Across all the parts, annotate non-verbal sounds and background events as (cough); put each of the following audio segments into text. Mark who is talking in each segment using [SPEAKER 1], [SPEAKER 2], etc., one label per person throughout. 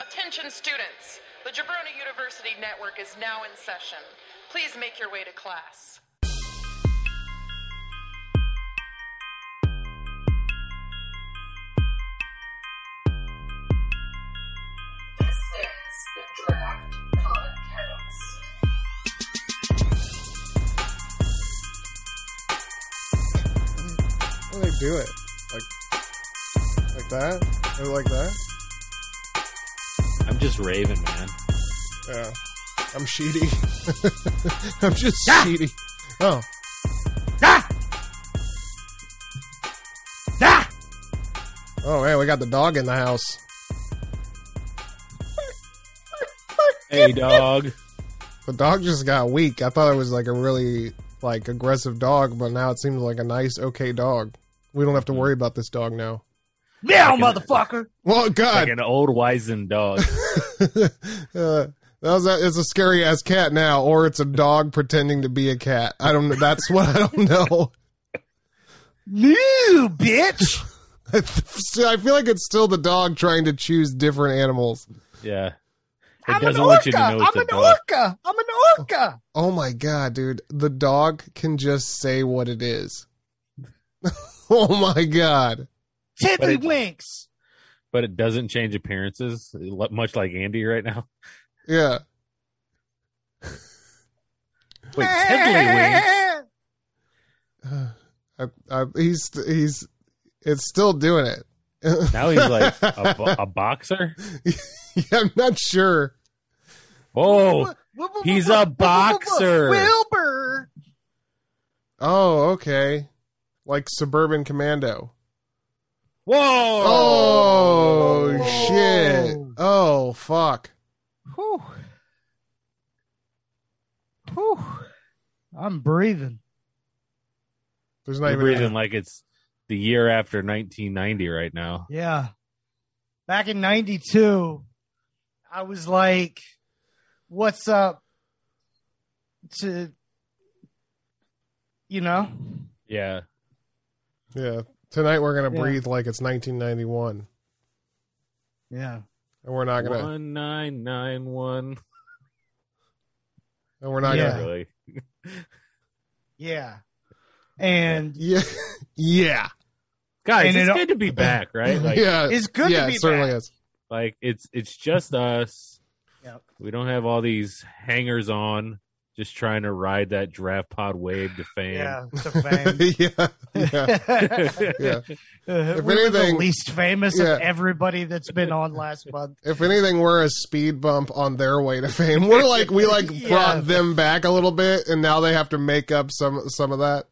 [SPEAKER 1] Attention students, the Jabrona University Network is now in session. Please make your way to class.
[SPEAKER 2] This is the Draft Podcast.
[SPEAKER 3] How do they do it? Like, like that? Or like that?
[SPEAKER 4] I'm just raving, man.
[SPEAKER 3] Yeah. I'm sheety. (laughs) I'm just sheety. Oh. Oh man, we got the dog in the house.
[SPEAKER 4] Hey,
[SPEAKER 5] (laughs)
[SPEAKER 4] dog.
[SPEAKER 3] The dog just got weak. I thought it was like a really like aggressive dog, but now it seems like a nice, okay dog. We don't have to worry about this dog now.
[SPEAKER 4] Meow, motherfucker.
[SPEAKER 3] Well,
[SPEAKER 4] Like
[SPEAKER 3] God,
[SPEAKER 4] an old wizened dog.
[SPEAKER 3] (laughs) uh, that was a, it's a scary ass cat now, or it's a dog pretending to be a cat. I don't know. That's what I don't know. (laughs)
[SPEAKER 4] New (laughs) bitch.
[SPEAKER 3] So I feel like it's still the dog trying to choose different animals.
[SPEAKER 4] Yeah.
[SPEAKER 5] (laughs)
[SPEAKER 4] It doesn't want you to know it's a dog.
[SPEAKER 5] orca. I'm an orca.
[SPEAKER 3] Oh my god, dude. The dog can just say what it is. (laughs) oh my god.
[SPEAKER 4] But it-
[SPEAKER 5] winks.
[SPEAKER 4] But it doesn't change appearances, l- much like Andy right
[SPEAKER 5] (laughs)
[SPEAKER 4] now.
[SPEAKER 3] Yeah. (sighs)
[SPEAKER 4] Wait, Tiddlywinks?
[SPEAKER 3] I, I, he's he's it's still doing it. (laughs)
[SPEAKER 4] Now he's like a,
[SPEAKER 5] (laughs)
[SPEAKER 4] bo- a boxer.
[SPEAKER 3] Yeah, I'm not sure.
[SPEAKER 4] Oh, he's a boxer.
[SPEAKER 5] Wilbur.
[SPEAKER 3] Oh, okay. Like Suburban Commando.
[SPEAKER 4] whoa.
[SPEAKER 3] Oh, shit. Oh fuck.
[SPEAKER 5] Whew. Whew. I'm breathing.
[SPEAKER 3] There's not
[SPEAKER 4] You're
[SPEAKER 3] even
[SPEAKER 4] breathing like it's the year after 1990 right now.
[SPEAKER 5] Yeah. Back in 92, I was like, what's up to, you know?
[SPEAKER 4] Yeah.
[SPEAKER 3] Yeah. Tonight we're gonna
[SPEAKER 5] Yeah.
[SPEAKER 3] breathe like it's 1991,
[SPEAKER 5] Yeah.
[SPEAKER 3] and we're not gonna.
[SPEAKER 4] One nine nine one.
[SPEAKER 3] And we're not
[SPEAKER 5] Yeah.
[SPEAKER 4] Not
[SPEAKER 3] gonna.
[SPEAKER 4] really.
[SPEAKER 5] Yeah. And
[SPEAKER 3] Yeah. (laughs) yeah.
[SPEAKER 4] Guys,
[SPEAKER 5] And
[SPEAKER 4] it's
[SPEAKER 5] it-
[SPEAKER 4] good to be back,
[SPEAKER 5] (laughs)
[SPEAKER 4] right? Like,
[SPEAKER 3] yeah.
[SPEAKER 5] it's good
[SPEAKER 3] yeah,
[SPEAKER 5] to be
[SPEAKER 3] it certainly
[SPEAKER 5] back.
[SPEAKER 3] is.
[SPEAKER 4] like it's it's just us.
[SPEAKER 5] Yep.
[SPEAKER 4] We don't have all these hangers on just trying to ride that draft pod wave to fame. (laughs)
[SPEAKER 5] Yeah, the fame.
[SPEAKER 3] yeah. (laughs) Yeah. Yeah.
[SPEAKER 5] if
[SPEAKER 3] If
[SPEAKER 5] (laughs) we were the
[SPEAKER 3] anything-
[SPEAKER 5] least famous
[SPEAKER 3] yeah.
[SPEAKER 5] of everybody that's been on last month.
[SPEAKER 3] If anything, we're a speed bump on their way to fame. We're like we like
[SPEAKER 5] (laughs) Yeah.
[SPEAKER 3] brought them back a little bit, and now they have to make up some some of that.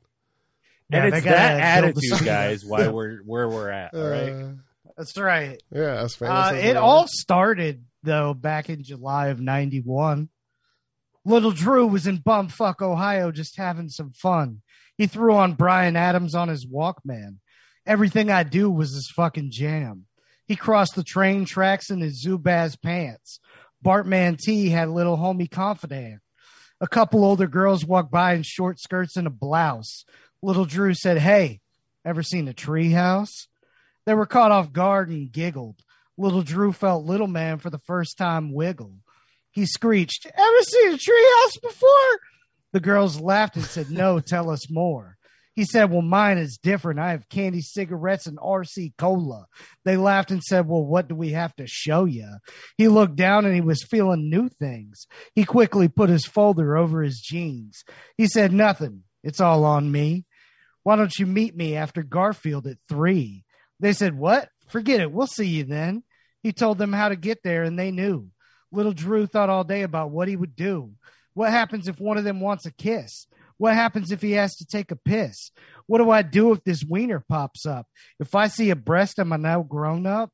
[SPEAKER 5] Yeah,
[SPEAKER 4] And
[SPEAKER 5] they
[SPEAKER 4] it's
[SPEAKER 5] gotta
[SPEAKER 4] that
[SPEAKER 5] build the
[SPEAKER 4] attitude,
[SPEAKER 5] speed
[SPEAKER 4] guys, why we're where we're at. All right.
[SPEAKER 3] Uh,
[SPEAKER 5] That's right.
[SPEAKER 3] yeah, that's famous.
[SPEAKER 5] Uh,
[SPEAKER 3] as
[SPEAKER 5] it
[SPEAKER 3] we
[SPEAKER 5] all
[SPEAKER 3] are.
[SPEAKER 5] started though back in July of '91. Little Drew was in bumfuck Ohio, just having some fun. He threw on Brian Adams on his Walkman. Everything I do was his fucking jam. He crossed the train tracks in his Zubaz pants. Bartman T had a little homie confidant. A couple older girls walked by in short skirts and a blouse. Little Drew said, Hey, ever seen a treehouse? They were caught off guard and giggled. Little Drew felt Little Man for the first time wiggle. He screeched, Ever seen a treehouse before? The girls laughed and said, No, (laughs) tell us more. He said, Well, mine is different. I have candy cigarettes and RC cola. They laughed and said, Well, what do we have to show you? He looked down and he was feeling new things. He quickly put his folder over his jeans. He said, Nothing. It's all on me. Why don't you meet me after Garfield at three? They said, What? Forget it. We'll see you then. He told them how to get there, and they knew. Little Drew thought all day about what he would do. What happens if one of them wants a kiss? What happens if he has to take a piss? What do I do if this wiener pops up? If I see a breast, am I now grown up?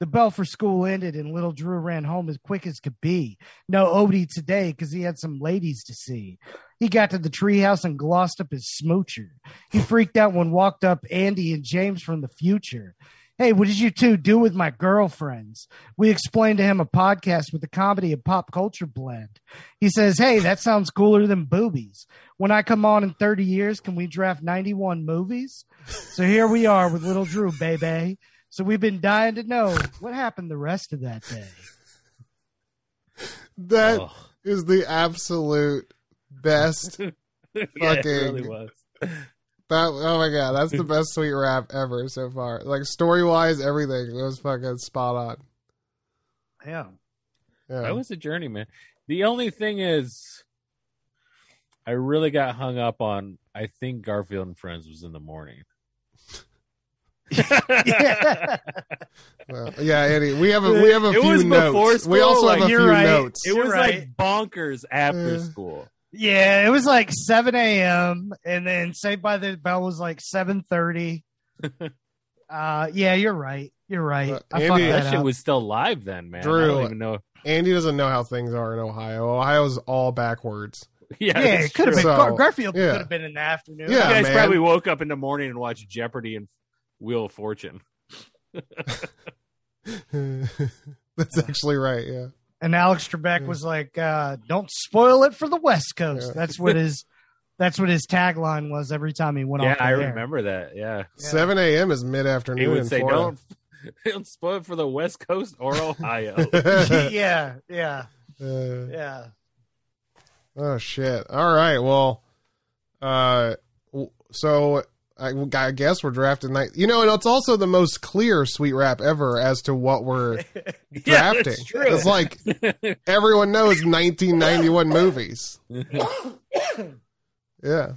[SPEAKER 5] The bell for school ended, and little Drew ran home as quick as could be. No Odie today because he had some ladies to see. He got to the treehouse and glossed up his smoocher. He freaked out when walked up Andy and James from the future. Hey, what did you two do with my girlfriends? We explained to him a podcast with a comedy and pop culture blend. He says, Hey, that sounds cooler than boobies. When I come on in 30 years, can we draft 91 movies? So here we are with Little Drew, baby. So we've been dying to know what happened the rest of that day.
[SPEAKER 3] That
[SPEAKER 4] Ugh. (laughs)
[SPEAKER 3] is the absolute best. that,
[SPEAKER 4] Yeah, it really
[SPEAKER 3] Fucking-
[SPEAKER 4] was.
[SPEAKER 3] oh my god, that's
[SPEAKER 4] (laughs)
[SPEAKER 3] the best sweet rap ever so far. Like story wise, everything it was fucking spot on.
[SPEAKER 5] Yeah.
[SPEAKER 3] Yeah.
[SPEAKER 4] That was a journey, man. The only thing is, I really got hung up on. I think Garfield and Friends was in the morning.
[SPEAKER 5] (laughs)
[SPEAKER 4] (laughs)
[SPEAKER 5] yeah.
[SPEAKER 3] Well, yeah, Andy, we
[SPEAKER 4] (laughs)
[SPEAKER 3] have a we have a
[SPEAKER 4] It
[SPEAKER 3] few
[SPEAKER 4] was before
[SPEAKER 3] notes. we
[SPEAKER 4] school,
[SPEAKER 3] also have
[SPEAKER 4] like,
[SPEAKER 3] a
[SPEAKER 5] you're
[SPEAKER 3] few
[SPEAKER 5] right.
[SPEAKER 3] notes.
[SPEAKER 4] It was
[SPEAKER 5] You're
[SPEAKER 4] like bonkers after
[SPEAKER 3] Uh.
[SPEAKER 4] school.
[SPEAKER 5] Yeah, it was like 7 a.m. and then Saved by the Bell was like 7:30. uh, yeah, you're right. You're right.
[SPEAKER 3] Uh,
[SPEAKER 5] I
[SPEAKER 3] Andy-
[SPEAKER 5] fucked
[SPEAKER 4] That
[SPEAKER 5] that
[SPEAKER 4] shit
[SPEAKER 5] up.
[SPEAKER 4] was still live then, man. I
[SPEAKER 3] Drew.
[SPEAKER 4] don't even know.
[SPEAKER 3] Andy doesn't know how things are in Ohio. Ohio's all backwards.
[SPEAKER 4] (laughs)
[SPEAKER 3] (laughs)
[SPEAKER 4] Yeah,
[SPEAKER 5] (laughs) yeah,
[SPEAKER 4] that's
[SPEAKER 5] it could have
[SPEAKER 4] true.
[SPEAKER 3] So,
[SPEAKER 5] been Gar- Garfield.
[SPEAKER 3] yeah.
[SPEAKER 5] Could have been in the afternoon.
[SPEAKER 3] Yeah,
[SPEAKER 4] you guys
[SPEAKER 3] man.
[SPEAKER 4] probably woke up in the morning and watched Jeopardy and Wheel of Fortune.
[SPEAKER 3] That's actually right. Yeah.
[SPEAKER 5] And Alex Trebek
[SPEAKER 3] Yeah.
[SPEAKER 5] was like, uh, "Don't spoil it for the West Coast."
[SPEAKER 3] Yeah. (laughs)
[SPEAKER 5] That's what his. That's what his tagline was every time he went
[SPEAKER 4] yeah,
[SPEAKER 5] off. the
[SPEAKER 4] I
[SPEAKER 5] air.
[SPEAKER 4] remember that. Yeah,
[SPEAKER 5] Yeah.
[SPEAKER 3] 7 a.m. is mid
[SPEAKER 4] he
[SPEAKER 3] afternoon in
[SPEAKER 4] would say,
[SPEAKER 3] Florida.
[SPEAKER 4] "Don't, don't (laughs) spoil it for the West Coast or
[SPEAKER 5] (laughs)
[SPEAKER 4] Ohio."
[SPEAKER 3] (laughs)
[SPEAKER 5] yeah, yeah,
[SPEAKER 4] (laughs)
[SPEAKER 3] Uh,
[SPEAKER 5] yeah.
[SPEAKER 3] Oh shit! All right. Well, uh, w- so I, I guess we're drafting night. You know, and it's also the most clear sweet rap ever as to what we're
[SPEAKER 4] (laughs) Yeah,
[SPEAKER 3] drafting.
[SPEAKER 4] that's true.
[SPEAKER 3] It's
[SPEAKER 4] (laughs)
[SPEAKER 3] like everyone knows 1991 movies. Yeah,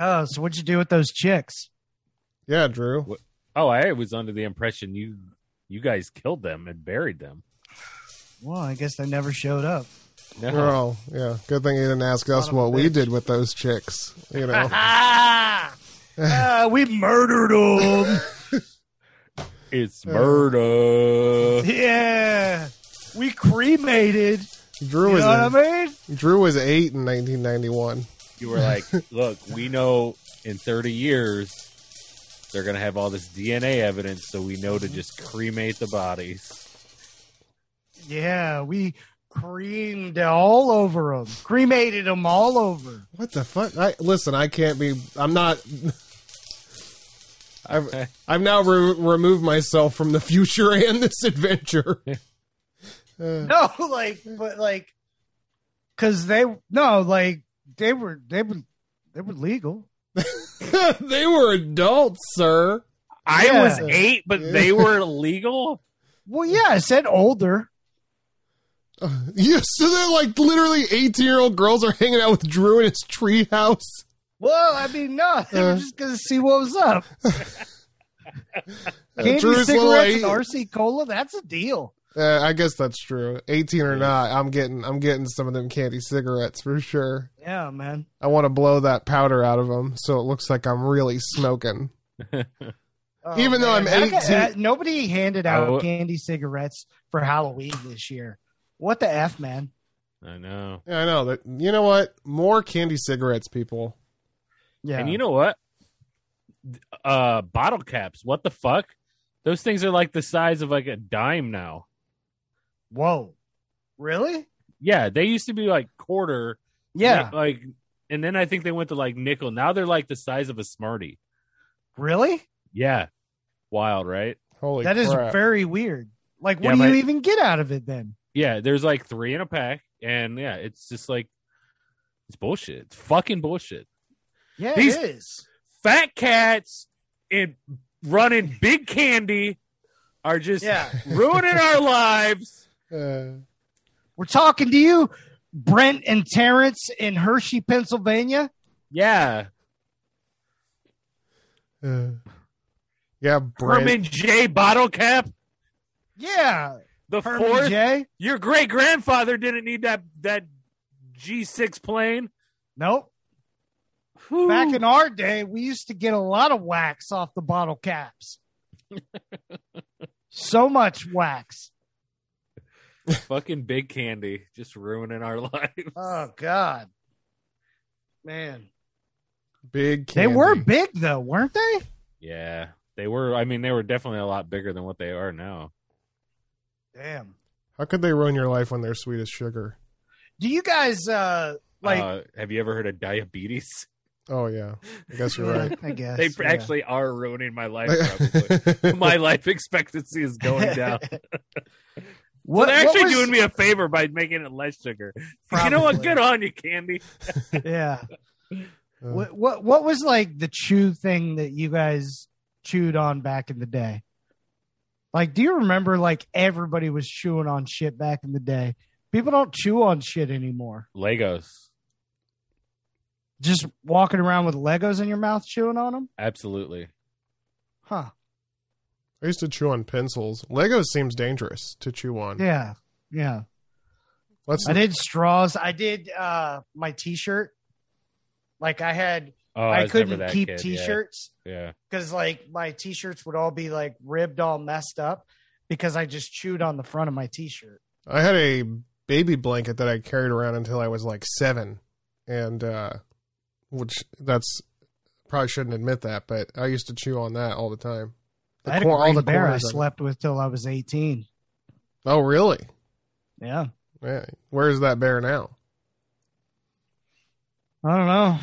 [SPEAKER 5] Oh, so what'd you do with those chicks?
[SPEAKER 3] yeah, Drew.
[SPEAKER 4] (laughs) oh, I was under the impression you you guys killed them and buried them.
[SPEAKER 5] Well, I guess they never showed up.
[SPEAKER 4] No.
[SPEAKER 3] We're all yeah. Good thing you didn't ask us
[SPEAKER 5] Son of a
[SPEAKER 3] what we
[SPEAKER 5] bitch.
[SPEAKER 3] did with those chicks. You
[SPEAKER 5] (laughs)
[SPEAKER 3] know.
[SPEAKER 5] Ah, Ah, we murdered them.
[SPEAKER 3] (laughs)
[SPEAKER 4] It's murder.
[SPEAKER 5] yeah, we cremated.
[SPEAKER 3] Drew
[SPEAKER 5] You know
[SPEAKER 3] was
[SPEAKER 5] what I mean?
[SPEAKER 3] Drew was eight in 1991.
[SPEAKER 4] You were like, (laughs) look, we know in 30 years they're going to have all this DNA evidence, so we know to just cremate the bodies.
[SPEAKER 5] Yeah, we creamed all over them, cremated them all over.
[SPEAKER 3] What the fuck? I listen. I can't be. I'm not. (laughs) I've I've now re- removed myself from the future (laughs) and this adventure.
[SPEAKER 5] (laughs)
[SPEAKER 3] Uh,
[SPEAKER 5] No, like, but like, because they no, like they were they were they were legal.
[SPEAKER 4] (laughs)
[SPEAKER 3] they were adults, sir.
[SPEAKER 4] I
[SPEAKER 5] Yeah.
[SPEAKER 4] was eight, but they were legal.
[SPEAKER 5] Well, yeah, I said older.
[SPEAKER 3] Yes, so they're like literally 18 year old girls are hanging out with Drew in his treehouse.
[SPEAKER 5] Well, I mean, no, (laughs) they
[SPEAKER 3] Uh.
[SPEAKER 5] were just gonna see what
[SPEAKER 3] (laughs)
[SPEAKER 5] was up.
[SPEAKER 3] Uh,
[SPEAKER 5] (laughs) Candy
[SPEAKER 3] Drew's little
[SPEAKER 5] cigarettes and
[SPEAKER 3] eight-
[SPEAKER 5] RC cola. That's a deal.
[SPEAKER 3] Uh, I guess that's true. 18 or not, I'm getting I'm getting some of them candy cigarettes for sure.
[SPEAKER 5] Yeah, man.
[SPEAKER 3] I want to blow that powder out of them so it looks like I'm really smoking.
[SPEAKER 5] Oh,
[SPEAKER 3] Even though I'm
[SPEAKER 5] I got-
[SPEAKER 3] 18.
[SPEAKER 5] I- nobody handed out
[SPEAKER 4] Oh.
[SPEAKER 5] candy cigarettes for Halloween this year. What the f, man?
[SPEAKER 4] I know.
[SPEAKER 3] Yeah, I know that. You know what? More candy cigarettes, people.
[SPEAKER 5] Yeah,
[SPEAKER 4] And you know what? Uh, bottle caps. What the fuck? Those things are like the size of like a dime now.
[SPEAKER 5] whoa, really?
[SPEAKER 4] Yeah, they used to be like quarter.
[SPEAKER 5] Yeah,
[SPEAKER 4] like, and then I think they went to like nickel. Now they're like the size of a Smartie.
[SPEAKER 5] really?
[SPEAKER 4] Yeah, wild, right?
[SPEAKER 3] Holy
[SPEAKER 5] That is
[SPEAKER 3] crap.
[SPEAKER 5] very weird. Like, what
[SPEAKER 4] Yeah,
[SPEAKER 5] do
[SPEAKER 4] but-
[SPEAKER 5] you even get out of it then?
[SPEAKER 4] Yeah, there's like three in a pack, and yeah, it's just like it's bullshit. It's fucking bullshit.
[SPEAKER 5] Yeah,
[SPEAKER 4] These-
[SPEAKER 5] it
[SPEAKER 4] (laughs)
[SPEAKER 5] is.
[SPEAKER 4] Fat cats and running big candy are just
[SPEAKER 5] Yeah, (laughs)
[SPEAKER 4] ruining our lives.
[SPEAKER 3] Uh,
[SPEAKER 5] we're talking to you, Brent and Terrence in Hershey, Pennsylvania.
[SPEAKER 4] Yeah,
[SPEAKER 3] uh, yeah, Brent.
[SPEAKER 4] Herman J. Bottle Cap,
[SPEAKER 5] Yeah,
[SPEAKER 4] the
[SPEAKER 5] Herman
[SPEAKER 4] fourth.
[SPEAKER 5] J.
[SPEAKER 4] Your great grandfather didn't need that that G six plane.
[SPEAKER 5] Nope.
[SPEAKER 4] Whew.
[SPEAKER 5] Back (laughs) in our day, we used to get a lot of wax off the
[SPEAKER 4] (laughs)
[SPEAKER 5] bottle caps. so much wax.
[SPEAKER 4] fucking big candy, just ruining our (laughs) lives.
[SPEAKER 5] Oh God, man,
[SPEAKER 3] Big
[SPEAKER 5] they
[SPEAKER 3] candy.
[SPEAKER 5] were big though, weren't they?
[SPEAKER 4] Yeah, they were. I mean, they were definitely a lot bigger than what they are now.
[SPEAKER 5] Damn.
[SPEAKER 3] How could they ruin your life when they're sweet as sugar?
[SPEAKER 5] Do you guys uh like?
[SPEAKER 4] uh, have you ever heard of diabetes?
[SPEAKER 3] Oh yeah, I guess
[SPEAKER 4] (laughs)
[SPEAKER 3] you're right.
[SPEAKER 5] I guess
[SPEAKER 4] They
[SPEAKER 5] yeah.
[SPEAKER 4] actually are
[SPEAKER 3] (laughs) (laughs)
[SPEAKER 4] (laughs) ruining my life. Probably. my life expectancy is going down. They're
[SPEAKER 5] What, what
[SPEAKER 4] actually
[SPEAKER 5] was-
[SPEAKER 4] doing me a favor by making it less sugar. You know what?
[SPEAKER 5] Probably.
[SPEAKER 4] Good on you, Candy.
[SPEAKER 5] Yeah.
[SPEAKER 3] Uh,
[SPEAKER 5] What, what what was like the chew thing that you guys chewed on back in the day? Like, do you remember like everybody was chewing on shit back in the day? People don't chew on shit anymore.
[SPEAKER 4] Legos.
[SPEAKER 5] Just walking around with Legos in your mouth, chewing on them,
[SPEAKER 4] Absolutely.
[SPEAKER 5] huh?
[SPEAKER 3] I used to chew on pencils. Lego seems dangerous to chew on.
[SPEAKER 5] Yeah, yeah.
[SPEAKER 3] Let's
[SPEAKER 5] I did straws. I did uh my T-shirt. Like I had,
[SPEAKER 4] Oh,
[SPEAKER 5] I,
[SPEAKER 4] was never
[SPEAKER 5] couldn't
[SPEAKER 4] that
[SPEAKER 5] keep
[SPEAKER 4] kid, yeah.
[SPEAKER 5] T-shirts.
[SPEAKER 4] Yeah.
[SPEAKER 5] because like my t-shirts would all be like ribbed all messed up because i just chewed on the front of my t-shirt
[SPEAKER 3] I had a baby blanket that I carried around until I was like seven, and uh, which that's probably shouldn't admit that, but I used to chew on that all the time. The
[SPEAKER 5] i had
[SPEAKER 3] cor-
[SPEAKER 5] a green bear i
[SPEAKER 3] corners of it.
[SPEAKER 5] slept with till i was 18
[SPEAKER 3] Oh, really?
[SPEAKER 5] yeah
[SPEAKER 3] Yeah. Where is that bear now?
[SPEAKER 5] i don't know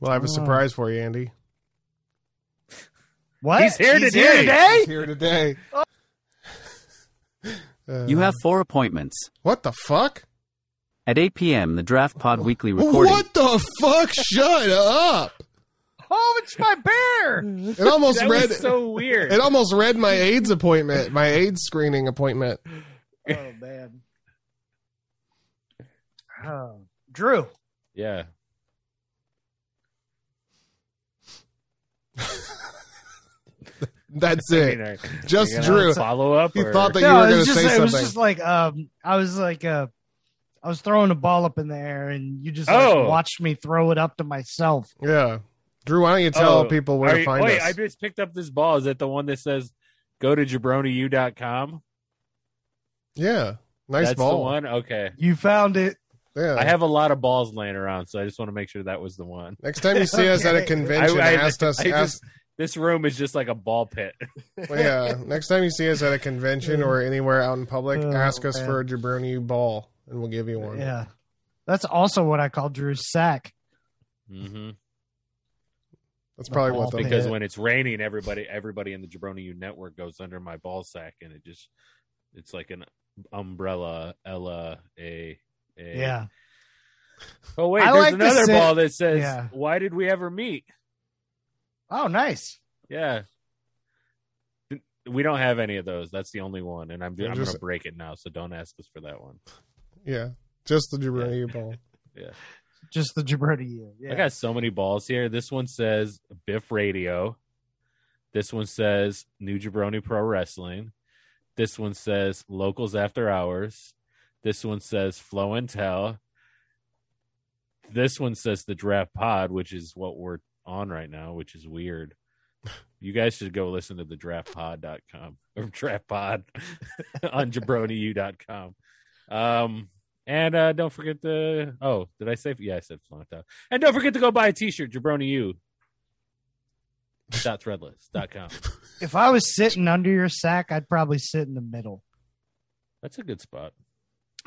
[SPEAKER 3] Well, I have a
[SPEAKER 5] Oh.
[SPEAKER 3] surprise for you, Andy.
[SPEAKER 5] what
[SPEAKER 4] He's here today.
[SPEAKER 5] today?
[SPEAKER 3] He's here
[SPEAKER 4] (laughs)
[SPEAKER 3] today. Uh,
[SPEAKER 6] You have four appointments.
[SPEAKER 3] what the fuck?
[SPEAKER 6] At 8 p.m., the Draft Pod Weekly recording.
[SPEAKER 3] What the fuck? Shut up!
[SPEAKER 5] oh it's my
[SPEAKER 3] (laughs)
[SPEAKER 5] bear
[SPEAKER 4] (laughs)
[SPEAKER 3] It almost
[SPEAKER 4] That
[SPEAKER 3] read
[SPEAKER 4] was so
[SPEAKER 3] (laughs)
[SPEAKER 4] weird.
[SPEAKER 3] it almost read my AIDS appointment, my AIDS screening appointment.
[SPEAKER 5] oh man (sighs) oh drew
[SPEAKER 4] yeah.
[SPEAKER 3] That's
[SPEAKER 4] I
[SPEAKER 3] it.
[SPEAKER 4] mean, are-
[SPEAKER 3] Just
[SPEAKER 4] you gonna
[SPEAKER 3] Drew.
[SPEAKER 4] Follow up.
[SPEAKER 3] He
[SPEAKER 4] or-
[SPEAKER 3] thought that you
[SPEAKER 5] no
[SPEAKER 3] were
[SPEAKER 5] it
[SPEAKER 3] going to
[SPEAKER 5] was just
[SPEAKER 3] say
[SPEAKER 5] it was
[SPEAKER 3] something.
[SPEAKER 5] just like um i was like uh i was throwing a ball up in the air and you just like,
[SPEAKER 4] Oh.
[SPEAKER 5] watched me throw it up to myself
[SPEAKER 3] Yeah, Drew, why don't you tell
[SPEAKER 4] Oh,
[SPEAKER 3] people where
[SPEAKER 4] Are
[SPEAKER 3] to
[SPEAKER 4] you-
[SPEAKER 3] find
[SPEAKER 4] wait,
[SPEAKER 3] us?
[SPEAKER 4] I just picked up this ball. Is it the one that says go to jabroniu.com?
[SPEAKER 3] yeah, nice
[SPEAKER 4] That's the
[SPEAKER 3] ball.
[SPEAKER 4] one? Okay.
[SPEAKER 5] you found it
[SPEAKER 3] Yeah.
[SPEAKER 4] I have a lot of balls laying around, so I just want to make sure that was the one.
[SPEAKER 3] Next time you see us at a
[SPEAKER 5] Okay.
[SPEAKER 3] convention,
[SPEAKER 4] (laughs) I- I-
[SPEAKER 3] ask us.
[SPEAKER 4] I just-
[SPEAKER 3] ask,
[SPEAKER 4] This room is just like a ball pit.
[SPEAKER 3] well, yeah, next time you see us at a
[SPEAKER 4] (laughs)
[SPEAKER 3] convention or anywhere out in public,
[SPEAKER 5] Oh,
[SPEAKER 3] ask us
[SPEAKER 5] man.
[SPEAKER 3] for a jabroni ball, and we'll give you one.
[SPEAKER 5] Yeah. That's also what I call Drew's sack.
[SPEAKER 4] hmm
[SPEAKER 3] That's probably what
[SPEAKER 5] Ball
[SPEAKER 3] they'll
[SPEAKER 5] pit.
[SPEAKER 4] Oh, Because
[SPEAKER 3] get.
[SPEAKER 4] when it's raining, everybody everybody in the Jabroni U network goes under my ball sack, and it just it's like an umbrella. Ella a, a
[SPEAKER 5] Yeah.
[SPEAKER 4] Oh wait,
[SPEAKER 5] I
[SPEAKER 4] there's
[SPEAKER 5] like the
[SPEAKER 4] another
[SPEAKER 5] sit-
[SPEAKER 4] ball that says
[SPEAKER 5] Yeah.
[SPEAKER 4] "Why did we ever meet?"
[SPEAKER 5] Oh, nice.
[SPEAKER 4] Yeah. We don't have any of those. That's the only one, and I'm
[SPEAKER 3] You
[SPEAKER 4] I'm
[SPEAKER 3] just-
[SPEAKER 4] gonna break it now. So don't ask us for that one.
[SPEAKER 3] yeah, just the jabroni
[SPEAKER 4] (laughs)
[SPEAKER 3] ball.
[SPEAKER 5] Just the jabroni you. Yeah.
[SPEAKER 4] I got so many balls here. This one says Biff Radio. This one says New Jabroni Pro Wrestling. This one says Locals After Hours. This one says Flow and Tell. This one says the Draft Pod, which is what we're on right now, which is weird. You guys should go listen to the draftpod.com or draft pod (laughs) on jabroniu.com. Um, and uh, don't forget the oh, did I say yeah? I said Flonta. And don't forget to go buy a T-shirt, Jabroni U. dot threadless dot com.
[SPEAKER 5] If I was sitting under your sack, I'd probably sit in the middle
[SPEAKER 4] That's a good spot.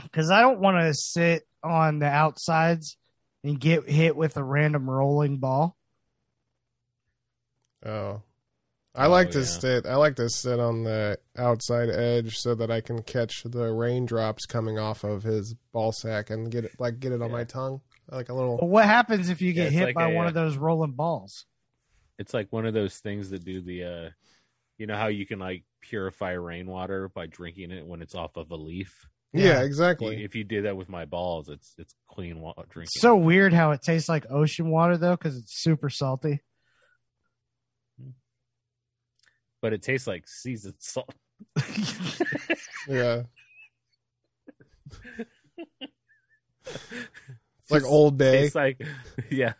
[SPEAKER 5] because I don't want to sit on the outsides and get hit with a random rolling ball.
[SPEAKER 3] Oh. I
[SPEAKER 4] Oh,
[SPEAKER 3] like to
[SPEAKER 4] yeah.
[SPEAKER 3] sit. I like to sit on the outside edge so that I can catch the raindrops coming off of his ball sack and get it, like get it on
[SPEAKER 4] Yeah. Oh,
[SPEAKER 3] my tongue, like a
[SPEAKER 5] But
[SPEAKER 3] little.
[SPEAKER 5] what happens if you
[SPEAKER 4] Yeah,
[SPEAKER 5] get
[SPEAKER 4] it's
[SPEAKER 5] hit
[SPEAKER 4] like
[SPEAKER 5] by
[SPEAKER 4] a,
[SPEAKER 5] one
[SPEAKER 4] uh,
[SPEAKER 5] of those rolling balls?
[SPEAKER 4] It's like one of those things that do the, uh you know how you can like purify rainwater by drinking it when it's off of a leaf.
[SPEAKER 3] Yeah,
[SPEAKER 5] Yeah.
[SPEAKER 3] exactly.
[SPEAKER 4] If you did that with my balls, it's it's clean water drinking.
[SPEAKER 5] It's so weird how it tastes like ocean water though, because it's super salty.
[SPEAKER 4] but it tastes like seasoned
[SPEAKER 5] (laughs)
[SPEAKER 4] salt. (laughs)
[SPEAKER 3] Yeah, it's like old day.
[SPEAKER 4] It's like
[SPEAKER 5] (laughs)
[SPEAKER 4] yeah,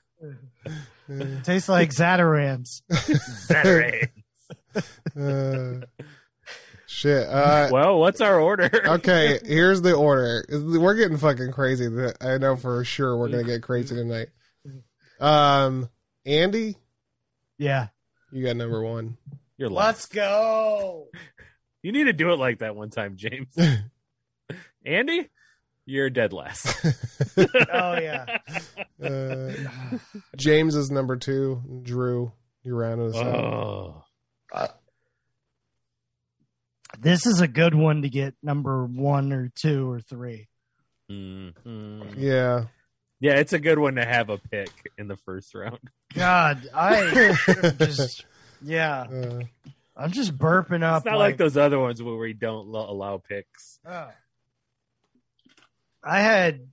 [SPEAKER 5] It tastes (laughs) like Zatarans.
[SPEAKER 4] Saturday.
[SPEAKER 3] Uh, shit. Uh,
[SPEAKER 4] well, what's our
[SPEAKER 5] (laughs)
[SPEAKER 4] order?
[SPEAKER 3] okay, here's the order. We're getting fucking crazy. I know for sure we're gonna get crazy tonight. Um, Andy,
[SPEAKER 5] Yeah.
[SPEAKER 3] you got number one.
[SPEAKER 4] You're last.
[SPEAKER 5] go.
[SPEAKER 4] You need to do it like that one time,
[SPEAKER 5] (laughs)
[SPEAKER 4] James. Andy, you're dead last.
[SPEAKER 5] Oh yeah.
[SPEAKER 4] (laughs)
[SPEAKER 3] Uh, James is number two. Drew, you rounded us up.
[SPEAKER 4] oh.
[SPEAKER 5] (sighs) This is a good one to get number one or two or three.
[SPEAKER 4] Mhm.
[SPEAKER 3] Yeah.
[SPEAKER 4] Oh. Yeah, it's a good one to have a pick in the first round.
[SPEAKER 5] God, (laughs) I just yeah,
[SPEAKER 3] Uh,
[SPEAKER 5] I'm just burping up.
[SPEAKER 4] It's not like, those other ones where we don't lo- allow picks.
[SPEAKER 5] Oh. I had.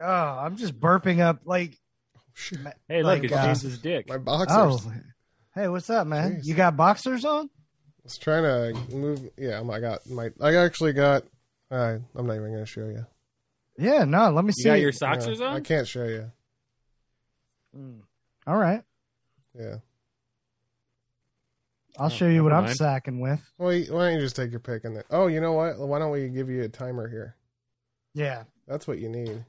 [SPEAKER 5] Oh, I'm just burping up. Like,
[SPEAKER 3] shit,
[SPEAKER 4] Hey,
[SPEAKER 5] Like,
[SPEAKER 4] look, it's
[SPEAKER 5] uh,
[SPEAKER 4] James's dick.
[SPEAKER 3] my boxers.
[SPEAKER 5] oh, hey, what's up, man?
[SPEAKER 3] Jeez.
[SPEAKER 5] You got boxers on?
[SPEAKER 3] I was trying to move. Yeah, I got my. I actually got. Uh, I'm not even gonna show you.
[SPEAKER 5] Yeah, no. Let me
[SPEAKER 4] You
[SPEAKER 5] see.
[SPEAKER 4] got your soxers
[SPEAKER 3] Uh, I
[SPEAKER 4] on?
[SPEAKER 3] can't show you.
[SPEAKER 5] Mm. All right,
[SPEAKER 3] Yeah.
[SPEAKER 5] I'll
[SPEAKER 4] Oh,
[SPEAKER 5] show you what
[SPEAKER 4] never
[SPEAKER 5] I'm
[SPEAKER 4] mind.
[SPEAKER 5] sacking with.
[SPEAKER 3] Well, you- why don't you just take your pick and then? Oh, you know what? Why don't we give you a timer here?
[SPEAKER 5] Yeah.
[SPEAKER 3] That's what you need.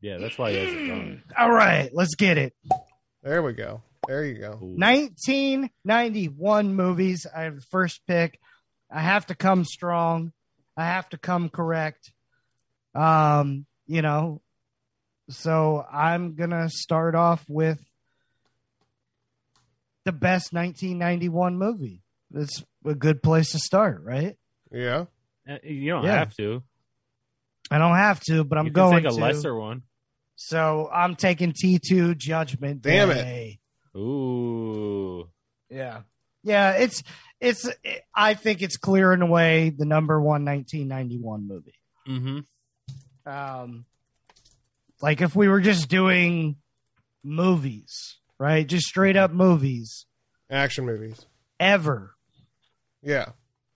[SPEAKER 4] Yeah, that's why he hasn't
[SPEAKER 5] (clears throat)
[SPEAKER 4] gone.
[SPEAKER 5] All right, let's get it.
[SPEAKER 3] There we go. There you go.
[SPEAKER 4] Ooh.
[SPEAKER 5] 1991 movies. I have the first pick. I have to come strong. I have to come correct. Um, you know, so I'm gonna start off with the best 1991 movie. That's a good place to start, right?
[SPEAKER 3] Yeah.
[SPEAKER 4] Uh, You don't
[SPEAKER 5] Yeah.
[SPEAKER 4] have to.
[SPEAKER 5] I don't have to, but I'm
[SPEAKER 4] you
[SPEAKER 5] going
[SPEAKER 4] can take a
[SPEAKER 5] to.
[SPEAKER 4] lesser one.
[SPEAKER 5] So I'm taking T2 Judgment.
[SPEAKER 3] Damn it.
[SPEAKER 5] Day.
[SPEAKER 4] Ooh.
[SPEAKER 5] Yeah. Yeah, it's it's it, I think it's clear in a way the number one 1991 movie.
[SPEAKER 4] Mm-hmm.
[SPEAKER 5] Um like if we were just doing movies, right? Just straight up movies
[SPEAKER 3] Action movies.
[SPEAKER 5] ever,
[SPEAKER 3] Yeah.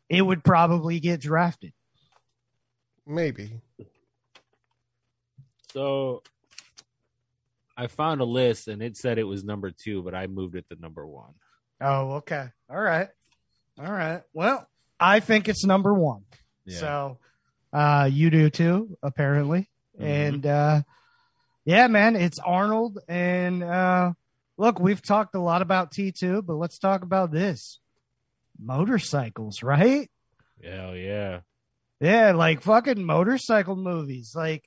[SPEAKER 5] it would probably get drafted.
[SPEAKER 3] Maybe. (laughs)
[SPEAKER 4] So I found a list and it said it was number two, but I moved it to number one.
[SPEAKER 5] Oh, okay. All right. All right. Well, I think it's number 1.
[SPEAKER 4] Yeah.
[SPEAKER 5] So uh you do too, apparently.
[SPEAKER 3] Mm-hmm.
[SPEAKER 4] Mhm.
[SPEAKER 5] And uh yeah, man, it's Arnold and uh look, we've talked a lot about T2, but let's talk about this. Motorcycles, right?
[SPEAKER 4] Hell yeah.
[SPEAKER 5] Yeah, like fucking motorcycle movies. Like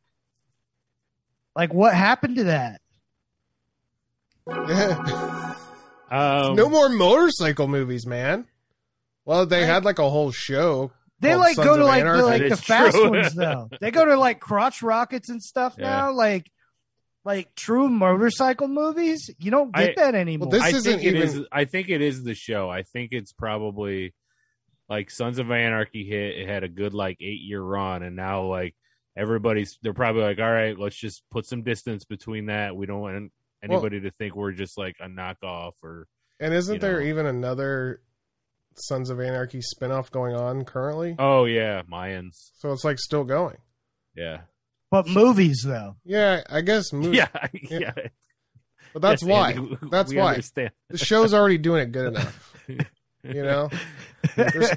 [SPEAKER 5] like what happened to that?
[SPEAKER 4] Um,
[SPEAKER 3] no more motorcycle movies, man. Well, they had like a whole show.
[SPEAKER 5] They
[SPEAKER 3] Well,
[SPEAKER 5] like
[SPEAKER 3] Sons
[SPEAKER 5] go
[SPEAKER 3] of
[SPEAKER 5] to like the,
[SPEAKER 3] Anarchy.
[SPEAKER 5] like
[SPEAKER 4] That
[SPEAKER 5] the
[SPEAKER 4] is
[SPEAKER 5] fast
[SPEAKER 4] true.
[SPEAKER 5] ones though. They go to like crotch rockets and stuff
[SPEAKER 4] Yeah.
[SPEAKER 5] now. Like like true motorcycle movies, you don't get
[SPEAKER 4] I-
[SPEAKER 5] that anymore.
[SPEAKER 3] this
[SPEAKER 4] I
[SPEAKER 3] isn't
[SPEAKER 4] think it
[SPEAKER 3] even-
[SPEAKER 4] is. I think it is the show. I think it's probably like Sons of Anarchy hit. It had a good like eight year run, and now like everybody's they're probably like, all right, let's just put some distance between that. We don't want anybody to think we're just like a knockoff or
[SPEAKER 3] And isn't
[SPEAKER 4] You
[SPEAKER 3] there
[SPEAKER 4] know.
[SPEAKER 3] even another Sons of Anarchy spinoff going on currently?
[SPEAKER 4] oh yeah, Mayans.
[SPEAKER 3] So it's like still going.
[SPEAKER 4] Yeah,
[SPEAKER 5] But movies, though.
[SPEAKER 3] Yeah, I guess. Movie,
[SPEAKER 4] (laughs) yeah, yeah.
[SPEAKER 3] But that's
[SPEAKER 4] Yes,
[SPEAKER 3] why
[SPEAKER 4] Andy, we-
[SPEAKER 3] That's
[SPEAKER 4] we
[SPEAKER 3] why.
[SPEAKER 4] Understand.
[SPEAKER 3] the show's already doing it good enough.
[SPEAKER 4] (laughs)
[SPEAKER 3] You know, there's,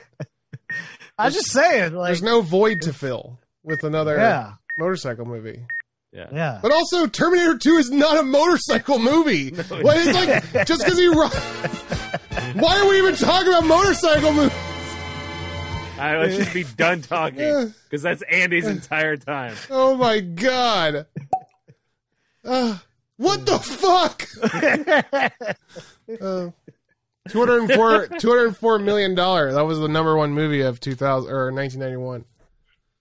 [SPEAKER 5] I'm just saying, like,
[SPEAKER 3] there's no void to fill with another
[SPEAKER 5] yeah,
[SPEAKER 3] motorcycle movie.
[SPEAKER 5] yeah.
[SPEAKER 3] But also, Terminator 2 is not a motorcycle
[SPEAKER 5] (laughs)
[SPEAKER 3] movie. Well, it's like just because he. ri-
[SPEAKER 5] (laughs)
[SPEAKER 3] Why are we even talking about motorcycle movies?
[SPEAKER 4] I, let's just be
[SPEAKER 3] (laughs)
[SPEAKER 4] done talking
[SPEAKER 3] Yeah.
[SPEAKER 4] because that's Andy's entire time.
[SPEAKER 3] Oh my god. Uh, what the
[SPEAKER 5] (laughs)
[SPEAKER 3] fuck? Uh, 204 204 million dollar. That was the number one movie of 2000 or 1991.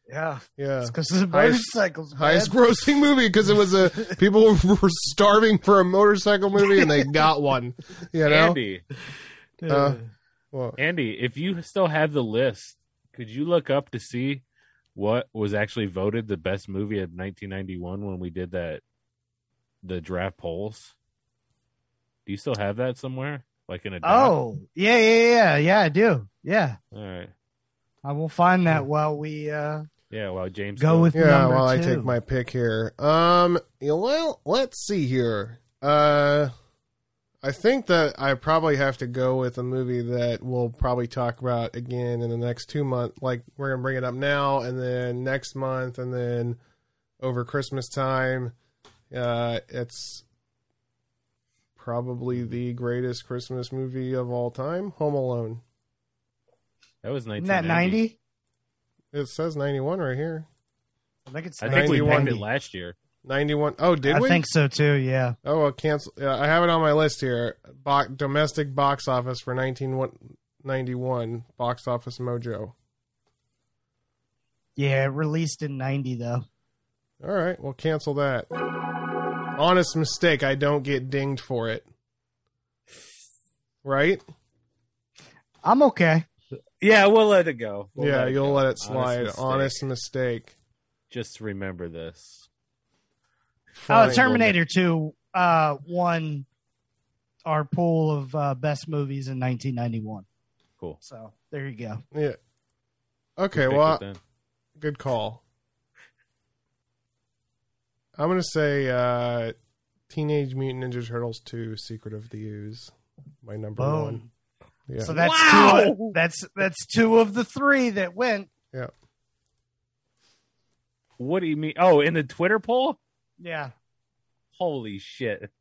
[SPEAKER 5] yeah,
[SPEAKER 3] Yeah.
[SPEAKER 5] it's because of the
[SPEAKER 3] Highest-
[SPEAKER 5] motorcycles. man.
[SPEAKER 3] Highest grossing movie because it was a people (laughs) were starving for a motorcycle movie
[SPEAKER 5] (laughs)
[SPEAKER 3] and they got one. You know?
[SPEAKER 4] Andy,
[SPEAKER 3] uh, Well,
[SPEAKER 4] Andy, if you still have the list, could you look up to see what was actually voted the best movie of 1991 when we did that the draft polls? Do you still have that somewhere, like in a? doc?
[SPEAKER 5] oh, yeah, yeah, yeah, yeah. I do. Yeah,
[SPEAKER 4] all right,
[SPEAKER 5] I will find that while we uh,
[SPEAKER 4] yeah. Well, James,
[SPEAKER 5] go with
[SPEAKER 3] yeah,
[SPEAKER 5] number
[SPEAKER 3] while I
[SPEAKER 5] two.
[SPEAKER 3] take my pick here. Um, yeah, well, let's see here. Uh, I think that I probably have to go with a movie that we'll probably talk about again in the next two months. Like we're gonna bring it up now, and then next month, and then over Christmas time. Uh, it's probably the greatest Christmas movie of all time, Home Alone.
[SPEAKER 4] That was
[SPEAKER 5] Isn't
[SPEAKER 4] 1990.
[SPEAKER 5] that ninety?
[SPEAKER 3] It says ninety one right here.
[SPEAKER 5] I think it's.
[SPEAKER 4] I think we
[SPEAKER 3] 91.
[SPEAKER 4] won it last year.
[SPEAKER 3] Ninety one. Oh, did
[SPEAKER 5] I
[SPEAKER 3] we?
[SPEAKER 5] think so too. Yeah.
[SPEAKER 3] Oh well, cancel. Uh, I have it on my list here. Bo- domestic box office for 19, one- 91 box office mojo.
[SPEAKER 5] Yeah, it released in 90, though.
[SPEAKER 3] All right, we'll cancel that. Honest mistake, I don't get dinged for it. Right?
[SPEAKER 5] I'm okay.
[SPEAKER 4] Yeah, we'll let it go. We'll
[SPEAKER 3] yeah,
[SPEAKER 4] it
[SPEAKER 3] you'll
[SPEAKER 4] go.
[SPEAKER 3] let it slide.
[SPEAKER 4] mistake.
[SPEAKER 3] Honest mistake.
[SPEAKER 4] Just remember this.
[SPEAKER 5] Uh,
[SPEAKER 3] Fine.
[SPEAKER 5] Terminator 2 uh, won our pool of uh, best movies in 1991.
[SPEAKER 4] Cool.
[SPEAKER 5] So there you go.
[SPEAKER 3] Yeah. Okay,
[SPEAKER 4] Pick it
[SPEAKER 3] well, I-
[SPEAKER 4] then.
[SPEAKER 3] good call. I'm gonna say uh Teenage Mutant Ninja Turtles 2: Secret of the Ooze, my number
[SPEAKER 5] Boom.
[SPEAKER 3] one. Yeah,
[SPEAKER 5] Oh. So that's two. That's that's two of the three that went.
[SPEAKER 4] What do you mean? Oh, in the Twitter poll?
[SPEAKER 5] Yeah.
[SPEAKER 4] Holy shit.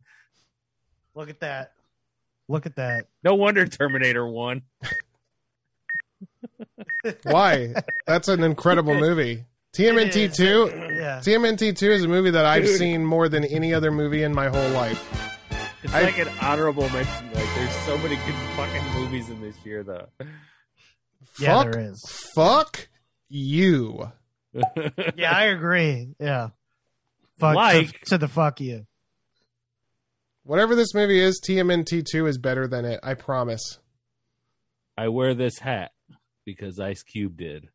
[SPEAKER 5] Look at that. Look at that.
[SPEAKER 4] No wonder Terminator won.
[SPEAKER 3] why? That's an incredible movie. TMNT
[SPEAKER 5] is.
[SPEAKER 3] two.
[SPEAKER 5] Yeah.
[SPEAKER 3] TMNT two is a movie that I've seen more than any other movie in my whole life.
[SPEAKER 4] It's
[SPEAKER 3] I-
[SPEAKER 4] like an honorable mention. Like, there's so many good fucking movies in this year, though.
[SPEAKER 5] Yeah,
[SPEAKER 3] fuck,
[SPEAKER 5] there is.
[SPEAKER 3] fuck you.
[SPEAKER 5] Yeah, I agree. Yeah. Fuck
[SPEAKER 4] Like-
[SPEAKER 5] to, to the fuck you.
[SPEAKER 3] Whatever this movie is, TMNT two is better than it. I promise.
[SPEAKER 4] (laughs) I wear this hat because Ice Cube did.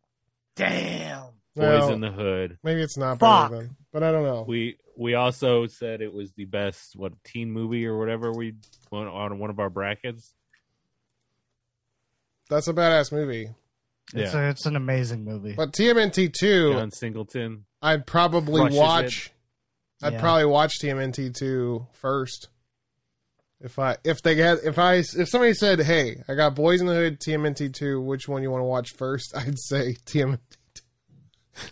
[SPEAKER 5] Damn.
[SPEAKER 4] Boys
[SPEAKER 3] Well,
[SPEAKER 4] in the Hood.
[SPEAKER 3] maybe it's not
[SPEAKER 5] Fuck.
[SPEAKER 3] better than, but I don't know.
[SPEAKER 4] We we also said it was the best what teen movie or whatever we went on one of our brackets.
[SPEAKER 3] That's a badass movie.
[SPEAKER 5] It's, a, it's an amazing movie.
[SPEAKER 3] (laughs) But TMNT two,
[SPEAKER 4] John Singleton.
[SPEAKER 3] I'd probably
[SPEAKER 4] Crushes
[SPEAKER 3] watch. I'd
[SPEAKER 5] Yeah.
[SPEAKER 3] probably watch TMNT two first. If I if they had if I if somebody said, "Hey, I got Boys in the Hood, TMNT two, which one you want to watch first? (laughs) I'd say TMNT. 2.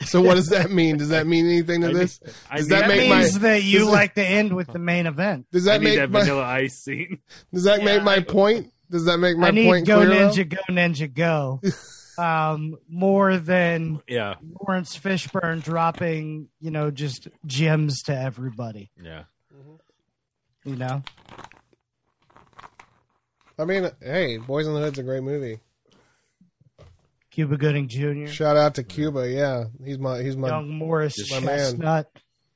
[SPEAKER 3] So what does that mean? Does that mean anything to
[SPEAKER 4] I
[SPEAKER 3] this?
[SPEAKER 4] need- I
[SPEAKER 3] Does
[SPEAKER 4] need-
[SPEAKER 3] that
[SPEAKER 5] that
[SPEAKER 3] make my-
[SPEAKER 5] means that you
[SPEAKER 3] this is-
[SPEAKER 5] like to end with the main event.
[SPEAKER 3] Does
[SPEAKER 4] I
[SPEAKER 3] that
[SPEAKER 4] need
[SPEAKER 3] make
[SPEAKER 4] that
[SPEAKER 3] my
[SPEAKER 4] Vanilla Ice scene. (laughs)
[SPEAKER 3] Does that
[SPEAKER 5] Yeah,
[SPEAKER 3] make my
[SPEAKER 5] I-
[SPEAKER 3] point? Does that make my
[SPEAKER 5] I need
[SPEAKER 3] point
[SPEAKER 5] Go
[SPEAKER 3] clear? though?
[SPEAKER 5] Ninja Go Ninja Go
[SPEAKER 3] (laughs)
[SPEAKER 5] um, more than
[SPEAKER 4] Yeah,
[SPEAKER 5] Lawrence Fishburne dropping, you know, just gems to everybody.
[SPEAKER 4] yeah.
[SPEAKER 5] You know,
[SPEAKER 3] I mean, hey, Boys in the Hood's a great movie.
[SPEAKER 5] Cuba Gooding Jr.,
[SPEAKER 3] Shout out to Cuba. Yeah, he's my he's my
[SPEAKER 5] Young Morris
[SPEAKER 4] Just
[SPEAKER 3] my man.
[SPEAKER 5] Chestnut.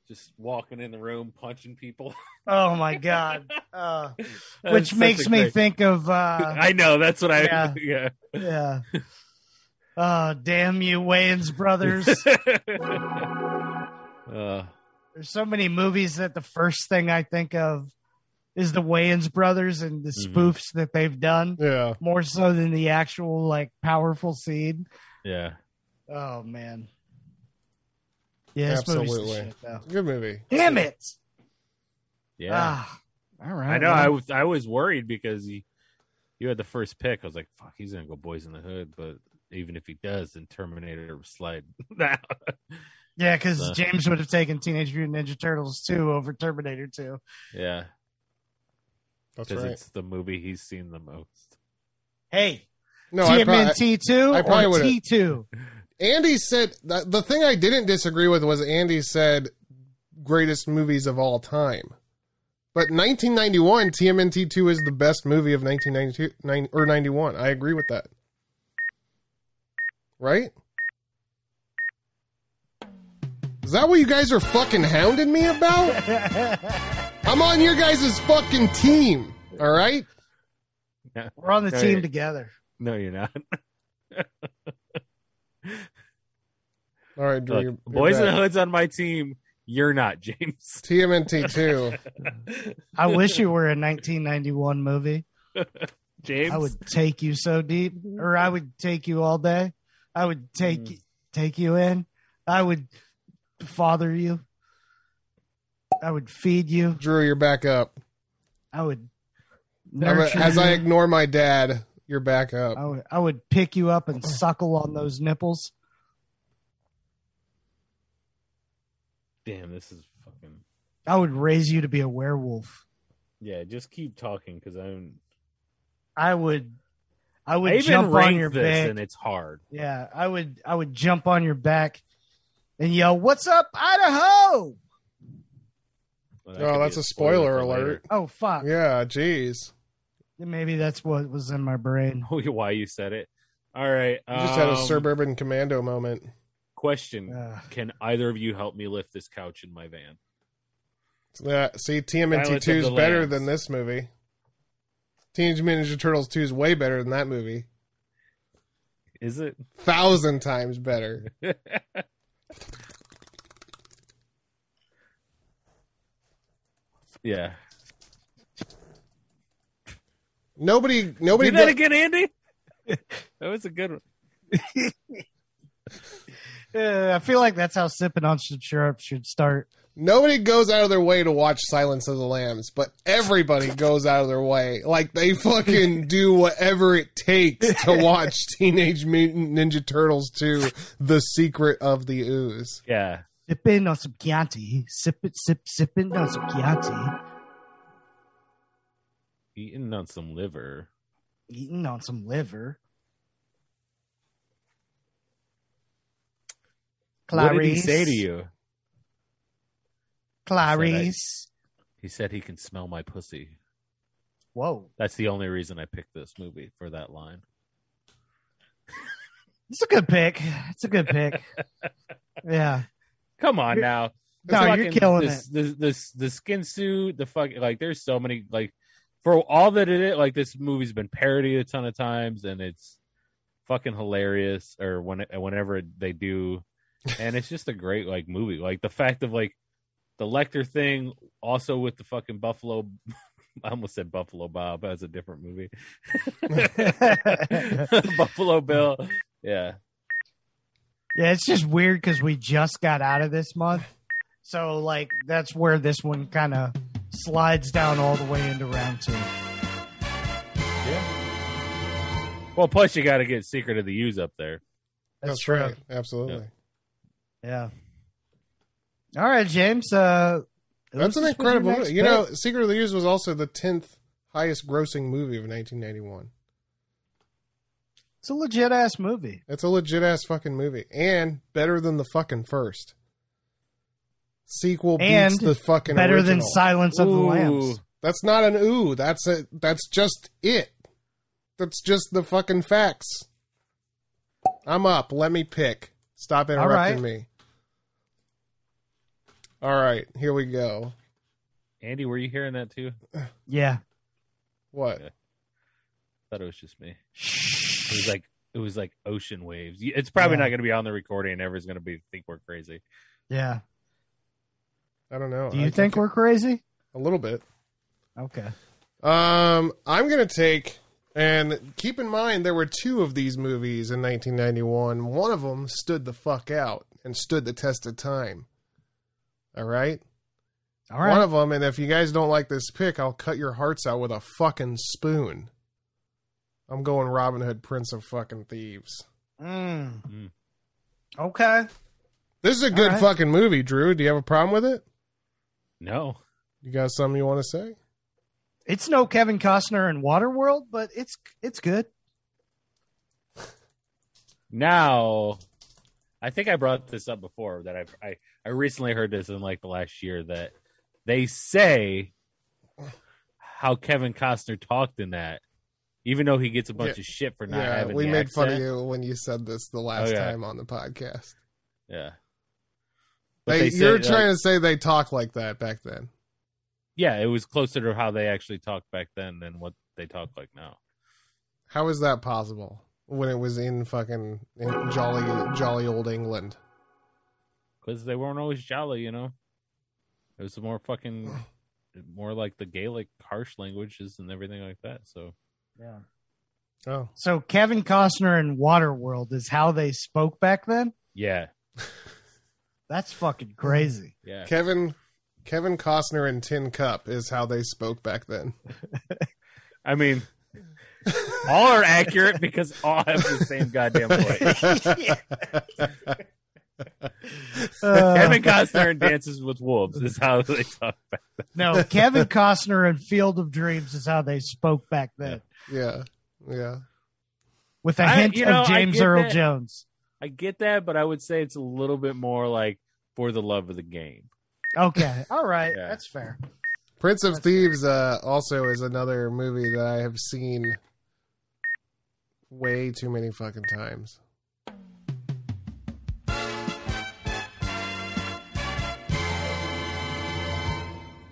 [SPEAKER 4] Just walking in the room, punching people. (laughs)
[SPEAKER 5] Oh my God! Uh,
[SPEAKER 4] That's
[SPEAKER 5] which
[SPEAKER 4] such
[SPEAKER 5] makes
[SPEAKER 4] a
[SPEAKER 5] me
[SPEAKER 4] great-
[SPEAKER 5] think of
[SPEAKER 4] (laughs)
[SPEAKER 5] uh,
[SPEAKER 4] I know that's what I.
[SPEAKER 5] Yeah.
[SPEAKER 4] (laughs) yeah.
[SPEAKER 5] yeah. Oh damn you,
[SPEAKER 4] (laughs)
[SPEAKER 5] Wayans brothers!
[SPEAKER 4] uh,
[SPEAKER 5] there's so many movies that the first thing I think of is the Wayans brothers and the
[SPEAKER 4] Mhm.
[SPEAKER 5] spoofs that they've done
[SPEAKER 3] yeah.
[SPEAKER 5] more so than the actual like powerful scene.
[SPEAKER 4] yeah.
[SPEAKER 5] Oh man. Yeah, this Absolutely. movie's the
[SPEAKER 3] Absolutely.
[SPEAKER 5] shit, though.
[SPEAKER 3] Good movie.
[SPEAKER 5] Damn it.
[SPEAKER 4] Yeah.
[SPEAKER 5] Ah, all right.
[SPEAKER 4] I know.
[SPEAKER 5] well,
[SPEAKER 4] I was I was worried because he, you had the first pick. I was like, "Fuck, he's gonna go Boys in the Hood." But even if he does, then Terminator would slide (laughs) down.
[SPEAKER 5] yeah, because
[SPEAKER 4] Uh.
[SPEAKER 5] James would have taken Teenage Mutant Ninja Turtles 2 over Terminator 2.
[SPEAKER 4] yeah,
[SPEAKER 3] That's
[SPEAKER 4] because
[SPEAKER 3] right.
[SPEAKER 4] it's the movie he's seen the most. (laughs)
[SPEAKER 5] Hey,
[SPEAKER 3] No, I probably-
[SPEAKER 5] TMNT 2
[SPEAKER 3] I probably
[SPEAKER 5] or
[SPEAKER 3] would've-
[SPEAKER 5] T2?
[SPEAKER 3] Andy said the, the thing I didn't disagree with was Andy said greatest movies of all time. But 1991 TMNT 2 is the best movie of 1992 nine- or 91. I agree with that. Right? Is that what you guys are fucking hounding me about?
[SPEAKER 4] (laughs)
[SPEAKER 3] I'm on your guys' fucking team. All right?
[SPEAKER 5] We're on the
[SPEAKER 4] No,
[SPEAKER 5] team
[SPEAKER 4] you're-
[SPEAKER 5] together.
[SPEAKER 4] No, you're not.
[SPEAKER 3] All right, Drew.
[SPEAKER 4] Look,
[SPEAKER 3] you're- you're
[SPEAKER 4] Boys in the
[SPEAKER 3] back.
[SPEAKER 4] Hood's on my team. You're not,
[SPEAKER 3] (laughs)
[SPEAKER 4] (laughs) James.
[SPEAKER 3] TMNT 2.
[SPEAKER 5] I wish you were a 1991 movie.
[SPEAKER 4] James.
[SPEAKER 5] I would take you so deep, or I would take you all day. I would take take you in. I would father you. I would feed you.
[SPEAKER 3] Drew, you're back up.
[SPEAKER 5] I would
[SPEAKER 3] I'm a-
[SPEAKER 5] nurture
[SPEAKER 3] as
[SPEAKER 5] you.
[SPEAKER 3] I ignore my dad, you're back up.
[SPEAKER 5] I would, I would pick you up and suckle on those nipples.
[SPEAKER 4] Damn, this is fucking.
[SPEAKER 5] I would raise you to be a werewolf.
[SPEAKER 4] Yeah, just keep talking because I'm.
[SPEAKER 5] I would. I would
[SPEAKER 4] I even
[SPEAKER 5] jump on
[SPEAKER 4] ranked
[SPEAKER 5] your
[SPEAKER 4] this
[SPEAKER 5] back.
[SPEAKER 4] and it's hard.
[SPEAKER 5] yeah, I would. I would jump on your back and yell, "What's up, Idaho?"
[SPEAKER 4] Well, that could
[SPEAKER 3] Oh,
[SPEAKER 4] be
[SPEAKER 3] that's a spoiler
[SPEAKER 4] (laughs) for later.
[SPEAKER 3] alert.
[SPEAKER 5] Oh fuck!
[SPEAKER 3] Yeah, jeez.
[SPEAKER 5] Maybe that's what was in my brain.
[SPEAKER 4] Oh, Why you said it? All right.
[SPEAKER 3] You just had a
[SPEAKER 4] um,
[SPEAKER 3] suburban commando moment.
[SPEAKER 4] question.
[SPEAKER 5] Uh,
[SPEAKER 4] Can either of you help me lift this couch in my van?
[SPEAKER 3] Yeah, see, TMNT
[SPEAKER 4] Silence
[SPEAKER 3] two
[SPEAKER 4] of
[SPEAKER 3] is
[SPEAKER 4] the
[SPEAKER 3] better
[SPEAKER 4] Lambs.
[SPEAKER 3] than this movie. Teenage Mutant Ninja Turtles two is way better than that movie.
[SPEAKER 4] Is it?
[SPEAKER 3] Thousand times better.
[SPEAKER 4] Yeah.
[SPEAKER 3] Nobody, nobody.
[SPEAKER 4] Do that
[SPEAKER 3] go-
[SPEAKER 4] again, Andy.
[SPEAKER 3] (laughs)
[SPEAKER 4] that was a good one.
[SPEAKER 5] yeah, I feel like that's how sipping on some syrup should start.
[SPEAKER 3] Nobody goes out of their way to watch Silence of the Lambs, but everybody goes out of their way. Like they fucking do whatever it takes to watch Teenage Mutant Ninja Turtles 2: The Secret of the Ooze.
[SPEAKER 4] Yeah.
[SPEAKER 5] Sipping on some Chianti. Sip it, sip, sipping on some Chianti.
[SPEAKER 4] Eating on some liver.
[SPEAKER 5] Eating on some liver. Clarice.
[SPEAKER 4] What did he say to you?
[SPEAKER 5] Clarice.
[SPEAKER 4] He said he can smell my pussy.
[SPEAKER 5] Whoa.
[SPEAKER 4] That's the only reason I picked this movie for that line.
[SPEAKER 5] It's a good pick. It's a
[SPEAKER 4] (laughs)
[SPEAKER 5] good pick. yeah.
[SPEAKER 4] Come on
[SPEAKER 5] You're-
[SPEAKER 4] now.
[SPEAKER 5] No, you're killing
[SPEAKER 4] this,
[SPEAKER 5] it.
[SPEAKER 4] This, this, the skin suit, the fuck, like, there's so many, like, for all that it is, like, this movie's been parodied a ton of times, and it's fucking hilarious. Or when, whenever they do, and it's just a great like movie. Like the fact of like the Lecter thing, also with the fucking Buffalo. (laughs) I almost said Buffalo Bob. That was a different
[SPEAKER 5] (laughs)
[SPEAKER 4] movie. (laughs) Buffalo Bill. Yeah.
[SPEAKER 5] Yeah, it's just weird because we just got out of this month. So, like, that's where this one kind of slides down all the way into round two.
[SPEAKER 4] Well, plus you got to get Secret of the Use up there.
[SPEAKER 3] That's,
[SPEAKER 5] true.
[SPEAKER 3] right. Absolutely.
[SPEAKER 5] Yeah. All right, James. Uh,
[SPEAKER 3] That's
[SPEAKER 5] who's
[SPEAKER 3] an
[SPEAKER 5] this with your
[SPEAKER 3] incredible.
[SPEAKER 5] next
[SPEAKER 3] Movie. You
[SPEAKER 5] pick?
[SPEAKER 3] know, Secret of the Ooze was also the tenth highest grossing movie of 1991.
[SPEAKER 5] it's a legit ass movie.
[SPEAKER 3] It's a legit ass fucking movie, and better than the fucking first. Sequel beats
[SPEAKER 5] And
[SPEAKER 3] the fucking
[SPEAKER 5] Better than
[SPEAKER 3] original.
[SPEAKER 5] Silence of the
[SPEAKER 4] Ooh.
[SPEAKER 5] Lambs.
[SPEAKER 3] That's not an ooh. That's a. That's just it. That's just the fucking facts. I'm up. Let me pick. Stop interrupting
[SPEAKER 5] right.
[SPEAKER 3] me. All right, here we go.
[SPEAKER 4] Andy, were you hearing that too?
[SPEAKER 5] Yeah.
[SPEAKER 3] What?
[SPEAKER 4] Yeah. thought it was just me. It was like it was like ocean waves. Y- It's probably
[SPEAKER 5] Yeah.
[SPEAKER 4] not going to be on the recording, and everyone's going to be think we're crazy.
[SPEAKER 5] Yeah.
[SPEAKER 3] I don't know.
[SPEAKER 5] Do
[SPEAKER 3] Oh, I
[SPEAKER 5] you think we're crazy?
[SPEAKER 3] a little bit?
[SPEAKER 5] Okay.
[SPEAKER 3] Um, I'm gonna take and keep in mind there were two of these movies in 1991. One of them stood the fuck out and stood the test of time. All right.
[SPEAKER 5] All
[SPEAKER 3] One
[SPEAKER 5] right.
[SPEAKER 3] of them, and if you guys don't like this pick, I'll cut your hearts out with a fucking spoon. I'm going Robin Hood, Prince of fucking Thieves.
[SPEAKER 5] Mm.
[SPEAKER 4] Mm.
[SPEAKER 5] Okay.
[SPEAKER 3] This is a good
[SPEAKER 5] All right.
[SPEAKER 3] fucking movie, Drew. Do you have a problem with it?
[SPEAKER 4] No,
[SPEAKER 3] You got something you want to say?
[SPEAKER 5] It's no Kevin Costner in Waterworld, but it's it's good.
[SPEAKER 4] now I think I brought this up before that I've, I I recently heard this in like the last year that they say how Kevin Costner talked in that, even though he gets a bunch
[SPEAKER 3] Yeah.
[SPEAKER 4] of shit for not
[SPEAKER 3] yeah,
[SPEAKER 4] having.
[SPEAKER 3] we
[SPEAKER 4] the
[SPEAKER 3] made fun of
[SPEAKER 4] accent. Oh,
[SPEAKER 3] you when you said this the last
[SPEAKER 4] yeah.
[SPEAKER 3] time on the podcast.
[SPEAKER 4] Yeah. But
[SPEAKER 3] They,
[SPEAKER 4] said, uh,
[SPEAKER 3] you're
[SPEAKER 4] like-
[SPEAKER 3] trying to say they talk like that back then.
[SPEAKER 4] yeah, it was closer to how they actually talked back then than what they talk like now.
[SPEAKER 3] How is that possible when it was in fucking in jolly jolly old England?
[SPEAKER 4] because they weren't always jolly, you know. It was more fucking, more like the Gaelic harsh languages and everything like that. So
[SPEAKER 5] Yeah.
[SPEAKER 3] Oh,
[SPEAKER 5] So Kevin Costner in Waterworld is how they spoke back then.
[SPEAKER 4] yeah,
[SPEAKER 5] That's fucking crazy.
[SPEAKER 4] yeah,
[SPEAKER 3] Kevin Kevin Costner and Tin Cup is how they spoke back then. (laughs)
[SPEAKER 4] I mean, (laughs) all are accurate because all have the same goddamn (laughs) voice.
[SPEAKER 5] Uh,
[SPEAKER 4] (laughs) Kevin Costner in Dances with Wolves is how they talk back.
[SPEAKER 5] no, (laughs) Kevin Costner in Field of Dreams is how they spoke back then,
[SPEAKER 3] yeah, yeah.
[SPEAKER 5] with a
[SPEAKER 4] I-
[SPEAKER 5] hint
[SPEAKER 4] you know,
[SPEAKER 5] of
[SPEAKER 4] I
[SPEAKER 5] James
[SPEAKER 4] get
[SPEAKER 5] Earl
[SPEAKER 4] that.
[SPEAKER 5] Jones.
[SPEAKER 4] I get that, but I would say it's a little bit more like for the love of the game.
[SPEAKER 5] Okay, all right,
[SPEAKER 4] Yeah.
[SPEAKER 5] that's fair.
[SPEAKER 3] Prince of Thieves uh, also is another movie that I have seen way too many fucking times.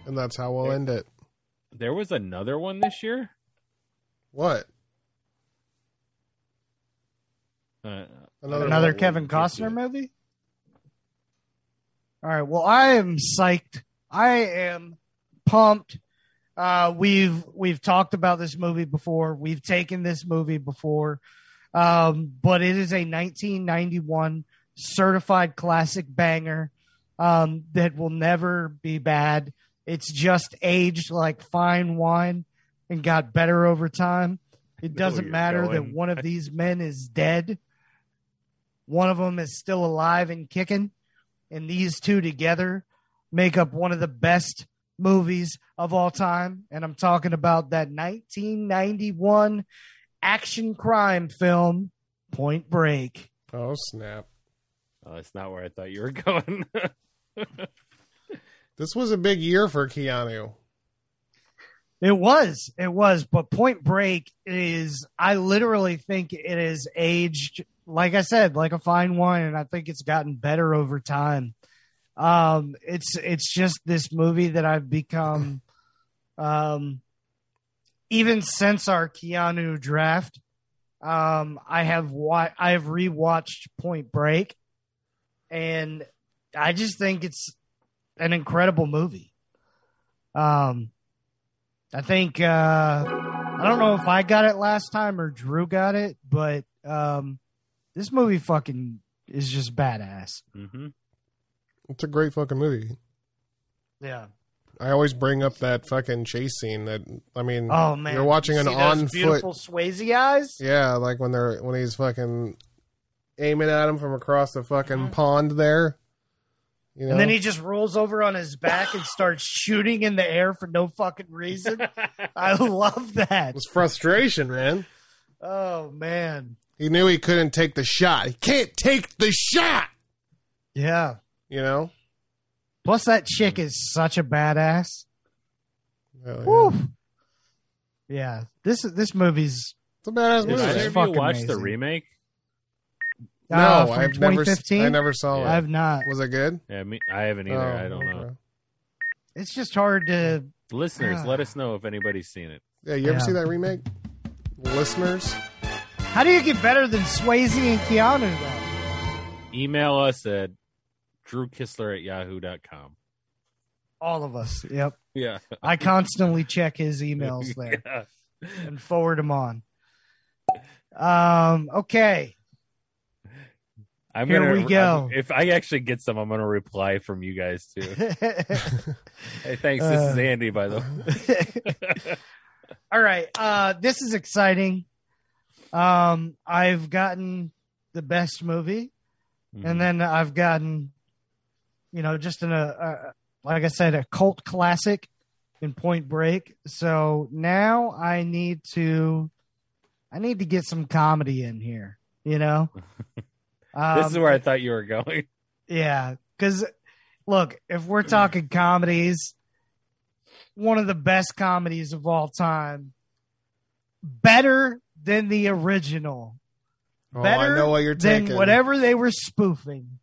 [SPEAKER 3] And that's how we'll end it.
[SPEAKER 4] There was another one this year.
[SPEAKER 3] What?
[SPEAKER 4] Uh,
[SPEAKER 3] Another
[SPEAKER 5] Another
[SPEAKER 4] one.
[SPEAKER 5] Kevin Costner movie? All right. Well, I am psyched. I am pumped. Uh, we've we've talked about this movie before. We've taken this movie before, um, but it is a 1991 certified classic banger um, that will never be bad. It's just aged like fine wine and got better over time. It
[SPEAKER 4] know
[SPEAKER 5] doesn't
[SPEAKER 4] you're
[SPEAKER 5] matter that
[SPEAKER 4] going.
[SPEAKER 5] one of these men is dead. One of them is still alive and kicking, and these two together make up one of the best movies of all time. And I'm talking about that 1991 action crime film, Point Break.
[SPEAKER 3] Oh, snap.
[SPEAKER 4] Oh, that's not where I thought you were (laughs) going.
[SPEAKER 3] This was a big year for Keanu.
[SPEAKER 5] It was, it was, but Point Break is, I literally think it is aged, like I said, like a fine wine, and I think it's gotten better over time. Um, it's, it's just this movie that I've become, um, even since our Keanu draft, um, I have wa- I have rewatched Point Break, and I just think it's an incredible movie. Um, I think uh, I don't know if I got it last time or Drew got it, but um, this movie fucking is just badass.
[SPEAKER 4] hmm
[SPEAKER 3] It's a great fucking movie.
[SPEAKER 5] Yeah.
[SPEAKER 3] I always bring up that fucking chase scene that, I mean,
[SPEAKER 5] Oh man,
[SPEAKER 3] you're watching
[SPEAKER 5] You
[SPEAKER 3] an
[SPEAKER 5] see those
[SPEAKER 3] on foot
[SPEAKER 5] beautiful Swayze eyes.
[SPEAKER 3] Yeah, like when they're when he's fucking aiming at him from across the fucking pond there. You know,
[SPEAKER 5] And then he just rolls over on his back and starts shooting in the air for no fucking reason. (laughs) I love that.
[SPEAKER 3] it was frustration, man.
[SPEAKER 5] Oh man.
[SPEAKER 3] He knew he couldn't take the shot. He can't take the shot.
[SPEAKER 5] Yeah.
[SPEAKER 3] You know.
[SPEAKER 5] Plus that chick is such a badass.
[SPEAKER 3] Hell yeah.
[SPEAKER 5] Woo. Yeah. This this movie's
[SPEAKER 3] It's a badass
[SPEAKER 4] Did
[SPEAKER 5] This
[SPEAKER 4] either
[SPEAKER 5] is
[SPEAKER 3] movie.
[SPEAKER 4] of you
[SPEAKER 5] fucking
[SPEAKER 4] watch the
[SPEAKER 5] amazing.
[SPEAKER 4] remake?
[SPEAKER 3] No,
[SPEAKER 5] uh, from
[SPEAKER 3] I've never.
[SPEAKER 5] 2015.
[SPEAKER 3] I never saw
[SPEAKER 4] Yeah.
[SPEAKER 5] I
[SPEAKER 3] it.
[SPEAKER 5] have not.
[SPEAKER 3] Was it good?
[SPEAKER 4] Yeah, me, I haven't either.
[SPEAKER 3] Oh,
[SPEAKER 4] I don't know.
[SPEAKER 3] okay.
[SPEAKER 5] It's just hard to
[SPEAKER 4] Listeners,
[SPEAKER 5] Ah.
[SPEAKER 4] let us know if anybody's seen it.
[SPEAKER 3] Yeah, you ever
[SPEAKER 5] Yeah.
[SPEAKER 3] see that remake? Listeners,
[SPEAKER 5] How do you get better than Swayze and Keanu though?
[SPEAKER 4] Email us at drewkistler at yahoo.com.
[SPEAKER 5] All of us. Yep.
[SPEAKER 4] Yeah.
[SPEAKER 5] I constantly check
[SPEAKER 4] (laughs)
[SPEAKER 5] his emails there
[SPEAKER 4] Yeah.
[SPEAKER 5] and forward them on. Um, okay. (laughs)
[SPEAKER 4] I'm
[SPEAKER 5] Here
[SPEAKER 4] gonna,
[SPEAKER 5] we go.
[SPEAKER 4] I'm- if I actually get some, I'm going to reply from you guys too. hey, thanks. This is
[SPEAKER 5] Uh.
[SPEAKER 4] Andy, by
[SPEAKER 3] Oh,
[SPEAKER 4] the way.
[SPEAKER 5] All right. Uh this is exciting. Um I've gotten the best movie
[SPEAKER 4] Mm-hmm.
[SPEAKER 5] and then I've gotten you know just in a, a like I said a cult classic in Point Break. So now I need to I need to get some comedy in here, you know.
[SPEAKER 4] (laughs)
[SPEAKER 5] um,
[SPEAKER 4] this is where I thought you were going.
[SPEAKER 5] yeah, because look, if we're talking comedies, one of the best comedies of all time, better than the original,
[SPEAKER 3] oh, I
[SPEAKER 5] Better
[SPEAKER 3] know what you're
[SPEAKER 5] than
[SPEAKER 3] taking.
[SPEAKER 5] whatever they were spoofing.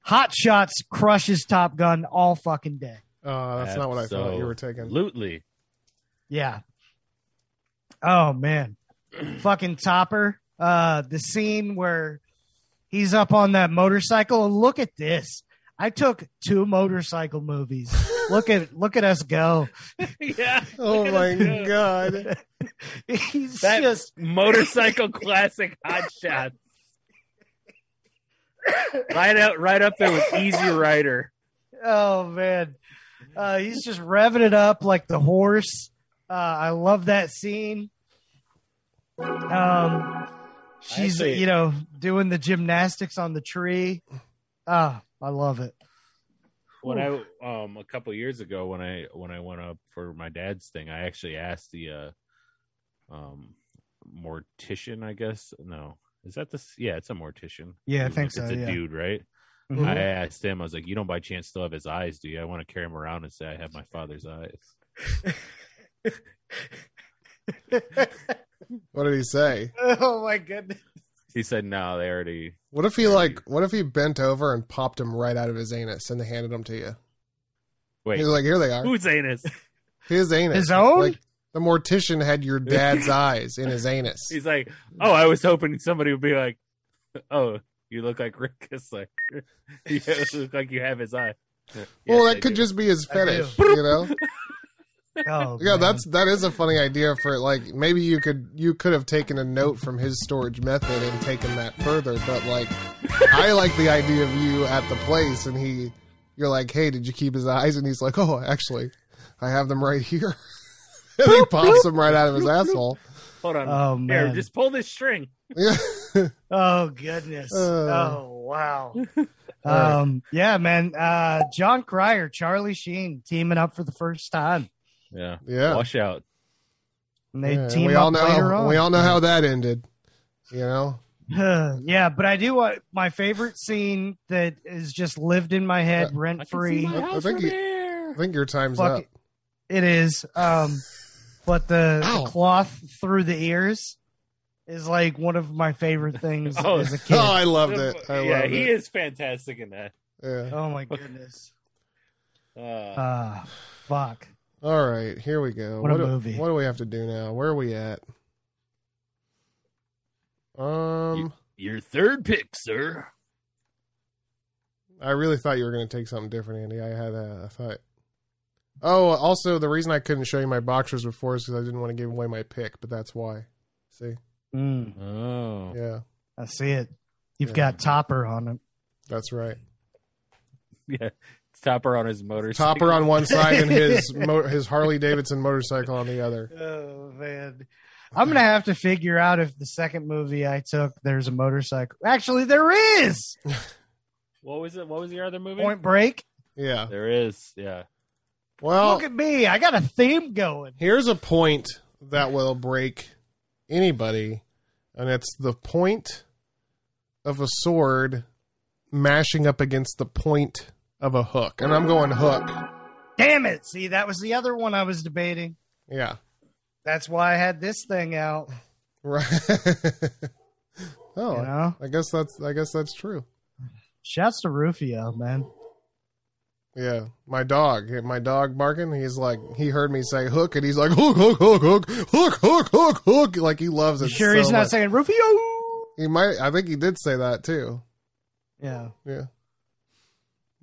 [SPEAKER 5] Hot Shots crushes Top Gun all fucking day.
[SPEAKER 3] Oh, that's not what I thought you were taking.
[SPEAKER 4] Absolutely.
[SPEAKER 5] Yeah. Oh man. (clears throat) Fucking topper. Uh the scene where he's up on that motorcycle. And look at this. I took two motorcycle movies. look at look at us go.
[SPEAKER 4] (laughs)
[SPEAKER 5] (laughs)
[SPEAKER 4] yeah.
[SPEAKER 3] oh my god.
[SPEAKER 5] he's
[SPEAKER 4] That-
[SPEAKER 5] just
[SPEAKER 4] Motorcycle (laughs) classic hot shots. right out right up there with Easy Rider.
[SPEAKER 5] oh man. Uh he's just revving it up like the horse. Uh I love that scene. Um she's
[SPEAKER 4] Actually-
[SPEAKER 5] you know doing the gymnastics on the tree. Ah, I love it.
[SPEAKER 4] when I um a couple years ago when I when I went up for my dad's thing, I actually asked the uh um mortician, I guess. No. Is that this yeah, it's a mortician.
[SPEAKER 5] Yeah, I
[SPEAKER 4] It's
[SPEAKER 5] think
[SPEAKER 4] a-
[SPEAKER 5] so.
[SPEAKER 4] It's a
[SPEAKER 5] Yeah.
[SPEAKER 4] dude, right?
[SPEAKER 5] Mhm.
[SPEAKER 4] I asked him, I was like, You don't by chance still have his eyes, do you? I want to carry him around and say I have my father's eyes.
[SPEAKER 3] What did he say?
[SPEAKER 5] (laughs) oh my goodness.
[SPEAKER 4] He said, No, they already
[SPEAKER 3] What if he like? What if he bent over and popped him right out of his anus and they handed him to you?
[SPEAKER 4] wait.
[SPEAKER 3] He's like, here they are.
[SPEAKER 4] Who's anus?
[SPEAKER 3] His anus.
[SPEAKER 5] His own?
[SPEAKER 3] Like, the mortician had your
[SPEAKER 4] (laughs)
[SPEAKER 3] dad's eyes in his anus.
[SPEAKER 4] He's like, Oh, I was hoping somebody would be like, Oh, you look like Rick (laughs) Kessler. you look like you have his eye. (laughs)
[SPEAKER 3] well,
[SPEAKER 4] Yes, I
[SPEAKER 3] that could
[SPEAKER 4] do.
[SPEAKER 3] just be his
[SPEAKER 5] I do.
[SPEAKER 3] fetish, you know.
[SPEAKER 4] (laughs)
[SPEAKER 5] Oh,
[SPEAKER 3] Yeah,
[SPEAKER 5] man.
[SPEAKER 3] that's that is a funny idea for it. Like maybe you could you could have taken a note from his storage method and taken that further. But
[SPEAKER 4] (laughs)
[SPEAKER 3] like, I like the idea of you at the place and he, you're like, hey, did you keep his eyes? And he's like, oh, actually, I have them right here. (laughs) and he pops them right out of his asshole.
[SPEAKER 4] Hold on.
[SPEAKER 5] Oh
[SPEAKER 4] Here,
[SPEAKER 5] man.
[SPEAKER 4] just pull this string.
[SPEAKER 3] Yeah.
[SPEAKER 5] Oh goodness.
[SPEAKER 3] Uh.
[SPEAKER 5] oh (laughs) wow.
[SPEAKER 3] right.
[SPEAKER 5] um yeah, man. Uh John Cryer, Charlie Sheen teaming up for the first time.
[SPEAKER 4] Yeah.
[SPEAKER 3] yeah.
[SPEAKER 4] Wash out.
[SPEAKER 5] And they
[SPEAKER 3] Yeah,
[SPEAKER 5] team
[SPEAKER 3] we
[SPEAKER 5] up
[SPEAKER 3] all know
[SPEAKER 5] later on.
[SPEAKER 3] we all know how that ended. You know.
[SPEAKER 5] (sighs) yeah, but I do want my favorite scene that is just lived in my head rent free.
[SPEAKER 3] I- I think you- I think your time's
[SPEAKER 5] Fuck
[SPEAKER 3] up.
[SPEAKER 5] it. It is. Um, but the, the
[SPEAKER 3] Ow.
[SPEAKER 5] cloth through the ears is like one of my favorite things
[SPEAKER 4] Oh.
[SPEAKER 5] as
[SPEAKER 3] (laughs)
[SPEAKER 5] a
[SPEAKER 3] Oh,
[SPEAKER 5] kid. Oh,
[SPEAKER 3] I loved it. I
[SPEAKER 4] yeah,
[SPEAKER 3] loved
[SPEAKER 4] he
[SPEAKER 3] it.
[SPEAKER 4] is fantastic in that.
[SPEAKER 3] Yeah.
[SPEAKER 5] Oh my goodness.
[SPEAKER 4] Uh,
[SPEAKER 5] Uh, fuck.
[SPEAKER 3] All right, here we go.
[SPEAKER 5] What a
[SPEAKER 3] do,
[SPEAKER 5] movie.
[SPEAKER 3] What do we have to do now? Where are we at? Um,
[SPEAKER 4] your third pick, sir.
[SPEAKER 3] I really thought you were going to take something different, Andy. I had uh, I thought. Oh, also the reason I couldn't show you my boxers before is because I didn't want to give away my pick, but that's why. See,
[SPEAKER 5] Mm,
[SPEAKER 4] Oh.
[SPEAKER 3] yeah,
[SPEAKER 5] I see it. You've
[SPEAKER 3] Hmm. Yeah.
[SPEAKER 5] got Topper on it.
[SPEAKER 3] that's right.
[SPEAKER 4] (laughs) Yeah. Topper on his motorcycle.
[SPEAKER 3] Topper on one side and
[SPEAKER 4] (laughs)
[SPEAKER 3] his mo- his Harley Davidson motorcycle on the other.
[SPEAKER 5] Oh man. I'm gonna have to figure out if the second movie I took there's a motorcycle. Actually, there is
[SPEAKER 4] What was it? What was your other movie?
[SPEAKER 5] Point Break.
[SPEAKER 3] Yeah.
[SPEAKER 4] There is. Yeah.
[SPEAKER 3] Well,
[SPEAKER 5] Look at me, I got a theme going.
[SPEAKER 3] Here's a point that will break anybody, and it's the point of a sword mashing up against the point of a hook. And I'm going hook.
[SPEAKER 5] Damn it! See, that was the other one I was debating.
[SPEAKER 3] Yeah.
[SPEAKER 5] That's why I had this thing out.
[SPEAKER 3] Right. (laughs) oh,
[SPEAKER 5] You know,
[SPEAKER 3] I guess that's I guess that's true.
[SPEAKER 5] shouts to Rufio, man.
[SPEAKER 3] Yeah. My dog, my dog barking, he's like he heard me say hook and he's like hook hook hook hook hook hook hook hook like he loves
[SPEAKER 5] You
[SPEAKER 3] it.
[SPEAKER 5] sure
[SPEAKER 3] so
[SPEAKER 5] he's not
[SPEAKER 3] much.
[SPEAKER 5] saying Rufio?
[SPEAKER 3] He might I think he did say that too.
[SPEAKER 5] Yeah,
[SPEAKER 3] Yeah.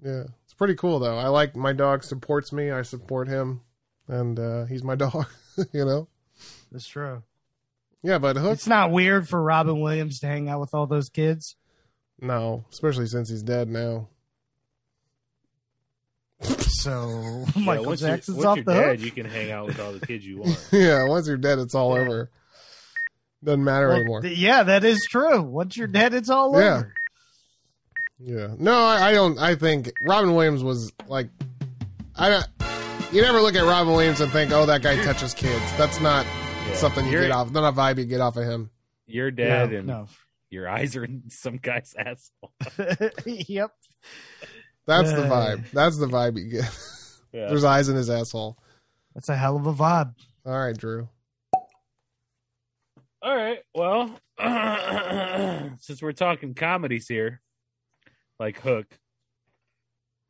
[SPEAKER 3] Yeah. It's pretty cool though. I like my dog supports me, I support him, and uh he's my (laughs) dog, you know.
[SPEAKER 5] that's true.
[SPEAKER 3] Yeah, but Hook
[SPEAKER 5] It's not weird for Robin Williams to hang out with all those kids. (laughs)
[SPEAKER 3] no, especially since he's dead now. (laughs)
[SPEAKER 5] So Michael
[SPEAKER 4] once you're-
[SPEAKER 5] Jackson's
[SPEAKER 4] once
[SPEAKER 5] off
[SPEAKER 4] you're
[SPEAKER 5] the
[SPEAKER 4] dead,
[SPEAKER 5] hook.
[SPEAKER 4] you can hang out with all the
[SPEAKER 3] (laughs)
[SPEAKER 4] kids you want.
[SPEAKER 3] yeah, once you're dead it's all over. Doesn't matter
[SPEAKER 5] Well,
[SPEAKER 3] anymore.
[SPEAKER 5] th- yeah, that is true. Once you're dead, it's all
[SPEAKER 3] Yeah.
[SPEAKER 5] over.
[SPEAKER 3] yeah. No, I, I don't I think Robin Williams was like I don't you never look at Robin Williams and think, "Oh, that guy touches kids." That's not
[SPEAKER 4] Yeah.
[SPEAKER 3] something you
[SPEAKER 4] you're,
[SPEAKER 3] get off. Not a vibe you get off of him.
[SPEAKER 4] You're dead, and
[SPEAKER 5] No, (laughs)
[SPEAKER 4] your eyes are in some guy's (laughs) asshole.
[SPEAKER 5] no. yep.
[SPEAKER 3] That's the
[SPEAKER 5] Uh.
[SPEAKER 3] vibe. That's the vibe you get.
[SPEAKER 4] Yeah.
[SPEAKER 3] There's eyes in his asshole.
[SPEAKER 5] That's a hell of a vibe.
[SPEAKER 3] All right, Drew.
[SPEAKER 4] All right. Well, (clears throat) since we're talking comedies here, like Hook,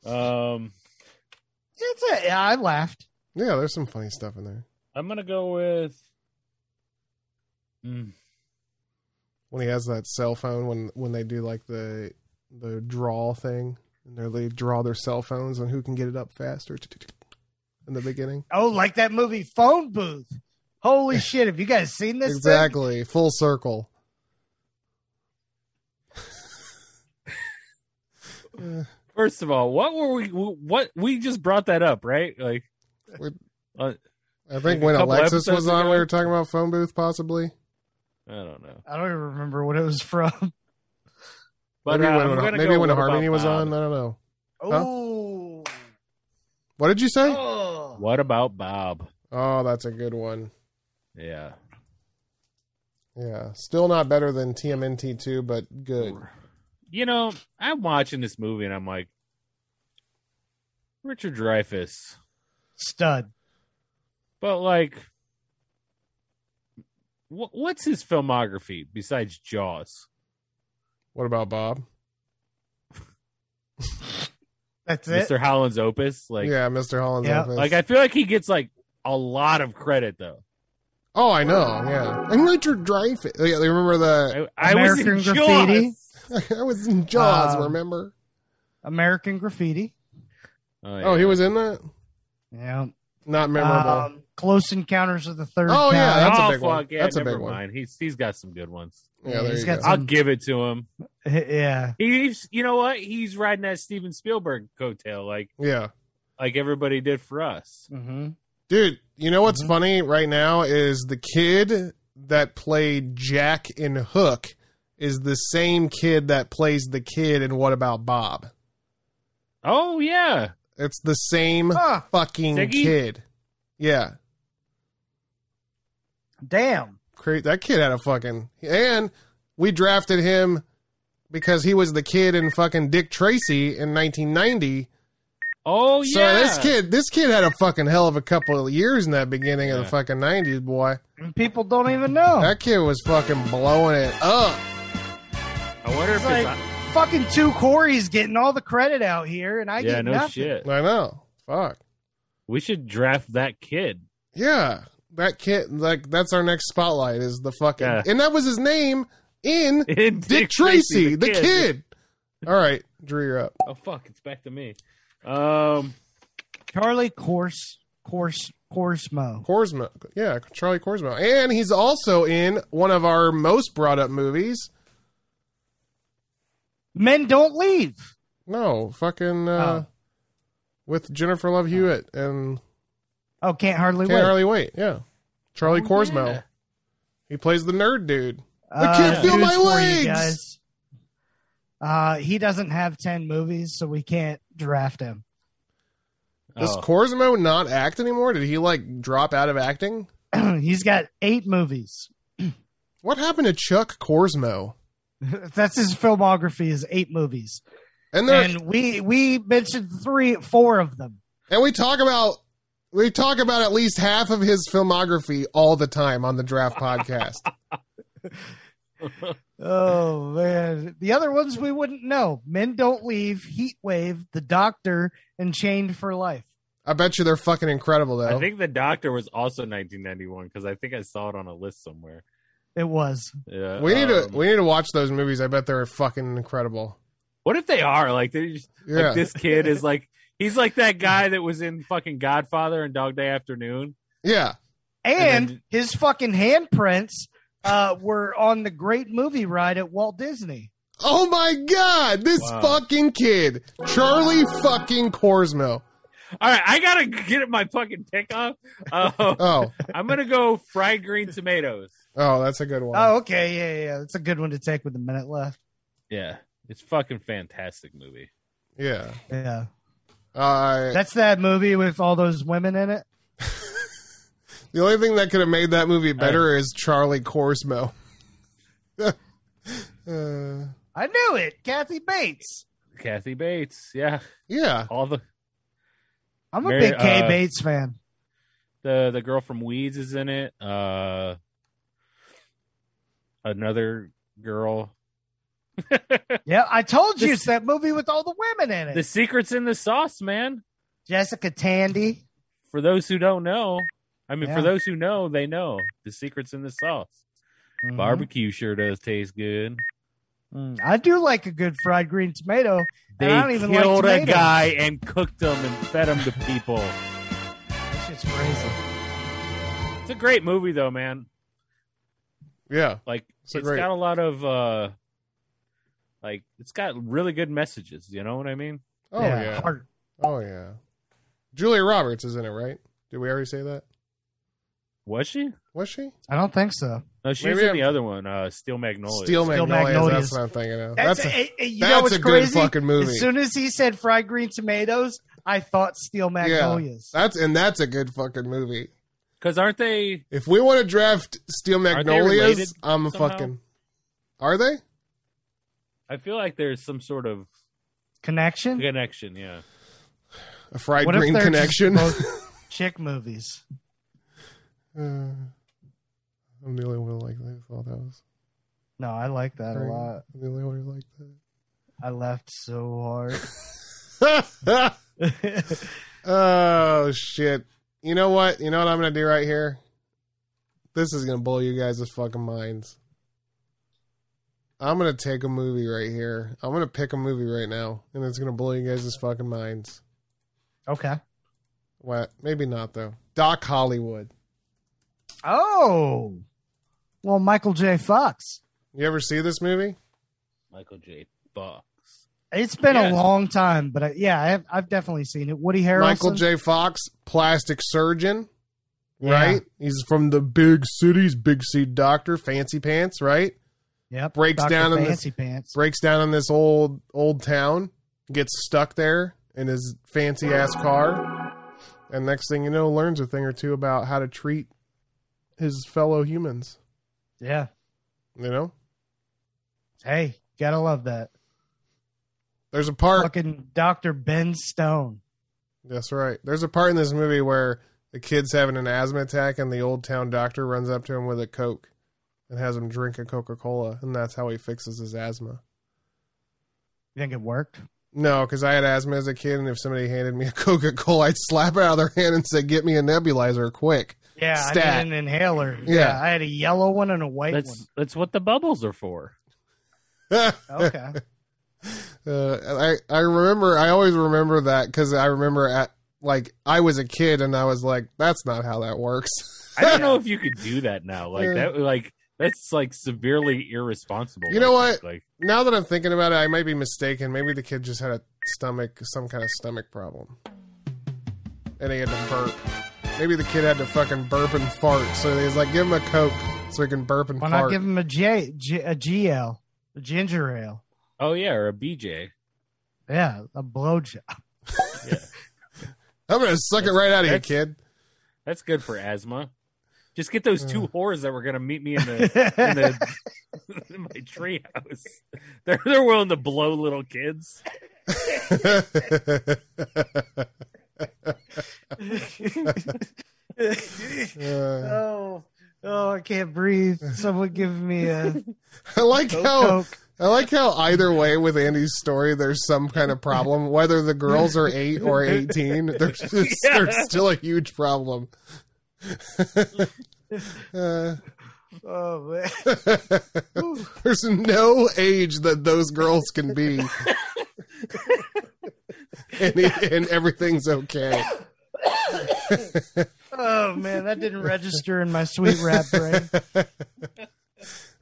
[SPEAKER 4] um,
[SPEAKER 5] It's a. yeah, I laughed.
[SPEAKER 3] Yeah, there's some funny stuff in there.
[SPEAKER 4] I'm gonna go with. Mm,
[SPEAKER 3] When he has that cell phone, when when they do like the the draw thing, and they they draw their cell phones on who can get it up faster. In the beginning,
[SPEAKER 5] Oh, like that movie Phone Booth. Holy shit! Have you guys seen this? thing?
[SPEAKER 3] exactly, full circle. Uh,
[SPEAKER 4] First of all, what were we? What we just brought that up, right? Like,
[SPEAKER 3] I think
[SPEAKER 4] A
[SPEAKER 3] when
[SPEAKER 4] couple
[SPEAKER 3] Alexis was
[SPEAKER 4] episodes
[SPEAKER 3] on, we
[SPEAKER 4] ago.
[SPEAKER 3] were talking about phone booth, possibly.
[SPEAKER 4] I don't know.
[SPEAKER 5] I don't even remember what it was from.
[SPEAKER 4] But
[SPEAKER 3] maybe
[SPEAKER 4] uh,
[SPEAKER 3] when,
[SPEAKER 4] I'm gonna
[SPEAKER 3] maybe
[SPEAKER 4] go,
[SPEAKER 3] when
[SPEAKER 4] What About
[SPEAKER 3] Harmony was
[SPEAKER 4] Bob?
[SPEAKER 3] on. I don't know.
[SPEAKER 5] Oh.
[SPEAKER 3] What did you say?
[SPEAKER 5] Oh.
[SPEAKER 4] What about Bob?
[SPEAKER 3] Oh, that's a good one.
[SPEAKER 4] Yeah.
[SPEAKER 3] Yeah, still not better than TMNT two, but good.
[SPEAKER 4] you know, I'm watching this movie and I'm like, Richard Dreyfuss,
[SPEAKER 5] Stud.
[SPEAKER 4] but like, wh- what's his filmography besides Jaws?
[SPEAKER 3] What about Bob?
[SPEAKER 5] That's it.
[SPEAKER 4] Mr. Holland's Opus, like,
[SPEAKER 3] yeah, Mr. Holland's
[SPEAKER 5] Yeah.
[SPEAKER 3] office.
[SPEAKER 4] like I feel like he gets like a lot of credit though.
[SPEAKER 3] oh, I know. Yeah, and Richard Dreyfuss. oh, Yeah, they remember the (laughs)
[SPEAKER 4] I, I was in
[SPEAKER 5] American Graffiti.
[SPEAKER 4] Jaws.
[SPEAKER 3] I was in Jaws.
[SPEAKER 5] Um,
[SPEAKER 3] remember?
[SPEAKER 5] American Graffiti.
[SPEAKER 3] Oh, he was in that.
[SPEAKER 5] Yeah.
[SPEAKER 3] Not memorable.
[SPEAKER 5] Um, Close Encounters of the Third
[SPEAKER 3] Oh, yeah,
[SPEAKER 5] Kind.
[SPEAKER 3] that's a
[SPEAKER 4] oh,
[SPEAKER 3] big
[SPEAKER 4] fuck,
[SPEAKER 3] one.
[SPEAKER 4] Yeah,
[SPEAKER 3] That's a
[SPEAKER 4] never
[SPEAKER 3] big one.
[SPEAKER 4] mind. He's he's got some good ones.
[SPEAKER 3] yeah, there
[SPEAKER 5] he's
[SPEAKER 3] you
[SPEAKER 5] got
[SPEAKER 3] go.
[SPEAKER 5] some-
[SPEAKER 4] I'll give it to him.
[SPEAKER 5] (laughs) yeah.
[SPEAKER 4] He's you know what? He's riding that Steven Spielberg coattail like
[SPEAKER 3] yeah,
[SPEAKER 4] like everybody did for us.
[SPEAKER 5] Mm-hmm.
[SPEAKER 3] dude. You know what's
[SPEAKER 5] Mhm.
[SPEAKER 3] funny right now is the kid that played Jack in Hook is the same kid that plays the kid in What About Bob.
[SPEAKER 4] Oh yeah.
[SPEAKER 3] It's the same
[SPEAKER 5] Huh.
[SPEAKER 3] fucking
[SPEAKER 4] Ziggy?
[SPEAKER 3] kid. Yeah,
[SPEAKER 5] Damn.
[SPEAKER 3] Cra- that kid had a fucking and we drafted him because he was the kid in fucking Dick Tracy in 1990.
[SPEAKER 4] Oh
[SPEAKER 3] So
[SPEAKER 4] yeah.
[SPEAKER 3] this kid, this kid had a fucking hell of a couple of years in that beginning of the
[SPEAKER 4] Yeah.
[SPEAKER 3] fucking 90s, boy.
[SPEAKER 5] And people don't even know.
[SPEAKER 3] That kid was fucking blowing it up.
[SPEAKER 4] I wonder if
[SPEAKER 5] It's like-
[SPEAKER 4] it's
[SPEAKER 5] Fucking two Corey's getting all the credit out here, and I
[SPEAKER 4] Yeah,
[SPEAKER 5] get
[SPEAKER 4] no
[SPEAKER 5] nothing.
[SPEAKER 4] shit.
[SPEAKER 3] I know. Fuck.
[SPEAKER 4] We should draft that kid.
[SPEAKER 3] Yeah, that kid. Like that's our next spotlight is the fucking
[SPEAKER 4] Yeah.
[SPEAKER 3] and that was his name
[SPEAKER 4] (laughs)
[SPEAKER 3] in Dick,
[SPEAKER 4] Dick,
[SPEAKER 3] Tracy, the, kid. All right, Drew, you're up.
[SPEAKER 4] Oh fuck, it's back to me. Um
[SPEAKER 5] Charlie Course, Course, Corsmo.
[SPEAKER 3] Corsmo. Yeah, Charlie Corsmo. And he's also in one of our most brought up movies.
[SPEAKER 5] Men don't leave.
[SPEAKER 3] No, fucking uh,
[SPEAKER 5] Oh.
[SPEAKER 3] with Jennifer Love Hewitt and
[SPEAKER 5] Oh, can't hardly
[SPEAKER 3] Can't
[SPEAKER 5] wait.
[SPEAKER 3] Hardly Wait. Yeah, Charlie
[SPEAKER 4] Oh,
[SPEAKER 3] Corsmo.
[SPEAKER 4] yeah.
[SPEAKER 3] He plays the nerd dude.
[SPEAKER 5] Uh,
[SPEAKER 3] can't feel
[SPEAKER 5] news
[SPEAKER 3] my
[SPEAKER 5] for you
[SPEAKER 3] legs.
[SPEAKER 5] guys. Uh, he doesn't have ten movies, so we can't draft him.
[SPEAKER 3] Does
[SPEAKER 4] oh.
[SPEAKER 3] Corsmo not act anymore? Did he like drop out of acting?
[SPEAKER 5] (clears throat) He's got eight movies. (laughs)
[SPEAKER 3] What happened to Chuck Corsmo?
[SPEAKER 5] That's his filmography is eight movies,
[SPEAKER 3] And there, and,
[SPEAKER 5] and we we mentioned three, four of them.
[SPEAKER 3] we talk about we talk about at least half of his filmography all the time on the draft
[SPEAKER 4] (laughs)
[SPEAKER 3] podcast.
[SPEAKER 5] Oh man, the other ones we wouldn't know. Men don't leave, Heat Wave, The Doctor, and Chained for Life.
[SPEAKER 3] I bet you they're fucking incredible though.
[SPEAKER 4] I think the doctor was also 1991 because I think I saw it on a list somewhere.
[SPEAKER 5] It was.
[SPEAKER 4] Yeah,
[SPEAKER 3] we need
[SPEAKER 4] um,
[SPEAKER 3] to we need to watch those movies. I bet they're fucking incredible.
[SPEAKER 4] What if they are like they're just
[SPEAKER 3] Yeah.
[SPEAKER 4] Like this kid
[SPEAKER 3] (laughs)
[SPEAKER 4] is like he's like that guy that was in fucking Godfather and Dog Day Afternoon.
[SPEAKER 3] yeah.
[SPEAKER 5] And,
[SPEAKER 4] And then-
[SPEAKER 5] his fucking handprints uh, were on the great movie ride at Walt Disney.
[SPEAKER 3] Oh my god, this
[SPEAKER 4] Wow.
[SPEAKER 3] fucking kid. Charlie fucking Corsmo.
[SPEAKER 4] All right, I gotta get my fucking pick up. Uh,
[SPEAKER 3] (laughs) Oh.
[SPEAKER 4] I'm gonna go fried green tomatoes.
[SPEAKER 3] Oh, that's a good one.
[SPEAKER 5] Oh, okay, yeah, yeah, yeah. That's a good one to take with a minute left.
[SPEAKER 4] Yeah, it's fucking fantastic movie.
[SPEAKER 3] Yeah.
[SPEAKER 5] Yeah,
[SPEAKER 3] Uh,
[SPEAKER 5] that's that movie with all those women in it.
[SPEAKER 3] the only thing that could have made that movie better is Charlie Corsmo. (laughs) uh,
[SPEAKER 5] I knew it, Kathy Bates.
[SPEAKER 4] Kathy Bates. Yeah,
[SPEAKER 3] yeah.
[SPEAKER 4] all the
[SPEAKER 5] I'm a
[SPEAKER 4] Mary-
[SPEAKER 5] big K
[SPEAKER 4] uh,
[SPEAKER 5] Bates fan.
[SPEAKER 4] the the girl from Weeds is in it. Uh, another girl.
[SPEAKER 5] Yeah, I told you
[SPEAKER 4] this-
[SPEAKER 5] it's that movie with all the women in it.
[SPEAKER 4] The secret's in the sauce, man.
[SPEAKER 5] Jessica Tandy.
[SPEAKER 4] For those who don't know, I mean, for
[SPEAKER 5] Yeah.
[SPEAKER 4] those who know, they know the secret's in the sauce. Mm-hmm.
[SPEAKER 5] Mhm.
[SPEAKER 4] Barbecue sure does taste good.
[SPEAKER 5] Mm, I do like a good fried green tomato.
[SPEAKER 4] They
[SPEAKER 5] I don't even like
[SPEAKER 4] killed a
[SPEAKER 5] tomatoes.
[SPEAKER 4] guy and cooked him and fed him to people.
[SPEAKER 5] That shit's crazy.
[SPEAKER 4] It's a great movie though, man.
[SPEAKER 3] Yeah.
[SPEAKER 4] Like
[SPEAKER 3] It's a
[SPEAKER 4] it's
[SPEAKER 3] great-
[SPEAKER 4] got a lot of uh like it's got really good messages, you know what I mean?
[SPEAKER 3] Oh yeah.
[SPEAKER 5] heart.
[SPEAKER 3] Oh yeah. Julia Roberts is in it, right? Did we already say that?
[SPEAKER 4] Was she?
[SPEAKER 3] Was she?
[SPEAKER 5] I don't think so.
[SPEAKER 4] No, she
[SPEAKER 3] Maybe
[SPEAKER 4] was in
[SPEAKER 3] I'm-
[SPEAKER 4] the other one, uh Steel Magnolias.
[SPEAKER 3] Steel
[SPEAKER 5] Steel
[SPEAKER 3] Magnolias. That's
[SPEAKER 5] Magnolias.
[SPEAKER 3] what I'm thinking of.
[SPEAKER 5] That's,
[SPEAKER 3] That's, a,
[SPEAKER 5] eh, eh, you know
[SPEAKER 3] that's
[SPEAKER 5] what's
[SPEAKER 3] a good
[SPEAKER 5] crazy?
[SPEAKER 3] fucking movie.
[SPEAKER 5] As soon as he said fried green tomatoes, I thought steel magnolias.
[SPEAKER 3] that's and that's a good fucking movie.
[SPEAKER 4] Cuz aren't they
[SPEAKER 3] If we want to draft Steel
[SPEAKER 4] they related
[SPEAKER 3] Magnolias, I'm a
[SPEAKER 4] somehow?
[SPEAKER 3] fucking. Are they?
[SPEAKER 4] I feel like there's some sort of
[SPEAKER 5] Connection?
[SPEAKER 4] connection. Yeah,
[SPEAKER 3] A fried
[SPEAKER 5] What if
[SPEAKER 3] green
[SPEAKER 5] they're just
[SPEAKER 3] connection.
[SPEAKER 5] both chick movies.
[SPEAKER 3] (laughs) Uh, I'm the only one like that. I thought that was.
[SPEAKER 5] No, I like that a
[SPEAKER 3] great.
[SPEAKER 5] lot.
[SPEAKER 3] I'm the only one who liked
[SPEAKER 5] I laughed so hard.
[SPEAKER 3] that. (laughs)
[SPEAKER 4] (laughs)
[SPEAKER 3] oh shit! You know what? You know what I'm gonna do right here. This is gonna blow you guys' fucking minds. I'm gonna take a movie right here. I'm gonna pick a movie right now, and it's gonna blow you guys' fucking minds.
[SPEAKER 5] okay.
[SPEAKER 3] What? Maybe not though. Doc Hollywood.
[SPEAKER 5] Oh. Well, Michael J. Fox.
[SPEAKER 3] You ever see this movie?
[SPEAKER 4] Michael J. Fox.
[SPEAKER 5] It's been
[SPEAKER 4] Yes.
[SPEAKER 5] a long time, but I, yeah, I have, I've definitely seen it. Woody Harrelson.
[SPEAKER 3] Michael J. Fox, plastic surgeon,
[SPEAKER 5] Yeah.
[SPEAKER 3] right? He's from the big cities, big C doctor, fancy pants, right?
[SPEAKER 5] Yep.
[SPEAKER 3] breaks
[SPEAKER 5] Dr.
[SPEAKER 3] down in this-
[SPEAKER 5] Fancy Pants.
[SPEAKER 3] Breaks down in this old old town, gets stuck there in his fancy ass car, and next thing you know, learns a thing or two about how to treat his fellow humans.
[SPEAKER 5] Yeah.
[SPEAKER 3] You know,
[SPEAKER 5] Hey, gotta love that.
[SPEAKER 3] there's a part.
[SPEAKER 5] Fucking Dr. Ben Stone.
[SPEAKER 3] That's right. There's a part in this movie where the kid's having an asthma attack and the old town doctor runs up to him with a Coke and has him drink a Coca Cola, and that's how he fixes his asthma.
[SPEAKER 5] You think it worked?
[SPEAKER 3] No, because I had asthma as a kid, and if somebody handed me a (laughs) Coca Cola, I'd slap it out of their hand and say, Get me a nebulizer quick. (laughs)
[SPEAKER 5] Yeah, I
[SPEAKER 3] Stat.
[SPEAKER 5] need an inhaler.
[SPEAKER 3] Yeah.
[SPEAKER 5] I had a yellow one and a white
[SPEAKER 4] That's that's what the bubbles are for.
[SPEAKER 5] one. Okay.
[SPEAKER 3] (laughs) Uh, I I remember I always remember that because I remember at like I was a kid and I was like that's not how that works. (laughs)
[SPEAKER 4] I don't know if you could do that now. Like
[SPEAKER 3] Yeah.
[SPEAKER 4] that. Like that's like severely irresponsible.
[SPEAKER 3] You know
[SPEAKER 4] I
[SPEAKER 3] what?
[SPEAKER 4] think. Like
[SPEAKER 3] Now that I'm thinking about it, I might be mistaken. Maybe the kid just had a stomach some kind of stomach problem, and he had to burp. Maybe the kid had to fucking burp and fart. So he's like, give him a coke so he can burp and
[SPEAKER 5] Why not
[SPEAKER 3] fart.
[SPEAKER 5] give him a J, J a GL, a ginger ale?
[SPEAKER 4] oh yeah, or a BJ.
[SPEAKER 5] Yeah, a blowjob. (laughs)
[SPEAKER 3] I'm gonna suck it right out of you,
[SPEAKER 4] That's-
[SPEAKER 3] kid.
[SPEAKER 4] That's good for asthma. Just get those two
[SPEAKER 3] Uh.
[SPEAKER 4] whores that were gonna meet me in
[SPEAKER 3] (laughs)
[SPEAKER 4] the in, the, in my treehouse. They're they're willing to blow little kids.
[SPEAKER 3] (laughs) Uh,
[SPEAKER 5] oh, oh, I can't breathe. Someone give me a
[SPEAKER 3] I like how
[SPEAKER 5] Coke.
[SPEAKER 3] I like how either way with Andy's story, there's some kind of problem. Whether the girls are eight or eighteen,
[SPEAKER 5] (laughs)
[SPEAKER 3] there's just,
[SPEAKER 4] Yeah.
[SPEAKER 3] there's still a huge problem. Uh,
[SPEAKER 5] Oh man.
[SPEAKER 3] there's no age that those girls can
[SPEAKER 5] (laughs)
[SPEAKER 3] be, and, it- and everything's okay.
[SPEAKER 5] Oh man, that didn't register in my sweet rap brain.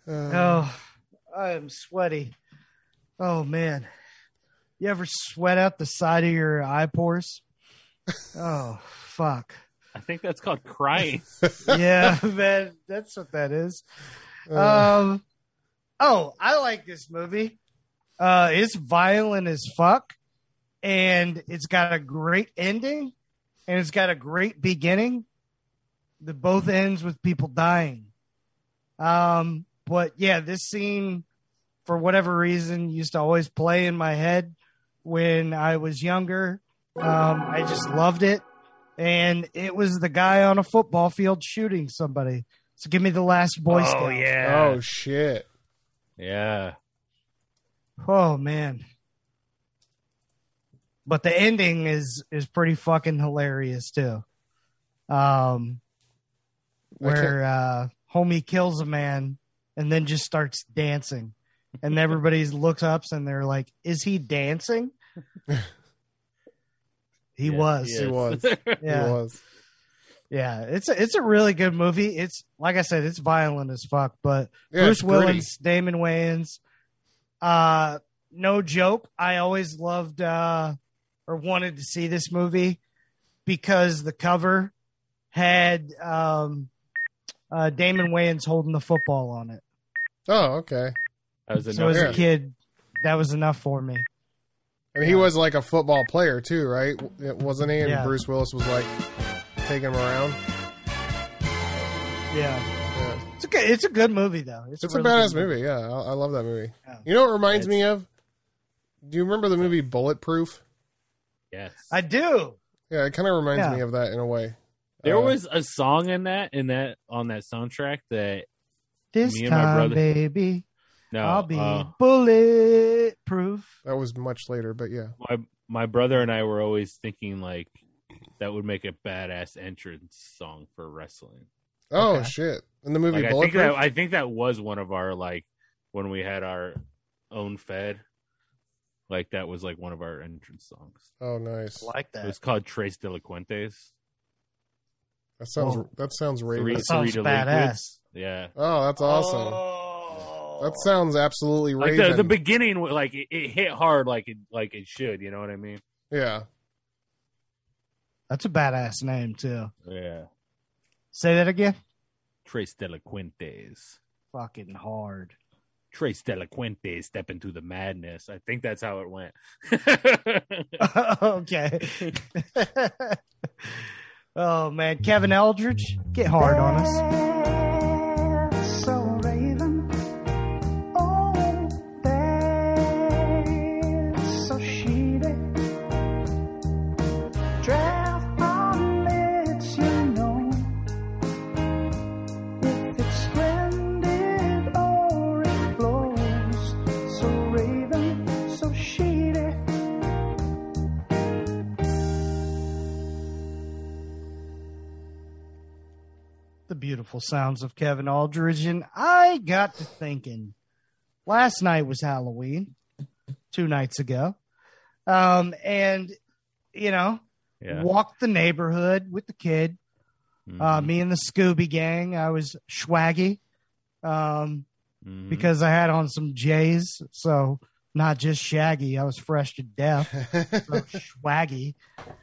[SPEAKER 5] Oh, I am sweaty. Oh man. You ever sweat out the side of your eye pores? Oh fuck.
[SPEAKER 4] I think that's called crying.
[SPEAKER 5] Yeah, (laughs) man, that's what that is.
[SPEAKER 4] Uh.
[SPEAKER 5] Um Oh, I like this movie. Uh it's violent as fuck and it's got a great ending and it's got a great beginning. The both ends with people dying. Um but yeah, this scene for whatever reason used to always play in my head when I was younger. Um I just loved it and it was the guy on a football field shooting somebody. So give me the last boy scout.
[SPEAKER 4] oh yeah.
[SPEAKER 3] oh shit!
[SPEAKER 4] yeah.
[SPEAKER 5] Oh man. But the ending is is pretty fucking hilarious too. Um where uh homie kills a man and then just starts dancing. And everybody (laughs) looks up and they're like, Is he dancing? he
[SPEAKER 4] Yeah,
[SPEAKER 5] was.
[SPEAKER 3] He
[SPEAKER 4] is.
[SPEAKER 3] was.
[SPEAKER 4] (laughs)
[SPEAKER 5] Yeah.
[SPEAKER 3] It was.
[SPEAKER 5] Yeah. It's a, it's a really good movie. It's like I said, it's violent as fuck, but
[SPEAKER 3] Yeah,
[SPEAKER 5] Bruce
[SPEAKER 3] it's gritty.
[SPEAKER 5] Willis, Damon Wayans. Uh, no joke. I always loved uh, or wanted to see this movie because the cover had um, uh, Damon Wayans holding the football on it.
[SPEAKER 3] Oh, okay.
[SPEAKER 4] That was
[SPEAKER 5] so as (laughs)
[SPEAKER 4] another-
[SPEAKER 5] a kid, that was enough for me.
[SPEAKER 3] And he was like a football player too, right? W- Wasn't he? And
[SPEAKER 5] Yeah.
[SPEAKER 3] Bruce Willis was like taking him around.
[SPEAKER 5] Yeah,
[SPEAKER 3] Yeah.
[SPEAKER 5] it's a good, it's a good movie though.
[SPEAKER 3] It's
[SPEAKER 5] really
[SPEAKER 3] a badass
[SPEAKER 5] good
[SPEAKER 3] movie. Yeah, I, I love that movie.
[SPEAKER 5] Yeah. down.
[SPEAKER 3] You know what it reminds
[SPEAKER 4] It's-
[SPEAKER 3] me of? Do you remember the movie Bulletproof?
[SPEAKER 4] Yes.
[SPEAKER 5] I do.
[SPEAKER 3] Yeah, it kind of reminds
[SPEAKER 5] Yeah.
[SPEAKER 3] me of that in a way.
[SPEAKER 4] there
[SPEAKER 3] Uh,
[SPEAKER 4] was a song in that in that on that soundtrack that
[SPEAKER 5] This
[SPEAKER 4] Me and my
[SPEAKER 5] time,
[SPEAKER 4] brother-
[SPEAKER 5] baby,
[SPEAKER 4] no
[SPEAKER 5] I'll be
[SPEAKER 4] uh,
[SPEAKER 5] bulletproof.
[SPEAKER 3] that was much later, but yeah.
[SPEAKER 4] my my brother and I were always thinking like that would make a badass entrance song for wrestling.
[SPEAKER 3] Oh
[SPEAKER 5] Okay.
[SPEAKER 3] shit! In the movie
[SPEAKER 4] Like, I think
[SPEAKER 3] Bulletproof.
[SPEAKER 4] that I think that was one of our like when we had our own Fed. Like that was like one of our entrance songs.
[SPEAKER 3] oh, nice.
[SPEAKER 5] like
[SPEAKER 4] It was called Trace Delinquentes.
[SPEAKER 3] That sounds
[SPEAKER 5] Whoa.
[SPEAKER 3] that sounds
[SPEAKER 4] Three,
[SPEAKER 3] racist.
[SPEAKER 5] That sounds
[SPEAKER 4] three
[SPEAKER 5] badass.
[SPEAKER 4] delinquents. Yeah.
[SPEAKER 3] Oh, that's awesome.
[SPEAKER 5] Oh.
[SPEAKER 3] That sounds absolutely
[SPEAKER 4] Like
[SPEAKER 3] raven.
[SPEAKER 4] the, the beginning, like it, it hit hard, like it like it should. You know what I mean?
[SPEAKER 3] yeah. (laughs)
[SPEAKER 5] That's a badass name too.
[SPEAKER 4] Yeah.
[SPEAKER 5] Say that again.
[SPEAKER 4] Trace Delinquentes.
[SPEAKER 5] Fucking hard. (laughs)
[SPEAKER 4] Trace Delinquentes step into the madness. I think that's how it went. (laughs)
[SPEAKER 5] okay. (laughs) oh man, Kevin Eldridge, get hard on us.
[SPEAKER 7] oh,
[SPEAKER 5] The beautiful sounds of Kevin Eldridge, and I got to thinking. Last night was Halloween, two nights ago, um, and you know,
[SPEAKER 4] yeah. Mm-hmm.
[SPEAKER 5] walked the neighborhood with the kid. Uh, me and the Scooby Gang. I was swaggy um,
[SPEAKER 4] Mhm.
[SPEAKER 5] because I had on some J's, so not just shaggy. I was fresh to death, (laughs) so swaggy.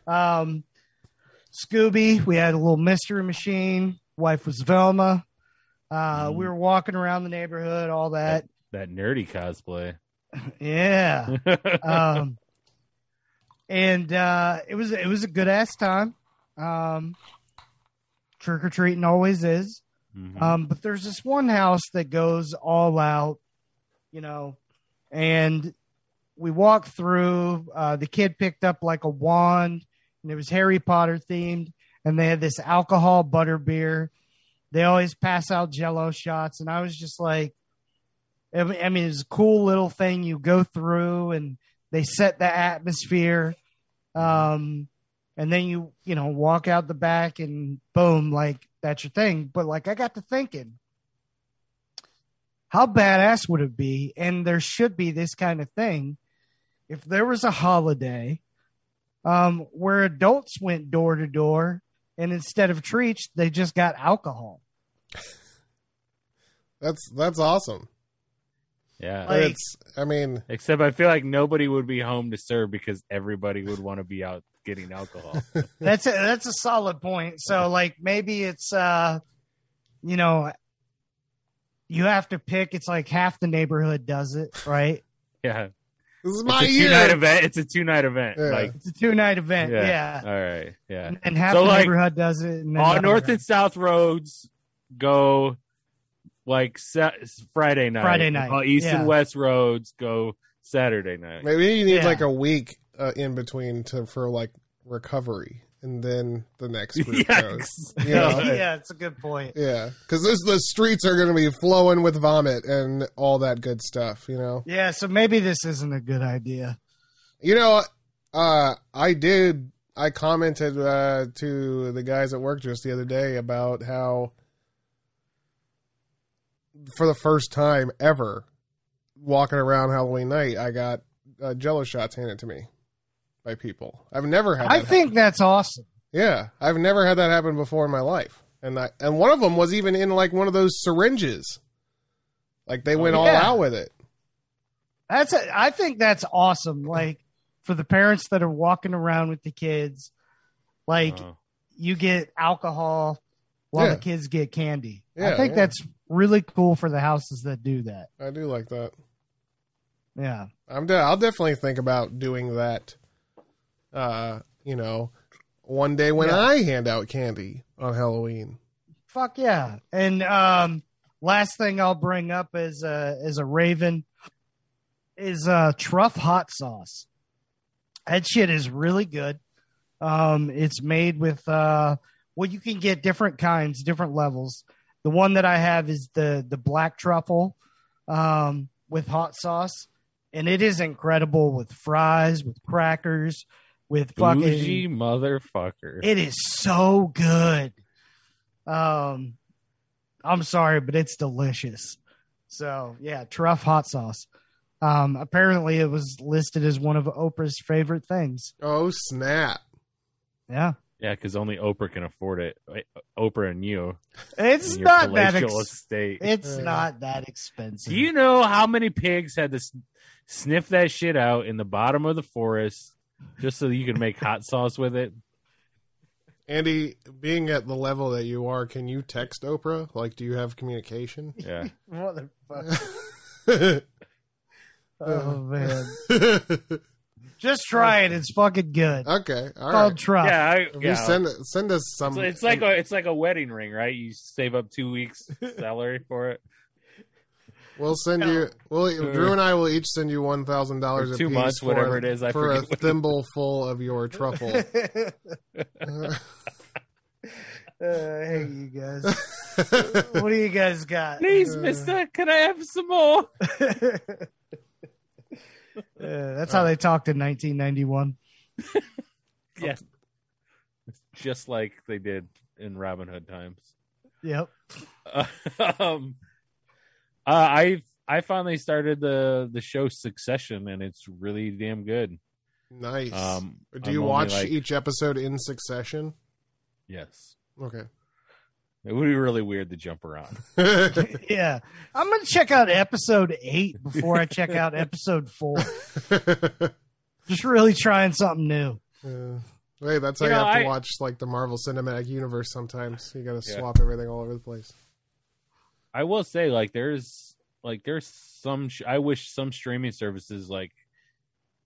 [SPEAKER 5] Um, Scooby. We had a little mystery machine. Wife was Velma. Uh, We
[SPEAKER 4] Mm.
[SPEAKER 5] were walking around the neighborhood, all that.
[SPEAKER 4] that nerdy cosplay. (laughs)
[SPEAKER 5] Yeah. um, and uh, it was it was a good ass time. Um, Trick or treating always is.
[SPEAKER 4] Mhm.
[SPEAKER 5] Um, but there's this one house that goes all out, you know, and we walked through. Uh, the kid picked up like a wand, and it was Harry Potter themed. And they had this alcohol butter beer. They always pass out Jello shots, and I was just like, I mean, I mean, it's a cool little thing you go through, and they set the atmosphere. Um, and then you you know walk out the back and boom like that's your thing but like i got to thinking how badass would it be and there should be this kind of thing if there was a holiday um where adults went door to door and instead of treats they just got alcohol
[SPEAKER 3] That's that's awesome.
[SPEAKER 4] yeah.
[SPEAKER 5] Like-
[SPEAKER 3] it's I mean
[SPEAKER 4] Except I feel like nobody would be home to serve because everybody would want to be out getting alcohol. (laughs)
[SPEAKER 5] that's a that's a solid point so like maybe it's uh you know you have to pick it's like half the neighborhood does it right
[SPEAKER 4] yeah.
[SPEAKER 3] this is
[SPEAKER 4] It's
[SPEAKER 3] my
[SPEAKER 4] a two night
[SPEAKER 3] year.
[SPEAKER 4] event. It's a two night event.
[SPEAKER 3] Yeah.
[SPEAKER 4] Like
[SPEAKER 5] It's a two night event.
[SPEAKER 4] Yeah.
[SPEAKER 5] Yeah.
[SPEAKER 4] all right. Yeah.
[SPEAKER 5] And, and half
[SPEAKER 4] So,
[SPEAKER 5] the
[SPEAKER 4] like,
[SPEAKER 5] neighborhood does it. And then
[SPEAKER 4] All
[SPEAKER 5] the
[SPEAKER 4] north
[SPEAKER 5] other-
[SPEAKER 4] and south roads go like sa- Friday night.
[SPEAKER 5] Friday night,
[SPEAKER 4] All east
[SPEAKER 5] yeah.
[SPEAKER 4] and west roads go Saturday night.
[SPEAKER 3] Maybe you need
[SPEAKER 5] Yeah.
[SPEAKER 3] like a week uh, in between to for like recovery, and then the
[SPEAKER 4] (laughs)
[SPEAKER 3] next group goes.
[SPEAKER 4] Yikes.
[SPEAKER 3] Yeah.
[SPEAKER 4] (laughs)
[SPEAKER 5] yeah, it's a good point.
[SPEAKER 3] Yeah, because this the streets are going to be flowing with vomit and all that good stuff. You know,
[SPEAKER 5] Yeah, so maybe this isn't a good idea.
[SPEAKER 3] you know. Uh, I did. I commented uh, to the guys at work just the other day about how, for the first time ever, walking around Halloween night, I got uh, Jello shots handed to me by people. I've never had.
[SPEAKER 5] I
[SPEAKER 3] that
[SPEAKER 5] think that's awesome.
[SPEAKER 3] Yeah, I've never had that happen before in my life, and I, and one of them was even in like one of those syringes, like they went all
[SPEAKER 5] Oh, yeah.
[SPEAKER 3] out with it.
[SPEAKER 5] That's a, I think that's awesome. Like for the parents that are walking around with the kids, like
[SPEAKER 4] Oh.
[SPEAKER 5] you get alcohol while
[SPEAKER 3] Yeah.
[SPEAKER 5] the kids get candy.
[SPEAKER 3] Yeah,
[SPEAKER 5] I think
[SPEAKER 3] yeah.
[SPEAKER 5] that's really cool for the houses that do that.
[SPEAKER 3] I do like that.
[SPEAKER 5] Yeah.
[SPEAKER 3] I'm de- I'll definitely think about doing that. Uh, you know, one day when
[SPEAKER 5] Yeah.
[SPEAKER 3] I hand out candy on Halloween.
[SPEAKER 5] Fuck yeah. And um last thing I'll bring up is uh is a Raven is uh, truff hot sauce. That shit is really good. Um, it's made with uh, well, you can get different kinds, different levels. The one that I have is the the black truffle um, with hot sauce, and it is incredible with fries, with crackers, with fucking
[SPEAKER 4] Bougie motherfucker.
[SPEAKER 5] it is so good. Um, I'm sorry, but it's delicious. So yeah, truff hot sauce. Um, apparently it was listed as one of Oprah's favorite things.
[SPEAKER 3] Oh snap!
[SPEAKER 5] Yeah,
[SPEAKER 4] yeah, because only Oprah can afford it. Oprah and you.
[SPEAKER 5] it's
[SPEAKER 4] and your
[SPEAKER 5] not that.
[SPEAKER 4] palatial
[SPEAKER 5] Ex-
[SPEAKER 4] estate.
[SPEAKER 5] it's
[SPEAKER 3] Yeah.
[SPEAKER 5] not that expensive.
[SPEAKER 4] Do you know how many pigs had to s- sniff that shit out in the bottom of the forest just so you could make hot sauce with
[SPEAKER 5] (laughs)
[SPEAKER 4] it?
[SPEAKER 3] Andy, being at the level that you are, can you text Oprah? Like, do you have communication? (laughs)
[SPEAKER 4] Yeah.
[SPEAKER 5] Motherfucker. Oh man,
[SPEAKER 3] okay,
[SPEAKER 5] just try it. It's fucking good.
[SPEAKER 3] all
[SPEAKER 5] Called
[SPEAKER 3] right.
[SPEAKER 5] truff.
[SPEAKER 4] Yeah, I,
[SPEAKER 3] If
[SPEAKER 4] yeah.
[SPEAKER 3] You send send us some.
[SPEAKER 4] So it's like a it's like a wedding ring, right? You save up
[SPEAKER 3] (laughs)
[SPEAKER 4] two weeks salary for it,
[SPEAKER 3] we'll send you. Well,
[SPEAKER 4] Sure.
[SPEAKER 3] Drew and I will each send you one thousand
[SPEAKER 4] Or
[SPEAKER 3] dollars
[SPEAKER 4] two months, whatever it is, I
[SPEAKER 3] for a
[SPEAKER 4] forget (laughs) what-
[SPEAKER 3] thimble full of your truffle.
[SPEAKER 4] (laughs)
[SPEAKER 3] (laughs) Uh,
[SPEAKER 5] Uh, (laughs) hey, you guys. what do you guys got?
[SPEAKER 4] please,
[SPEAKER 3] Uh.
[SPEAKER 4] Mister. Can I have some more?
[SPEAKER 5] Uh, that's how they talked in 1991.
[SPEAKER 4] Yeah, just like they did in Robin Hood times. (laughs)
[SPEAKER 5] Yep. (laughs)
[SPEAKER 4] um, uh, I I finally started the the show Succession, and it's really damn good.
[SPEAKER 3] nice.
[SPEAKER 4] Um,
[SPEAKER 3] do
[SPEAKER 4] I'm
[SPEAKER 3] you
[SPEAKER 4] only,
[SPEAKER 3] watch
[SPEAKER 4] like-
[SPEAKER 3] each episode in succession?
[SPEAKER 4] Yes, (laughs)
[SPEAKER 3] Okay.
[SPEAKER 4] it would be really weird to jump around.
[SPEAKER 3] Uh,
[SPEAKER 5] Yeah. I'm going to check out episode eight before I check out episode four. Just really trying something new.
[SPEAKER 3] Uh, Wait, that's how
[SPEAKER 4] You
[SPEAKER 3] you,
[SPEAKER 4] know,
[SPEAKER 3] have to
[SPEAKER 4] I-
[SPEAKER 3] watch like the Marvel Cinematic Universe. Sometimes you got to
[SPEAKER 4] Yeah.
[SPEAKER 3] swap everything all over the place.
[SPEAKER 4] I will say, like, there's like there's some. Sh- I wish some streaming services like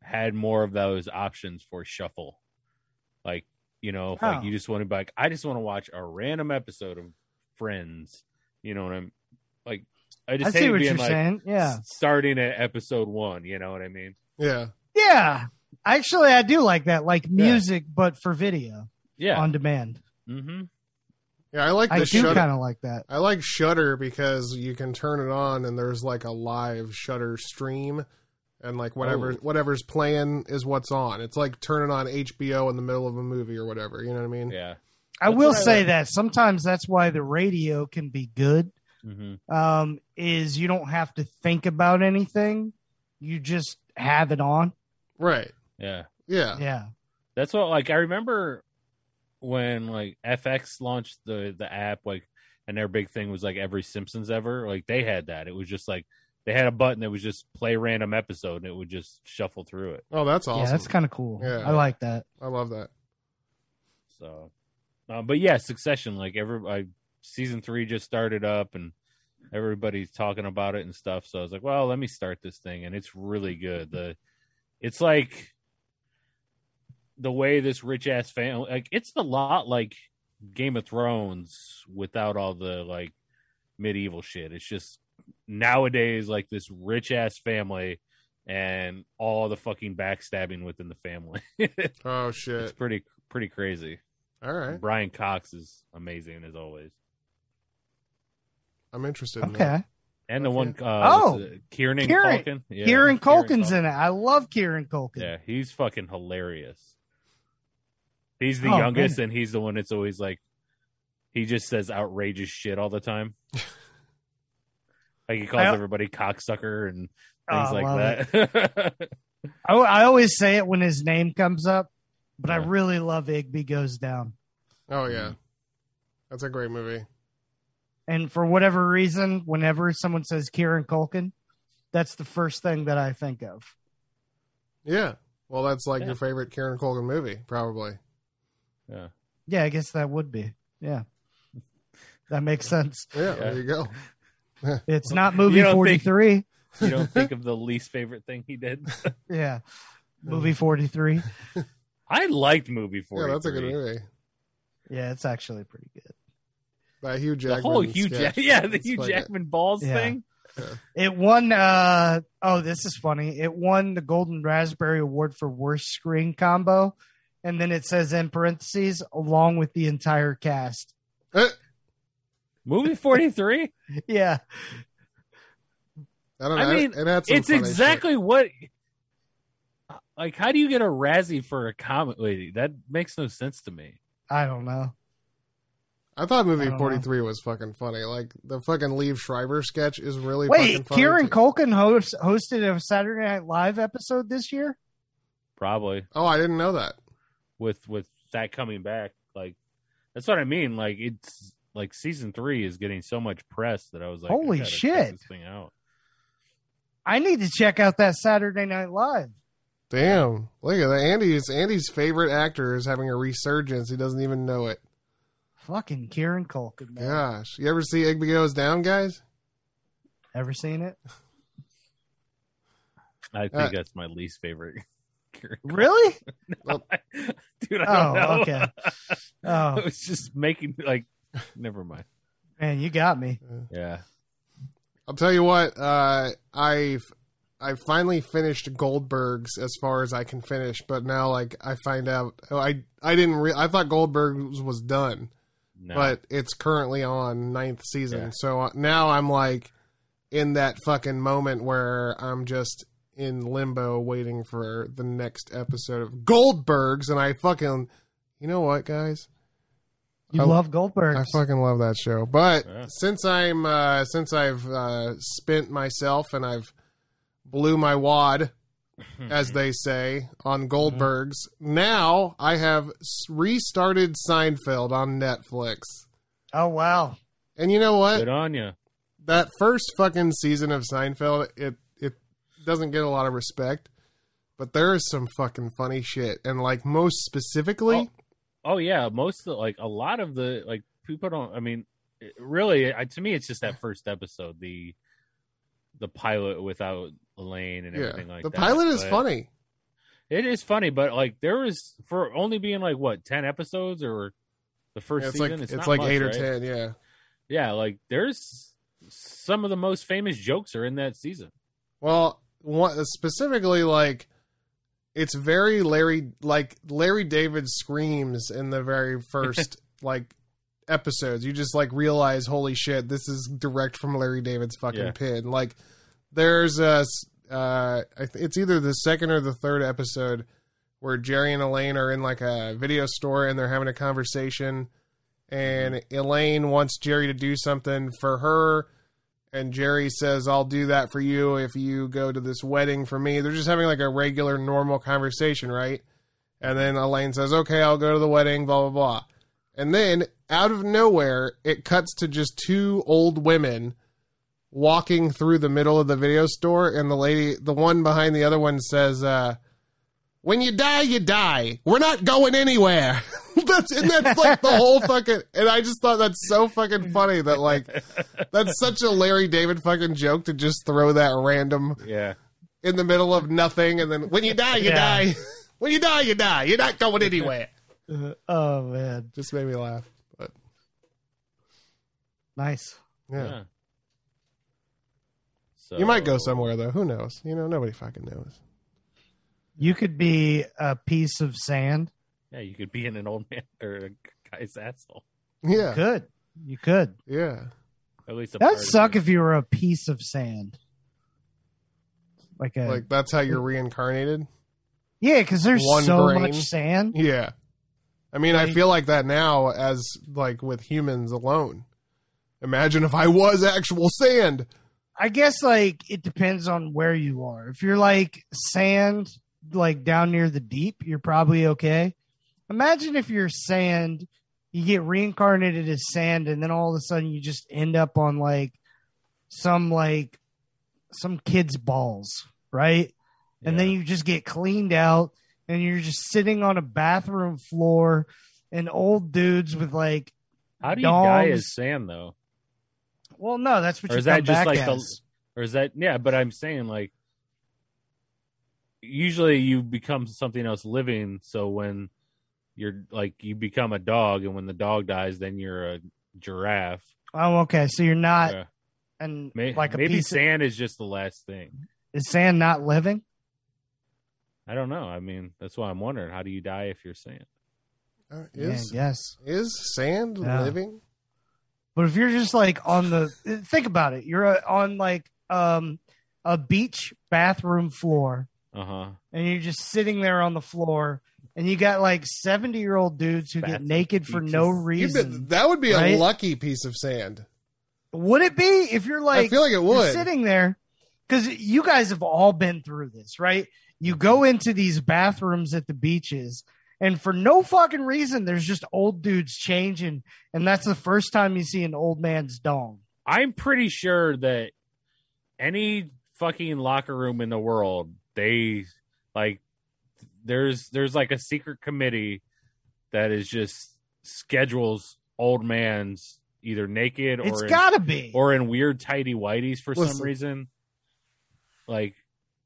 [SPEAKER 4] had more of those options for shuffle. Like, you know, if,
[SPEAKER 5] Oh.
[SPEAKER 4] like you just want to be like, I just want to watch a random episode of Friends. You know what I'm like? I
[SPEAKER 5] I
[SPEAKER 4] just hate
[SPEAKER 5] see
[SPEAKER 4] it
[SPEAKER 5] what
[SPEAKER 4] being
[SPEAKER 5] you're
[SPEAKER 4] like
[SPEAKER 5] saying. Yeah.
[SPEAKER 4] s- starting at episode one. You know what I mean?
[SPEAKER 3] Yeah,
[SPEAKER 5] Yeah. Actually, I do like that, like
[SPEAKER 4] Yeah.
[SPEAKER 5] music, but for video
[SPEAKER 4] Yeah.
[SPEAKER 5] on demand.
[SPEAKER 4] hmm
[SPEAKER 3] yeah. I like the
[SPEAKER 5] I do
[SPEAKER 3] Shutter.
[SPEAKER 5] kind of like that.
[SPEAKER 3] I like Shutter because you can turn it on and there's like a live Shutter stream, and like whatever
[SPEAKER 4] Oh.
[SPEAKER 3] whatever's playing is what's on. It's like turning on HBO in the middle of a movie or whatever. You know what I mean?
[SPEAKER 4] Yeah.
[SPEAKER 5] I
[SPEAKER 4] That's
[SPEAKER 5] will
[SPEAKER 4] what I
[SPEAKER 5] say
[SPEAKER 4] like.
[SPEAKER 5] that sometimes that's why the radio can be good
[SPEAKER 4] hmm
[SPEAKER 5] um, is you don't have to think about anything. You just have it on.
[SPEAKER 3] Right.
[SPEAKER 4] Yeah.
[SPEAKER 3] Yeah.
[SPEAKER 5] Yeah.
[SPEAKER 4] That's what like I remember when like FX launched the the app like and their big thing was like every Simpsons ever like they had that it was just like they had a button that was just play random episode and it would just shuffle through it
[SPEAKER 3] Oh, that's awesome.
[SPEAKER 5] Yeah, that's kind of cool.
[SPEAKER 3] Yeah.
[SPEAKER 5] I like that.
[SPEAKER 3] I love that.
[SPEAKER 4] so uh, but yeah Succession like every I, season three just started up and everybody's talking about it and stuff so I was like well let me start this thing and it's really good the it's like the way this rich ass family like it's a lot like Game of Thrones without all the like medieval shit. It's just nowadays like this rich ass family and all the fucking backstabbing within the family. (laughs) it's
[SPEAKER 3] Oh shit!
[SPEAKER 4] pretty pretty crazy.
[SPEAKER 3] All right,
[SPEAKER 4] Brian Cox is amazing as always.
[SPEAKER 3] I'm interested. In that.
[SPEAKER 5] Okay.
[SPEAKER 4] And the one uh
[SPEAKER 5] Oh!
[SPEAKER 4] what's it, Kieran
[SPEAKER 5] Kieran-
[SPEAKER 4] Culkin. Yeah,
[SPEAKER 5] Kieran Culkin's
[SPEAKER 4] Culkin.
[SPEAKER 5] in it. I love Kieran Culkin.
[SPEAKER 4] Yeah, he's fucking hilarious. He's the
[SPEAKER 5] Oh,
[SPEAKER 4] youngest, and he's the one that's always like, he just says outrageous shit all the
[SPEAKER 5] (laughs)
[SPEAKER 4] time. like he calls
[SPEAKER 5] I-
[SPEAKER 4] everybody cocksucker and
[SPEAKER 5] Oh,
[SPEAKER 4] things
[SPEAKER 5] I love
[SPEAKER 4] like that.
[SPEAKER 5] I, I always say it when his name comes up, but I
[SPEAKER 4] Yeah.
[SPEAKER 5] really love Igby Goes Down.
[SPEAKER 3] Oh yeah, that's a great movie.
[SPEAKER 5] And for whatever reason, whenever someone says Kieran Culkin, that's the first thing that I think of.
[SPEAKER 3] Yeah. Well, that's like
[SPEAKER 4] Yeah.
[SPEAKER 3] your favorite Karen Colgan movie, probably.
[SPEAKER 4] yeah.
[SPEAKER 5] Yeah, I guess that would be. Yeah. That makes sense.
[SPEAKER 3] Yeah. There you go.
[SPEAKER 5] It's not movie
[SPEAKER 4] You don't think-
[SPEAKER 5] 43.
[SPEAKER 4] (laughs) You don't
[SPEAKER 5] (laughs)
[SPEAKER 4] think of the least favorite thing he did?
[SPEAKER 5] Yeah.
[SPEAKER 4] (laughs)
[SPEAKER 5] Movie 43.
[SPEAKER 4] I liked movie for
[SPEAKER 3] Yeah, that's a good movie.
[SPEAKER 5] Yeah, it's actually pretty good.
[SPEAKER 3] That Hugh
[SPEAKER 4] The
[SPEAKER 3] Jackman.
[SPEAKER 4] whole Hugh
[SPEAKER 3] sketch.
[SPEAKER 4] Jack, (laughs) yeah, the
[SPEAKER 3] It's
[SPEAKER 4] Hugh
[SPEAKER 3] like-
[SPEAKER 4] Jackman balls
[SPEAKER 5] Yeah.
[SPEAKER 4] thing.
[SPEAKER 5] It won. Uh, oh, this is funny. It won the Golden Raspberry Award for worst screen combo, and then it says in parentheses along with the entire cast.
[SPEAKER 4] Movie 43?
[SPEAKER 5] Yeah,
[SPEAKER 3] I don't know.
[SPEAKER 4] I mean,
[SPEAKER 3] it had some
[SPEAKER 4] it's
[SPEAKER 3] funny shit.
[SPEAKER 4] exactly what. Like, how do you get a Razzie for a comic? Wait, that makes no sense to me.
[SPEAKER 5] I don't know.
[SPEAKER 3] I thought
[SPEAKER 5] I
[SPEAKER 3] movie
[SPEAKER 5] don't know.
[SPEAKER 3] 43 was fucking funny. Like the fucking Leave Schreiber sketch is really fucking
[SPEAKER 5] Wait,
[SPEAKER 3] funny.
[SPEAKER 5] Kieran
[SPEAKER 3] too.
[SPEAKER 5] Culkin host, hosted a Saturday Night Live episode this year.
[SPEAKER 4] Probably
[SPEAKER 3] Oh, I didn't know that.
[SPEAKER 4] with with that coming back, like that's what I mean. Like it's like season three is getting so much press that I was like, I
[SPEAKER 5] Holy
[SPEAKER 4] gotta check
[SPEAKER 5] shit.
[SPEAKER 4] this thing out.
[SPEAKER 5] I need to check out that Saturday Night Live.
[SPEAKER 3] Damn. Look at that. Andy's Andy's favorite actor is having a resurgence. He doesn't even know it.
[SPEAKER 5] Fucking Kieran Culkin. Man.
[SPEAKER 3] Gosh. You ever see Igby Down, guys?
[SPEAKER 5] Ever seen it?
[SPEAKER 4] I think
[SPEAKER 3] Uh,
[SPEAKER 4] that's my least favorite. (laughs) character.
[SPEAKER 3] (laughs)
[SPEAKER 5] Really?
[SPEAKER 4] (laughs) Dude, I
[SPEAKER 5] Oh,
[SPEAKER 4] don't know. (laughs)
[SPEAKER 5] okay.
[SPEAKER 4] I
[SPEAKER 5] Oh
[SPEAKER 4] was just making like, never mind.
[SPEAKER 5] man, you got me.
[SPEAKER 4] Yeah,
[SPEAKER 3] I'll tell you what. Uh, I've I finally finished Goldberg's as far as I can finish, but now like I find out oh, I I didn't re- I thought Goldberg's was done,
[SPEAKER 4] no.
[SPEAKER 3] but it's currently on ninth season.
[SPEAKER 4] Yeah.
[SPEAKER 3] So uh, now I'm like in that fucking moment where I'm just in limbo waiting for the next episode of Goldberg's, and I fucking you know what guys
[SPEAKER 5] You
[SPEAKER 3] I-
[SPEAKER 5] love Goldberg.
[SPEAKER 3] I fucking love that show. But
[SPEAKER 4] Yeah.
[SPEAKER 3] since I'm uh, since I've uh, spent myself and I've blew my
[SPEAKER 4] (laughs)
[SPEAKER 3] wad, as they say, on Goldberg's, now I have s- restarted Seinfeld on Netflix.
[SPEAKER 5] oh wow.
[SPEAKER 3] And you know what?
[SPEAKER 4] good on you.
[SPEAKER 3] That first fucking season of Seinfeld, it it doesn't get a lot of respect, but there is some fucking funny shit. And like most specifically,
[SPEAKER 4] Oh. Oh yeah, most of the, like a lot of the like people don't. I mean, it- really, I, to me, it's just that first episode, the the pilot without Elaine and
[SPEAKER 3] yeah,
[SPEAKER 4] everything like
[SPEAKER 3] the
[SPEAKER 4] that.
[SPEAKER 3] pilot is
[SPEAKER 4] but-
[SPEAKER 3] funny.
[SPEAKER 4] It is funny, but like there was for only being like what ten episodes or the first
[SPEAKER 3] It's
[SPEAKER 4] season.
[SPEAKER 3] like it's,
[SPEAKER 4] not
[SPEAKER 3] like
[SPEAKER 4] much,
[SPEAKER 3] eight or
[SPEAKER 4] right?
[SPEAKER 3] ten. Yeah.
[SPEAKER 4] Yeah, like there's some of the most famous jokes are in that season.
[SPEAKER 3] Well, one, specifically, like it's very Larry, like Larry David screams in the very first like episodes. You just like realize, holy shit, this is direct from Larry David's fucking
[SPEAKER 4] Yeah.
[SPEAKER 3] pin. Like there's a, s- uh, I th- it's either the second or the third episode where Jerry and Elaine are in like a video store and they're having a conversation, and Elaine wants Jerry to do something for her and Jerry says, "I'll do that for you if you go to this wedding for me." They're just having like a regular, normal conversation, right? And then Elaine says, "Okay, I'll go to the wedding." Blah blah blah. And then out of nowhere, it cuts to just two old women walking through the middle of the video store, and the lady, the one behind the other one, says, uh, "When you die, you die. We're not going anywhere." (laughs) that's and that's like the whole fucking. And I just thought that's so fucking funny that like. That's (laughs) such a Larry David fucking joke to just throw that random
[SPEAKER 4] Yeah.
[SPEAKER 3] in the middle of nothing, and then when you die, you
[SPEAKER 5] Yeah.
[SPEAKER 3] die. (laughs) When you die, you die. You're not going anywhere.
[SPEAKER 5] Uh, oh man,
[SPEAKER 3] Just made me laugh.
[SPEAKER 5] nice.
[SPEAKER 3] Yeah.
[SPEAKER 4] Yeah. So
[SPEAKER 3] You might go somewhere though. Who knows? You know, nobody fucking knows.
[SPEAKER 5] You could be a piece of sand.
[SPEAKER 4] Yeah, you could be in an old man (laughs) or a guy's asshole.
[SPEAKER 3] Yeah,
[SPEAKER 5] Could you could
[SPEAKER 3] yeah.
[SPEAKER 4] At least a
[SPEAKER 5] that
[SPEAKER 4] part
[SPEAKER 5] would
[SPEAKER 4] of
[SPEAKER 5] suck
[SPEAKER 4] it.
[SPEAKER 5] if you were a piece of sand? Like a
[SPEAKER 3] Like that's how you're reincarnated.
[SPEAKER 5] yeah, because there's
[SPEAKER 3] one
[SPEAKER 5] so
[SPEAKER 3] brain.
[SPEAKER 5] much sand.
[SPEAKER 3] Yeah. I mean, I
[SPEAKER 5] Like-
[SPEAKER 3] feel like that now as like with humans alone. Imagine if I was actual sand.
[SPEAKER 5] I guess like it depends on where you are. If you're like sand, like down near the deep, you're probably okay. Imagine if you're sand, you get reincarnated as sand, and then all of a sudden you just end up on like some like some kid's balls, right? And then
[SPEAKER 4] Yeah.
[SPEAKER 5] you just get cleaned out, and you're just sitting on a bathroom floor, and old dudes with like,
[SPEAKER 4] how do you die
[SPEAKER 5] dogs-
[SPEAKER 4] as sand though?
[SPEAKER 5] well, no, that's what
[SPEAKER 4] Or
[SPEAKER 5] you
[SPEAKER 4] is
[SPEAKER 5] come
[SPEAKER 4] that just
[SPEAKER 5] back
[SPEAKER 4] like the-
[SPEAKER 5] as.
[SPEAKER 4] Or is that yeah, but I'm saying like usually you become something else living, so when you're like you become a dog and when the dog dies then you're a giraffe.
[SPEAKER 5] Oh, okay. So you're not
[SPEAKER 4] Yeah.
[SPEAKER 5] and
[SPEAKER 4] May-
[SPEAKER 5] like a
[SPEAKER 4] maybe
[SPEAKER 5] piece of-
[SPEAKER 4] sand is just the last thing.
[SPEAKER 5] is sand not living?
[SPEAKER 4] I don't know. I mean, that's why I'm wondering. How do you die if you're sand?
[SPEAKER 3] Uh,
[SPEAKER 5] Yeah,
[SPEAKER 3] is
[SPEAKER 5] yes.
[SPEAKER 3] is sand
[SPEAKER 5] Yeah.
[SPEAKER 3] living?
[SPEAKER 5] But if you're just like on the think about it, you're uh, on like um a beach bathroom floor
[SPEAKER 4] Uh huh.
[SPEAKER 5] and you're just sitting there on the floor and you got like 70 year old dudes who get
[SPEAKER 4] Bathroom
[SPEAKER 5] naked for no
[SPEAKER 4] beaches.
[SPEAKER 3] You'd
[SPEAKER 5] reason.
[SPEAKER 3] be- that would be
[SPEAKER 5] right?
[SPEAKER 3] a lucky piece of sand.
[SPEAKER 5] would it be if you're like
[SPEAKER 3] I feel like it
[SPEAKER 5] you're
[SPEAKER 3] would.
[SPEAKER 5] sitting there because you guys have all been through this, right? You go into these bathrooms at the beaches, and for no fucking reason, there's just old dudes changing, and that's the first time you see an old man's dong.
[SPEAKER 4] I'm pretty sure that any fucking locker room in the world, they like there's there's like a secret committee that is just schedules old man's either naked or
[SPEAKER 5] It's
[SPEAKER 4] in,
[SPEAKER 5] gotta be.
[SPEAKER 4] or in weird tidy whities for some
[SPEAKER 3] Listen.
[SPEAKER 4] reason. Like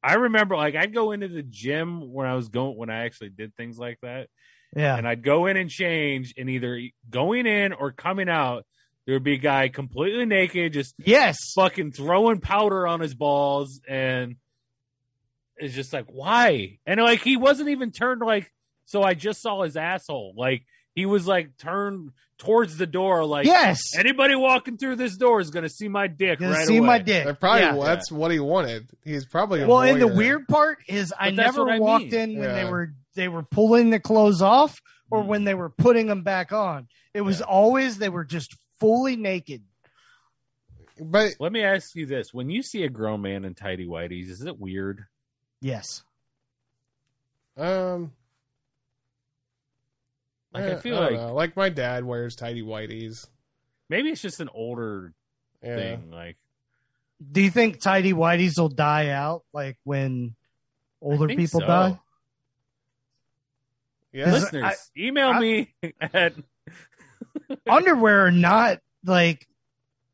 [SPEAKER 4] I remember like I'd go into the gym when I was going when I actually did things like that
[SPEAKER 5] yeah,
[SPEAKER 4] and I'd go in and change and either going in or coming out there would be a guy completely naked just
[SPEAKER 5] yes,
[SPEAKER 4] fucking throwing powder on his balls and it's just like why and like he wasn't even turned like so i just saw his asshole like he was like turned towards the door like
[SPEAKER 5] yes.
[SPEAKER 4] anybody walking through this door is gonna see my dick
[SPEAKER 5] You
[SPEAKER 4] right
[SPEAKER 5] see
[SPEAKER 4] away (laughs)
[SPEAKER 5] my dick.
[SPEAKER 3] That probably
[SPEAKER 5] Yeah.
[SPEAKER 3] that's what he wanted. He's probably a
[SPEAKER 5] Well, and the
[SPEAKER 3] voyeur.
[SPEAKER 5] weird part is, I
[SPEAKER 4] But that's
[SPEAKER 5] never
[SPEAKER 4] what I
[SPEAKER 5] walked
[SPEAKER 4] mean.
[SPEAKER 5] in when they
[SPEAKER 3] Yeah.
[SPEAKER 5] were they were pulling the clothes off or
[SPEAKER 4] Mm.
[SPEAKER 5] when they were putting them back on. It was
[SPEAKER 4] Yeah.
[SPEAKER 5] always they were just fully naked.
[SPEAKER 3] but
[SPEAKER 4] let me ask you this when you see a grown man in tidy whities is it weird
[SPEAKER 5] Yes.
[SPEAKER 3] um,
[SPEAKER 4] like
[SPEAKER 3] eh,
[SPEAKER 4] i feel
[SPEAKER 3] don't
[SPEAKER 4] like
[SPEAKER 3] know. like my dad wears tidy whities.
[SPEAKER 4] maybe it's just an older
[SPEAKER 3] Yeah.
[SPEAKER 4] thing like
[SPEAKER 5] Do you think tidy whities will die out like when older
[SPEAKER 4] I think
[SPEAKER 5] people
[SPEAKER 4] so.
[SPEAKER 5] die?
[SPEAKER 3] Yeah.
[SPEAKER 5] Is-
[SPEAKER 4] listeners
[SPEAKER 5] I-
[SPEAKER 4] email
[SPEAKER 5] I-
[SPEAKER 4] me (laughs) at
[SPEAKER 5] Underwear are not like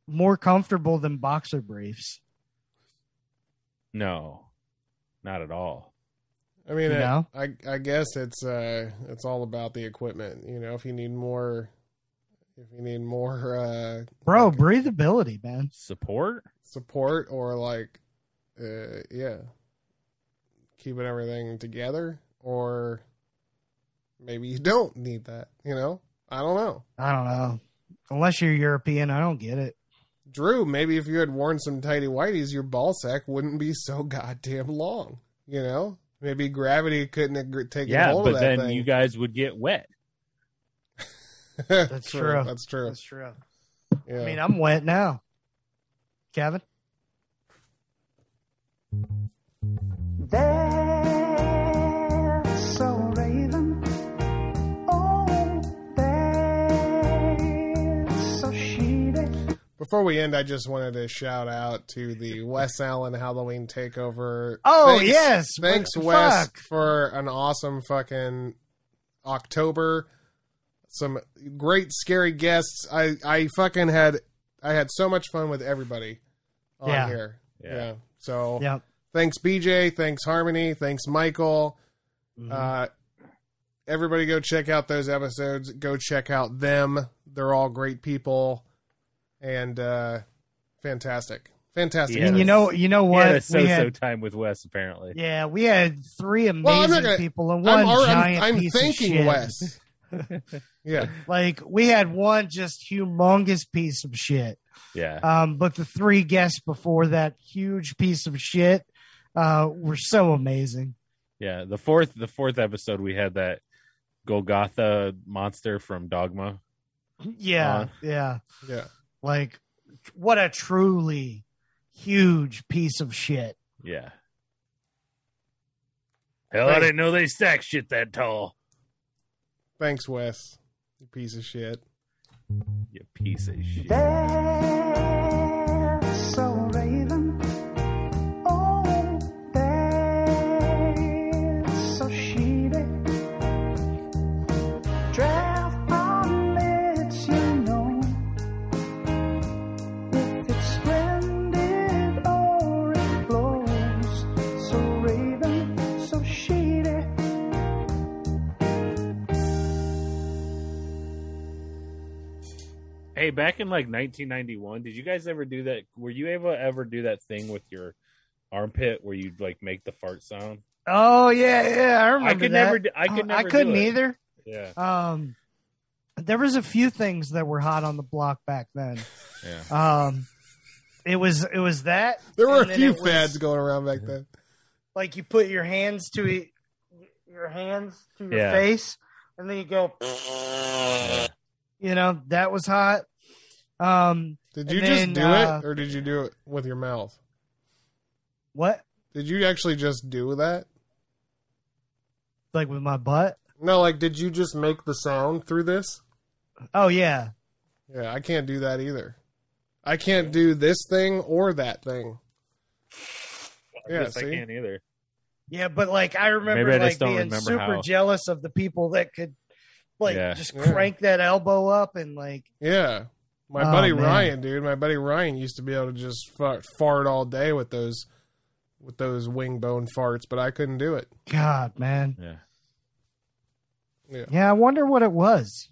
[SPEAKER 5] more comfortable than boxer briefs.
[SPEAKER 4] no not at all
[SPEAKER 3] I mean,
[SPEAKER 5] You
[SPEAKER 3] uh,
[SPEAKER 5] know?
[SPEAKER 3] I I guess it's uh it's all about the equipment. You know, if you need more, if you need more uh
[SPEAKER 5] Bro,
[SPEAKER 3] like,
[SPEAKER 5] breathability, man.
[SPEAKER 4] support
[SPEAKER 3] support or like, uh yeah, keeping everything together, or maybe you don't need that. You know, I don't know.
[SPEAKER 5] I don't know. Unless you're European, I don't get it.
[SPEAKER 3] Drew, maybe if you had worn some tidy whities, your ball sack wouldn't be so (laughs) goddamn long. You know, maybe gravity couldn't ag- take
[SPEAKER 4] yeah,
[SPEAKER 3] hold of
[SPEAKER 4] but
[SPEAKER 3] that
[SPEAKER 4] then
[SPEAKER 3] thing. (laughs)
[SPEAKER 4] you guys would get wet.
[SPEAKER 3] that's
[SPEAKER 5] true.
[SPEAKER 3] That's true.
[SPEAKER 5] That's true.
[SPEAKER 3] yeah.
[SPEAKER 5] I mean, I'm wet now. Kevin?
[SPEAKER 7] They're so raven. Oh, they're so shady.
[SPEAKER 3] Before we end, I just wanted to shout out to the Wes Allen Halloween Takeover.
[SPEAKER 5] Oh,
[SPEAKER 3] Thanks-
[SPEAKER 5] yes.
[SPEAKER 3] Thanks,
[SPEAKER 5] What the
[SPEAKER 3] Wes,
[SPEAKER 5] fuck?
[SPEAKER 3] for an awesome fucking October. Some great scary guests. I I fucking had I had so much fun with everybody on
[SPEAKER 5] Yeah.
[SPEAKER 3] here.
[SPEAKER 4] Yeah.
[SPEAKER 3] Yeah. So
[SPEAKER 5] Yep.
[SPEAKER 3] thanks BJ, thanks Harmony, thanks Michael.
[SPEAKER 5] Mm-hmm.
[SPEAKER 3] Uh, everybody go check out those episodes. Go check out them. They're all great people and uh, fantastic. Fantastic.
[SPEAKER 4] Yeah.
[SPEAKER 5] And you know you know
[SPEAKER 4] What?
[SPEAKER 5] what?
[SPEAKER 4] He had a so-so
[SPEAKER 5] we had,
[SPEAKER 4] time with Wes, apparently.
[SPEAKER 5] yeah, we had three amazing
[SPEAKER 3] Well, I'm not gonna-
[SPEAKER 5] people and one
[SPEAKER 3] I'm, alre-
[SPEAKER 5] giant
[SPEAKER 3] I'm, I'm
[SPEAKER 5] piece of
[SPEAKER 3] thanking
[SPEAKER 5] shit.
[SPEAKER 3] Wes.
[SPEAKER 5] (laughs)
[SPEAKER 3] yeah.
[SPEAKER 5] Like we had one just humongous piece of shit.
[SPEAKER 4] Yeah.
[SPEAKER 5] Um, but the three guests before that huge piece of shit uh, were so amazing.
[SPEAKER 4] Yeah. The fourth the fourth episode we had that Golgotha monster from Dogma.
[SPEAKER 5] Yeah,
[SPEAKER 4] Uh.
[SPEAKER 5] yeah.
[SPEAKER 3] Yeah.
[SPEAKER 5] Like, what a truly huge piece of shit.
[SPEAKER 4] Yeah. Hell, I didn't know they stacked shit that tall.
[SPEAKER 3] Thanks, Wes. You piece of shit.
[SPEAKER 4] You piece of shit.
[SPEAKER 7] They're so raven. Oh, they're so shady. Draft bomb lets you know if it's splendid or it blows. So raven, so shady.
[SPEAKER 4] Hey, back in like 1991, did you guys ever do that? Were you able to ever do that thing with your armpit where you'd like make the fart sound?
[SPEAKER 5] Oh yeah, yeah. I remember
[SPEAKER 4] I could
[SPEAKER 5] that.
[SPEAKER 4] never. do- I could
[SPEAKER 5] Oh,
[SPEAKER 4] never.
[SPEAKER 5] I couldn't
[SPEAKER 4] do it.
[SPEAKER 5] either.
[SPEAKER 4] Yeah,
[SPEAKER 5] Um, there was a few things that were hot on the block back then.
[SPEAKER 4] yeah.
[SPEAKER 5] Um, it was it was that
[SPEAKER 3] There were
[SPEAKER 5] And
[SPEAKER 3] a
[SPEAKER 5] then
[SPEAKER 3] few
[SPEAKER 5] it was-
[SPEAKER 3] fads going around back then.
[SPEAKER 5] like you put your hands to e- your hands to your
[SPEAKER 4] Yeah.
[SPEAKER 5] face, and then you go. You know that was hot. Um,
[SPEAKER 3] Did
[SPEAKER 5] And
[SPEAKER 3] you
[SPEAKER 5] then,
[SPEAKER 3] just do
[SPEAKER 5] uh,
[SPEAKER 3] it, or did you do it with your mouth?
[SPEAKER 5] what
[SPEAKER 3] Did you actually just do that?
[SPEAKER 5] like with my butt?
[SPEAKER 3] No, like did you just make the sound through this?
[SPEAKER 5] Oh yeah,
[SPEAKER 3] Yeah, I can't do that either. I can't do this thing or that thing.
[SPEAKER 4] I
[SPEAKER 3] Yeah,
[SPEAKER 4] guess I
[SPEAKER 3] see?
[SPEAKER 4] can't either.
[SPEAKER 5] yeah. But like I remember
[SPEAKER 4] Maybe I
[SPEAKER 5] like
[SPEAKER 4] just don't
[SPEAKER 5] being
[SPEAKER 4] remember
[SPEAKER 5] super
[SPEAKER 4] how.
[SPEAKER 5] jealous of the people that could like
[SPEAKER 4] Yeah.
[SPEAKER 5] just
[SPEAKER 3] Yeah.
[SPEAKER 5] crank that elbow up and like
[SPEAKER 3] Yeah. My
[SPEAKER 5] Oh,
[SPEAKER 3] buddy
[SPEAKER 5] man.
[SPEAKER 3] Ryan, dude, my buddy Ryan used to be able to just fart, fart all day with those with those wing bone farts, but I couldn't do it.
[SPEAKER 5] God, man.
[SPEAKER 4] Yeah.
[SPEAKER 5] Yeah, I wonder what it was.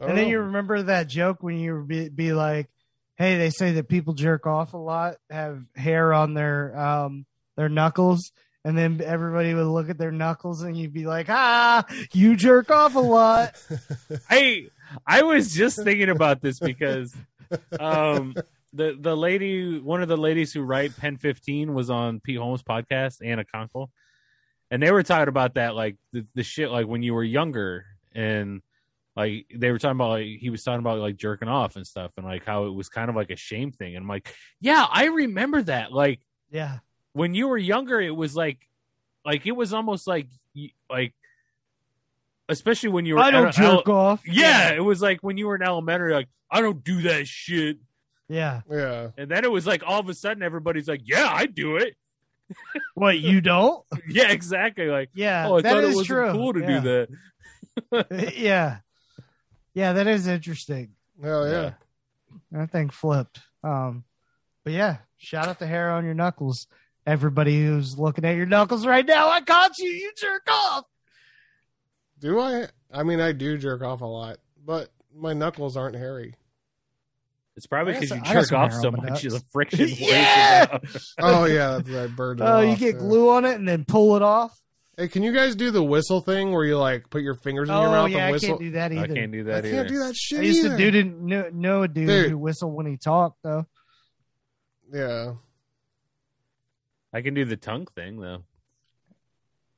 [SPEAKER 3] I
[SPEAKER 5] and
[SPEAKER 3] don't
[SPEAKER 5] then you
[SPEAKER 3] know.
[SPEAKER 5] remember that joke when you would be, be like, "Hey, they say that people jerk off a lot, have hair on their um their knuckles." And then everybody would look at their knuckles and you'd be like, "Ah, you jerk off a lot."
[SPEAKER 4] I I was just thinking about this because um the the lady one of the ladies who write Pen Fifteen was on Pete Holmes podcast Anna Conkle, and they were talking about that like the, the shit like when you were younger and like they were talking about like he was talking about like jerking off and stuff and like how it was kind of like a shame thing and I'm like yeah I remember that like
[SPEAKER 5] (laughs) yeah.
[SPEAKER 4] when you were younger it was like like it was almost like y- like especially when you were
[SPEAKER 5] I don't
[SPEAKER 4] at a-
[SPEAKER 5] jerk off.
[SPEAKER 4] yeah, it was like when you were in elementary, like I don't do that shit,
[SPEAKER 5] Yeah.
[SPEAKER 3] Yeah.
[SPEAKER 4] and then it was like all of a sudden everybody's like, yeah, I do it. (laughs)
[SPEAKER 5] What, you don't?
[SPEAKER 4] Yeah, exactly. Like,
[SPEAKER 5] (laughs) Yeah.
[SPEAKER 4] oh, I
[SPEAKER 5] that
[SPEAKER 4] thought it
[SPEAKER 5] is
[SPEAKER 4] was
[SPEAKER 5] true.
[SPEAKER 4] cool to
[SPEAKER 5] yeah.
[SPEAKER 4] do that.
[SPEAKER 5] that. (laughs) yeah. Yeah, that is interesting.
[SPEAKER 3] Hell yeah.
[SPEAKER 4] Yeah.
[SPEAKER 5] That thing flipped. Um, but yeah, shout out the hair on your knuckles. Everybody who's looking at your knuckles right now, I caught you. You jerk off.
[SPEAKER 3] Do I? I mean, I do jerk off a lot, but my knuckles aren't
[SPEAKER 4] (laughs)
[SPEAKER 3] hairy.
[SPEAKER 4] It's probably
[SPEAKER 5] I
[SPEAKER 4] because
[SPEAKER 5] got
[SPEAKER 4] you
[SPEAKER 5] some- I got
[SPEAKER 4] jerk
[SPEAKER 5] some
[SPEAKER 4] off
[SPEAKER 5] hair
[SPEAKER 4] so
[SPEAKER 5] on my
[SPEAKER 4] much,
[SPEAKER 5] nuts.
[SPEAKER 4] the
[SPEAKER 5] (laughs)
[SPEAKER 4] friction. weighs it
[SPEAKER 5] Yeah!
[SPEAKER 4] down.
[SPEAKER 3] Oh yeah, that's I burned. it
[SPEAKER 5] Oh, you
[SPEAKER 3] off,
[SPEAKER 5] get
[SPEAKER 3] yeah.
[SPEAKER 5] glue on it and then pull it off.
[SPEAKER 3] Hey, can you guys do the whistle thing where you like put your fingers in your
[SPEAKER 5] Oh
[SPEAKER 3] mouth
[SPEAKER 5] yeah,
[SPEAKER 3] and
[SPEAKER 5] I
[SPEAKER 3] whistle?
[SPEAKER 5] can't do that
[SPEAKER 4] I
[SPEAKER 5] either. I,
[SPEAKER 4] can't do that
[SPEAKER 3] I
[SPEAKER 4] either.
[SPEAKER 3] can't do that shit.
[SPEAKER 5] used
[SPEAKER 3] either.
[SPEAKER 5] to do didn't know, know a dude,
[SPEAKER 3] Dude.
[SPEAKER 5] who whistled when he talked though.
[SPEAKER 3] Yeah.
[SPEAKER 4] I can do the tongue thing though.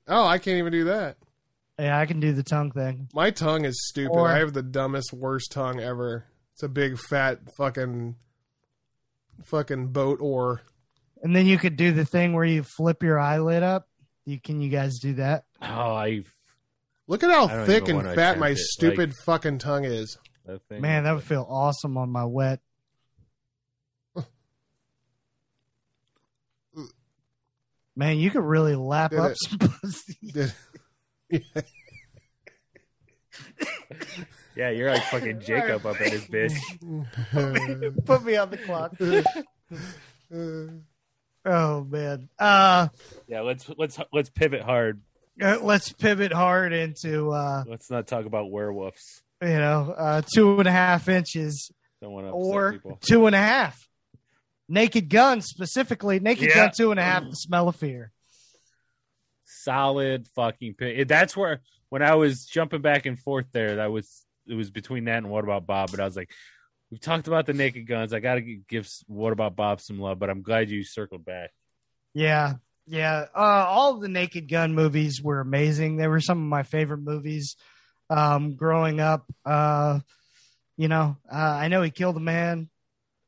[SPEAKER 3] Oh, I can't even do that.
[SPEAKER 5] Yeah, I can do the tongue thing.
[SPEAKER 3] My tongue is stupid.
[SPEAKER 5] Or-
[SPEAKER 3] I have the dumbest, worst tongue ever. It's a big, fat, fucking, fucking boat oar.
[SPEAKER 5] And then you could do the thing where you flip your eyelid up. You can you guys do that?
[SPEAKER 4] Oh, I
[SPEAKER 3] Look at
[SPEAKER 4] I
[SPEAKER 3] how
[SPEAKER 4] don't
[SPEAKER 3] thick
[SPEAKER 4] even
[SPEAKER 3] and
[SPEAKER 4] wanna
[SPEAKER 3] fat my
[SPEAKER 4] attempt it,
[SPEAKER 3] stupid fucking tongue
[SPEAKER 5] (laughs)
[SPEAKER 3] is.
[SPEAKER 4] that thing.
[SPEAKER 5] Man, that would feel awesome on my wet. Man, you could really lap
[SPEAKER 3] Did
[SPEAKER 5] up
[SPEAKER 3] it.
[SPEAKER 5] some (laughs) pussy.
[SPEAKER 4] yeah, you're like
[SPEAKER 5] (laughs)
[SPEAKER 4] fucking Jacob up in this bitch.
[SPEAKER 5] Put me on the clock. Oh man. Uh,
[SPEAKER 4] Yeah, let's let's let's pivot hard.
[SPEAKER 5] uh, let's pivot hard into uh,
[SPEAKER 4] Let's not talk about werewolves.
[SPEAKER 5] you know uh, two and a half inches
[SPEAKER 4] Don't want to upset
[SPEAKER 5] or
[SPEAKER 4] people.
[SPEAKER 5] two and a half. Naked Gun specifically, Naked
[SPEAKER 4] Yeah.
[SPEAKER 5] Gun two and a half. The smell of fear.
[SPEAKER 4] solid fucking pick. That's where when I was jumping back and forth there, that was it was between that and what about Bob. But I was like, we've talked about the Naked Guns. I got to give s- what about Bob some love. But I'm glad you circled back.
[SPEAKER 5] Yeah, yeah. Uh, all the Naked Gun movies were amazing. They were some of my favorite movies um, growing up. Uh, you know, uh, I know he killed a man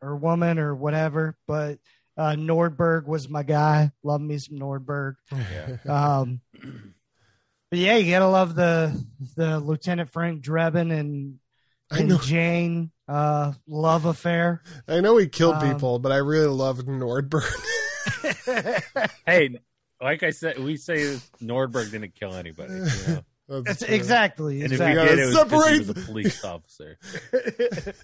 [SPEAKER 5] or woman or whatever, but uh, Nordberg was my guy. Love me some Nordberg. Um, but yeah, you gotta love the the Lieutenant Frank Drebin and
[SPEAKER 3] I
[SPEAKER 5] and
[SPEAKER 3] know.
[SPEAKER 5] Jane uh, love affair.
[SPEAKER 3] I know he killed
[SPEAKER 5] Um,
[SPEAKER 3] people, but I really loved
[SPEAKER 5] (laughs)
[SPEAKER 3] Nordberg. (laughs)
[SPEAKER 4] Hey, like I said, we say Nordberg didn't kill anybody. You know?
[SPEAKER 5] That's (laughs) exactly
[SPEAKER 4] And
[SPEAKER 5] exactly.
[SPEAKER 4] if he did, it was 'cause he
[SPEAKER 3] Separate-
[SPEAKER 4] was a police officer.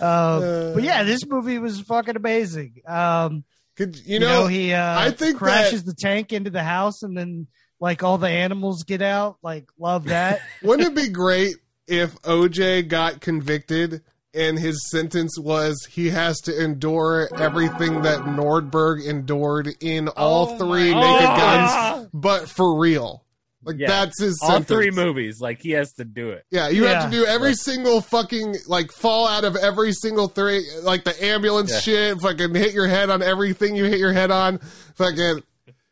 [SPEAKER 5] Um,
[SPEAKER 3] Uh,
[SPEAKER 5] but yeah, this movie was fucking amazing. Um,
[SPEAKER 3] Could
[SPEAKER 5] you,
[SPEAKER 3] you
[SPEAKER 5] know,
[SPEAKER 3] know?
[SPEAKER 5] he uh,
[SPEAKER 3] I think
[SPEAKER 5] crashes the tank into
[SPEAKER 3] (laughs)
[SPEAKER 5] the house, and then like all the animals get out. Like, love that.
[SPEAKER 3] wouldn't it be great if OJ got convicted and his sentence was he has to endure everything that Nordberg endured in all
[SPEAKER 5] Oh
[SPEAKER 3] three (laughs)
[SPEAKER 5] my-
[SPEAKER 3] Naked
[SPEAKER 4] Oh!
[SPEAKER 3] Guns, but for real. Like
[SPEAKER 4] Yeah.
[SPEAKER 3] that's his
[SPEAKER 4] All
[SPEAKER 3] sentence.
[SPEAKER 4] three movies, like he has to do it.
[SPEAKER 3] Yeah, you have to
[SPEAKER 5] Yeah.
[SPEAKER 3] do every single fucking like fall out of every single three, like the ambulance
[SPEAKER 4] Yeah.
[SPEAKER 3] shit. Fucking hit your head on everything you hit your head on. Fucking,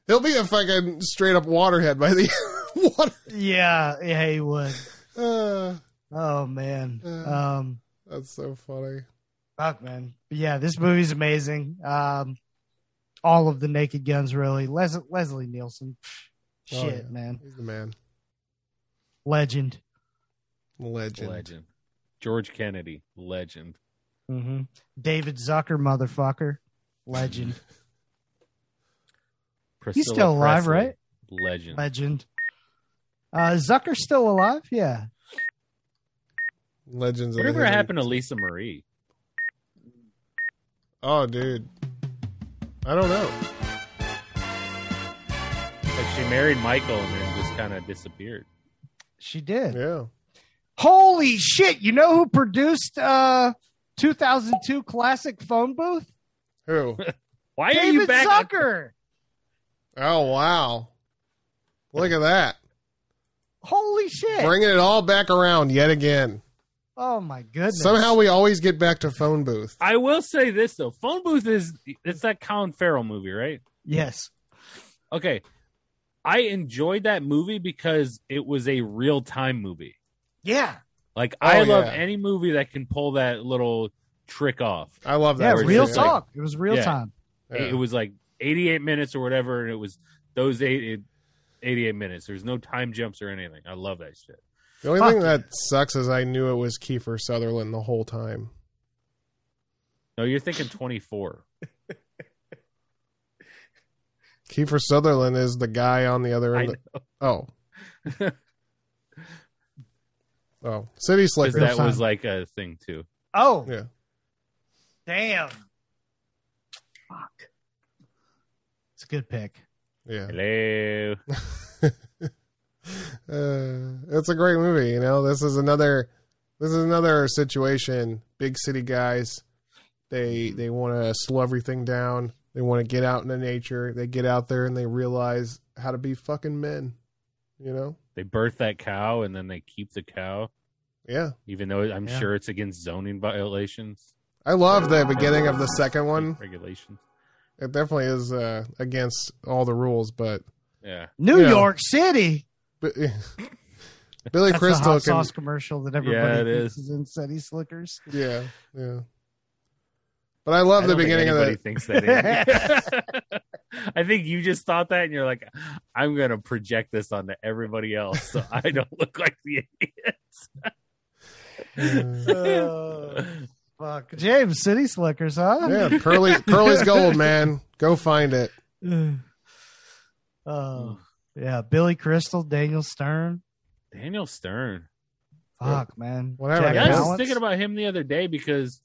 [SPEAKER 3] he'll be a fucking straight up waterhead by the (laughs) water.
[SPEAKER 5] Yeah, yeah, he would.
[SPEAKER 3] Uh,
[SPEAKER 5] Oh man.
[SPEAKER 3] Yeah.
[SPEAKER 5] Um
[SPEAKER 3] that's so funny.
[SPEAKER 5] fuck man. But yeah, this movie's amazing. Um all of the naked guns really. Les- Leslie Nielsen.
[SPEAKER 3] Oh,
[SPEAKER 5] Shit,
[SPEAKER 3] yeah.
[SPEAKER 5] man.
[SPEAKER 3] He's the man,
[SPEAKER 5] Legend.
[SPEAKER 3] legend.
[SPEAKER 4] Legend. George Kennedy, legend.
[SPEAKER 5] Mm-hmm. David Zucker, motherfucker. Legend.
[SPEAKER 4] Priscilla
[SPEAKER 5] still alive,
[SPEAKER 4] Presley,
[SPEAKER 5] right?
[SPEAKER 4] Legend.
[SPEAKER 5] Legend. Uh Zucker's still alive? Yeah.
[SPEAKER 3] Legends. of the
[SPEAKER 4] Whatever
[SPEAKER 3] hidden-
[SPEAKER 4] happened to Lisa Marie?
[SPEAKER 3] Oh, dude, I don't know.
[SPEAKER 4] Like she married Michael and then just kind of disappeared.
[SPEAKER 5] She did.
[SPEAKER 3] Yeah,
[SPEAKER 5] Holy shit, you know who produced uh 2002 classic phone booth?
[SPEAKER 4] (laughs)
[SPEAKER 3] who?
[SPEAKER 4] Why are you
[SPEAKER 5] David
[SPEAKER 4] back?
[SPEAKER 5] Zucker.
[SPEAKER 3] Oh wow, look at that,
[SPEAKER 5] Holy shit.
[SPEAKER 3] bringing it all back around yet again.
[SPEAKER 5] Oh my goodness.
[SPEAKER 3] Somehow we always get back to phone booth.
[SPEAKER 4] I will say this though. Phone Booth is it's that Colin Farrell movie, right?
[SPEAKER 5] Yes.
[SPEAKER 4] Okay. I enjoyed that movie because it was a real time movie.
[SPEAKER 5] Yeah.
[SPEAKER 4] Like
[SPEAKER 3] Oh,
[SPEAKER 4] I love
[SPEAKER 3] yeah.
[SPEAKER 4] any movie that can pull that little trick off.
[SPEAKER 3] I love
[SPEAKER 5] Yeah,
[SPEAKER 3] that.
[SPEAKER 4] it's
[SPEAKER 5] real
[SPEAKER 4] just
[SPEAKER 5] talk. it was real
[SPEAKER 4] Yeah.
[SPEAKER 5] time.
[SPEAKER 3] Yeah.
[SPEAKER 4] It, it was like 88 minutes or whatever, and it was those eight, it- 88 minutes. There's no time jumps or anything. I love that shit.
[SPEAKER 3] the only
[SPEAKER 5] fuck
[SPEAKER 3] thing
[SPEAKER 5] yeah.
[SPEAKER 3] that sucks is I knew it was Kiefer Sutherland the whole time.
[SPEAKER 4] No, you're thinking 24.
[SPEAKER 3] Kiefer Sutherland is the guy on the other
[SPEAKER 4] I
[SPEAKER 3] end.
[SPEAKER 4] know.
[SPEAKER 3] of- oh.
[SPEAKER 4] (laughs)
[SPEAKER 3] oh. City
[SPEAKER 4] 'cause
[SPEAKER 3] Slickers.
[SPEAKER 4] that
[SPEAKER 5] time.
[SPEAKER 4] was like a thing too.
[SPEAKER 5] Oh.
[SPEAKER 3] Yeah.
[SPEAKER 5] Damn. Fuck. It's a good pick.
[SPEAKER 3] yeah.
[SPEAKER 4] Hello.
[SPEAKER 3] Uh, (laughs) it's a great movie, you know. This is another this is another situation. Big city guys. They they want to slow everything down. They want to get out into nature. They get out there and they realize how to be fucking men. You know?
[SPEAKER 4] They birth that cow and then they keep the cow,
[SPEAKER 3] Yeah.
[SPEAKER 4] even though I'm
[SPEAKER 5] Yeah.
[SPEAKER 4] sure it's against zoning violations,
[SPEAKER 3] I love the beginning of the second one.
[SPEAKER 4] regulations.
[SPEAKER 3] It definitely is uh, against all the rules, but,
[SPEAKER 4] Yeah.
[SPEAKER 5] New
[SPEAKER 3] Yeah.
[SPEAKER 5] York City.
[SPEAKER 3] but (laughs) Billy
[SPEAKER 5] That's a
[SPEAKER 3] Crystal
[SPEAKER 5] hot
[SPEAKER 3] can.
[SPEAKER 5] sauce commercial that everybody
[SPEAKER 4] Yeah, it
[SPEAKER 5] thinks
[SPEAKER 4] is.
[SPEAKER 5] is in City Slickers.
[SPEAKER 3] Yeah, yeah. But I love
[SPEAKER 4] I
[SPEAKER 3] the
[SPEAKER 4] don't think
[SPEAKER 3] beginning of
[SPEAKER 4] anybody
[SPEAKER 3] the.
[SPEAKER 4] thinks that. Andy. (laughs) I think you just thought that, and you're like, "I'm going to project this onto everybody else, so I don't look like the
[SPEAKER 3] (laughs) Uh,
[SPEAKER 5] (laughs) Oh,
[SPEAKER 4] (laughs) idiot."
[SPEAKER 5] fuck. James, City Slickers, huh?
[SPEAKER 3] yeah, Pearly, Pearly's gold, man. Go find it.
[SPEAKER 5] (sighs) Oh. Yeah. Billy Crystal, Daniel Stern.
[SPEAKER 4] Daniel Stern.
[SPEAKER 5] Fuck, man.
[SPEAKER 3] What happened
[SPEAKER 5] Jack
[SPEAKER 3] to
[SPEAKER 4] Yeah, I was
[SPEAKER 5] Palance?
[SPEAKER 4] thinking about him the other day because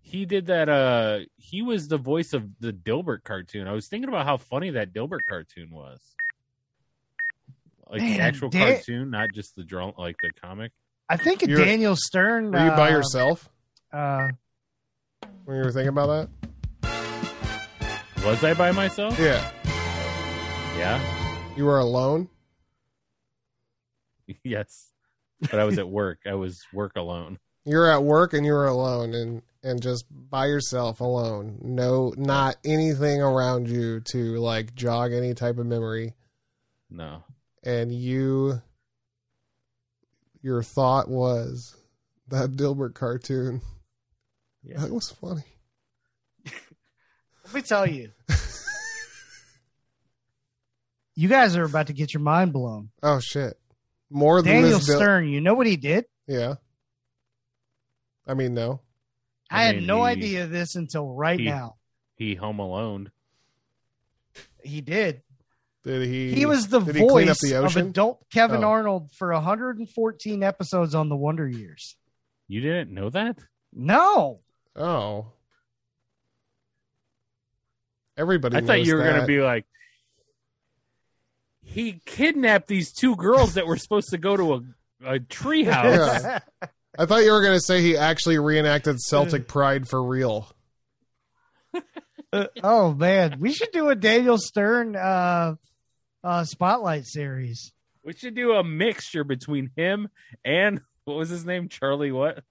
[SPEAKER 4] he did that. Uh, he was the voice of the Dilbert cartoon. I was thinking about how funny that Dilbert cartoon was, like
[SPEAKER 5] Man,
[SPEAKER 4] the actual
[SPEAKER 5] Dan-
[SPEAKER 4] cartoon, not just the draw, like the comic.
[SPEAKER 5] I think a
[SPEAKER 3] You were-
[SPEAKER 5] Daniel Stern.
[SPEAKER 3] Were you by
[SPEAKER 5] uh,
[SPEAKER 3] yourself
[SPEAKER 5] Uh,
[SPEAKER 3] when you were thinking about that?
[SPEAKER 4] Was I by myself?
[SPEAKER 3] Yeah,
[SPEAKER 4] Yeah. (laughs)
[SPEAKER 3] you were alone.
[SPEAKER 4] yes. But I was at work. I was work alone.
[SPEAKER 3] You were at work and you were alone and and just by yourself alone. No, not anything around you to like jog any type of memory.
[SPEAKER 4] No.
[SPEAKER 3] and you your thought was that Dilbert cartoon.
[SPEAKER 4] Yeah.
[SPEAKER 3] That was funny.
[SPEAKER 5] let me tell you. you guys are about to get your mind blown.
[SPEAKER 3] Oh shit. More than
[SPEAKER 5] Daniel
[SPEAKER 3] this Dil-
[SPEAKER 5] Stern, you know what he did?
[SPEAKER 3] Yeah. I mean no.
[SPEAKER 5] I,
[SPEAKER 4] I
[SPEAKER 5] had
[SPEAKER 4] mean,
[SPEAKER 5] no
[SPEAKER 4] he-
[SPEAKER 5] idea this until right
[SPEAKER 4] he-
[SPEAKER 5] now.
[SPEAKER 4] He home alone.
[SPEAKER 5] He did.
[SPEAKER 3] Did he
[SPEAKER 5] He was the
[SPEAKER 3] did he clean up
[SPEAKER 5] voice
[SPEAKER 3] the
[SPEAKER 5] of
[SPEAKER 3] ocean?
[SPEAKER 5] adult Kevin
[SPEAKER 3] Oh.
[SPEAKER 5] Arnold for 114 episodes on The Wonder Years.
[SPEAKER 4] You didn't know that?
[SPEAKER 5] No,
[SPEAKER 3] Oh. Everybody
[SPEAKER 4] I thought
[SPEAKER 3] knows
[SPEAKER 4] you were going to
[SPEAKER 3] that.
[SPEAKER 4] be like, he kidnapped these two girls that were supposed to go to a, a treehouse.
[SPEAKER 5] (laughs)
[SPEAKER 3] Yeah. I thought you were going to say he actually reenacted Celtic Pride for real.
[SPEAKER 5] oh man, we should do a Daniel Stern uh, uh, spotlight series.
[SPEAKER 4] We should do a mixture between him and what was his name? Charlie what?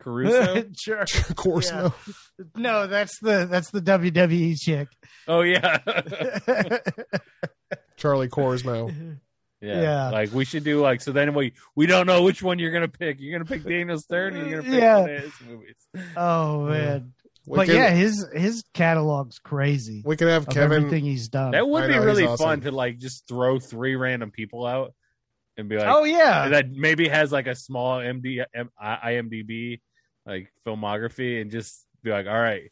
[SPEAKER 4] Caruso?
[SPEAKER 5] (laughs) sure.
[SPEAKER 3] Of course,
[SPEAKER 5] Yeah.
[SPEAKER 3] no.
[SPEAKER 5] No, that's the that's the WWE chick. (laughs)
[SPEAKER 4] oh yeah. (laughs)
[SPEAKER 3] Charlie Corsmo.
[SPEAKER 4] yeah.
[SPEAKER 5] Yeah.
[SPEAKER 4] Like we should do like so then we we don't know which one you're gonna pick. You're gonna pick Daniel Stern or you're gonna pick
[SPEAKER 5] Yeah.
[SPEAKER 4] one of his movies.
[SPEAKER 5] oh man,
[SPEAKER 3] We
[SPEAKER 5] but
[SPEAKER 3] could,
[SPEAKER 5] yeah, his his catalog's crazy.
[SPEAKER 3] we could have
[SPEAKER 5] Of
[SPEAKER 3] Kevin.
[SPEAKER 5] everything he's done.
[SPEAKER 4] That
[SPEAKER 3] I
[SPEAKER 4] would be
[SPEAKER 3] know, he's
[SPEAKER 4] really
[SPEAKER 3] awesome.
[SPEAKER 4] fun to like just throw three random people out and be like
[SPEAKER 5] oh yeah,
[SPEAKER 4] that maybe has like a small MD M- I- IMDb like filmography and just be like, all right,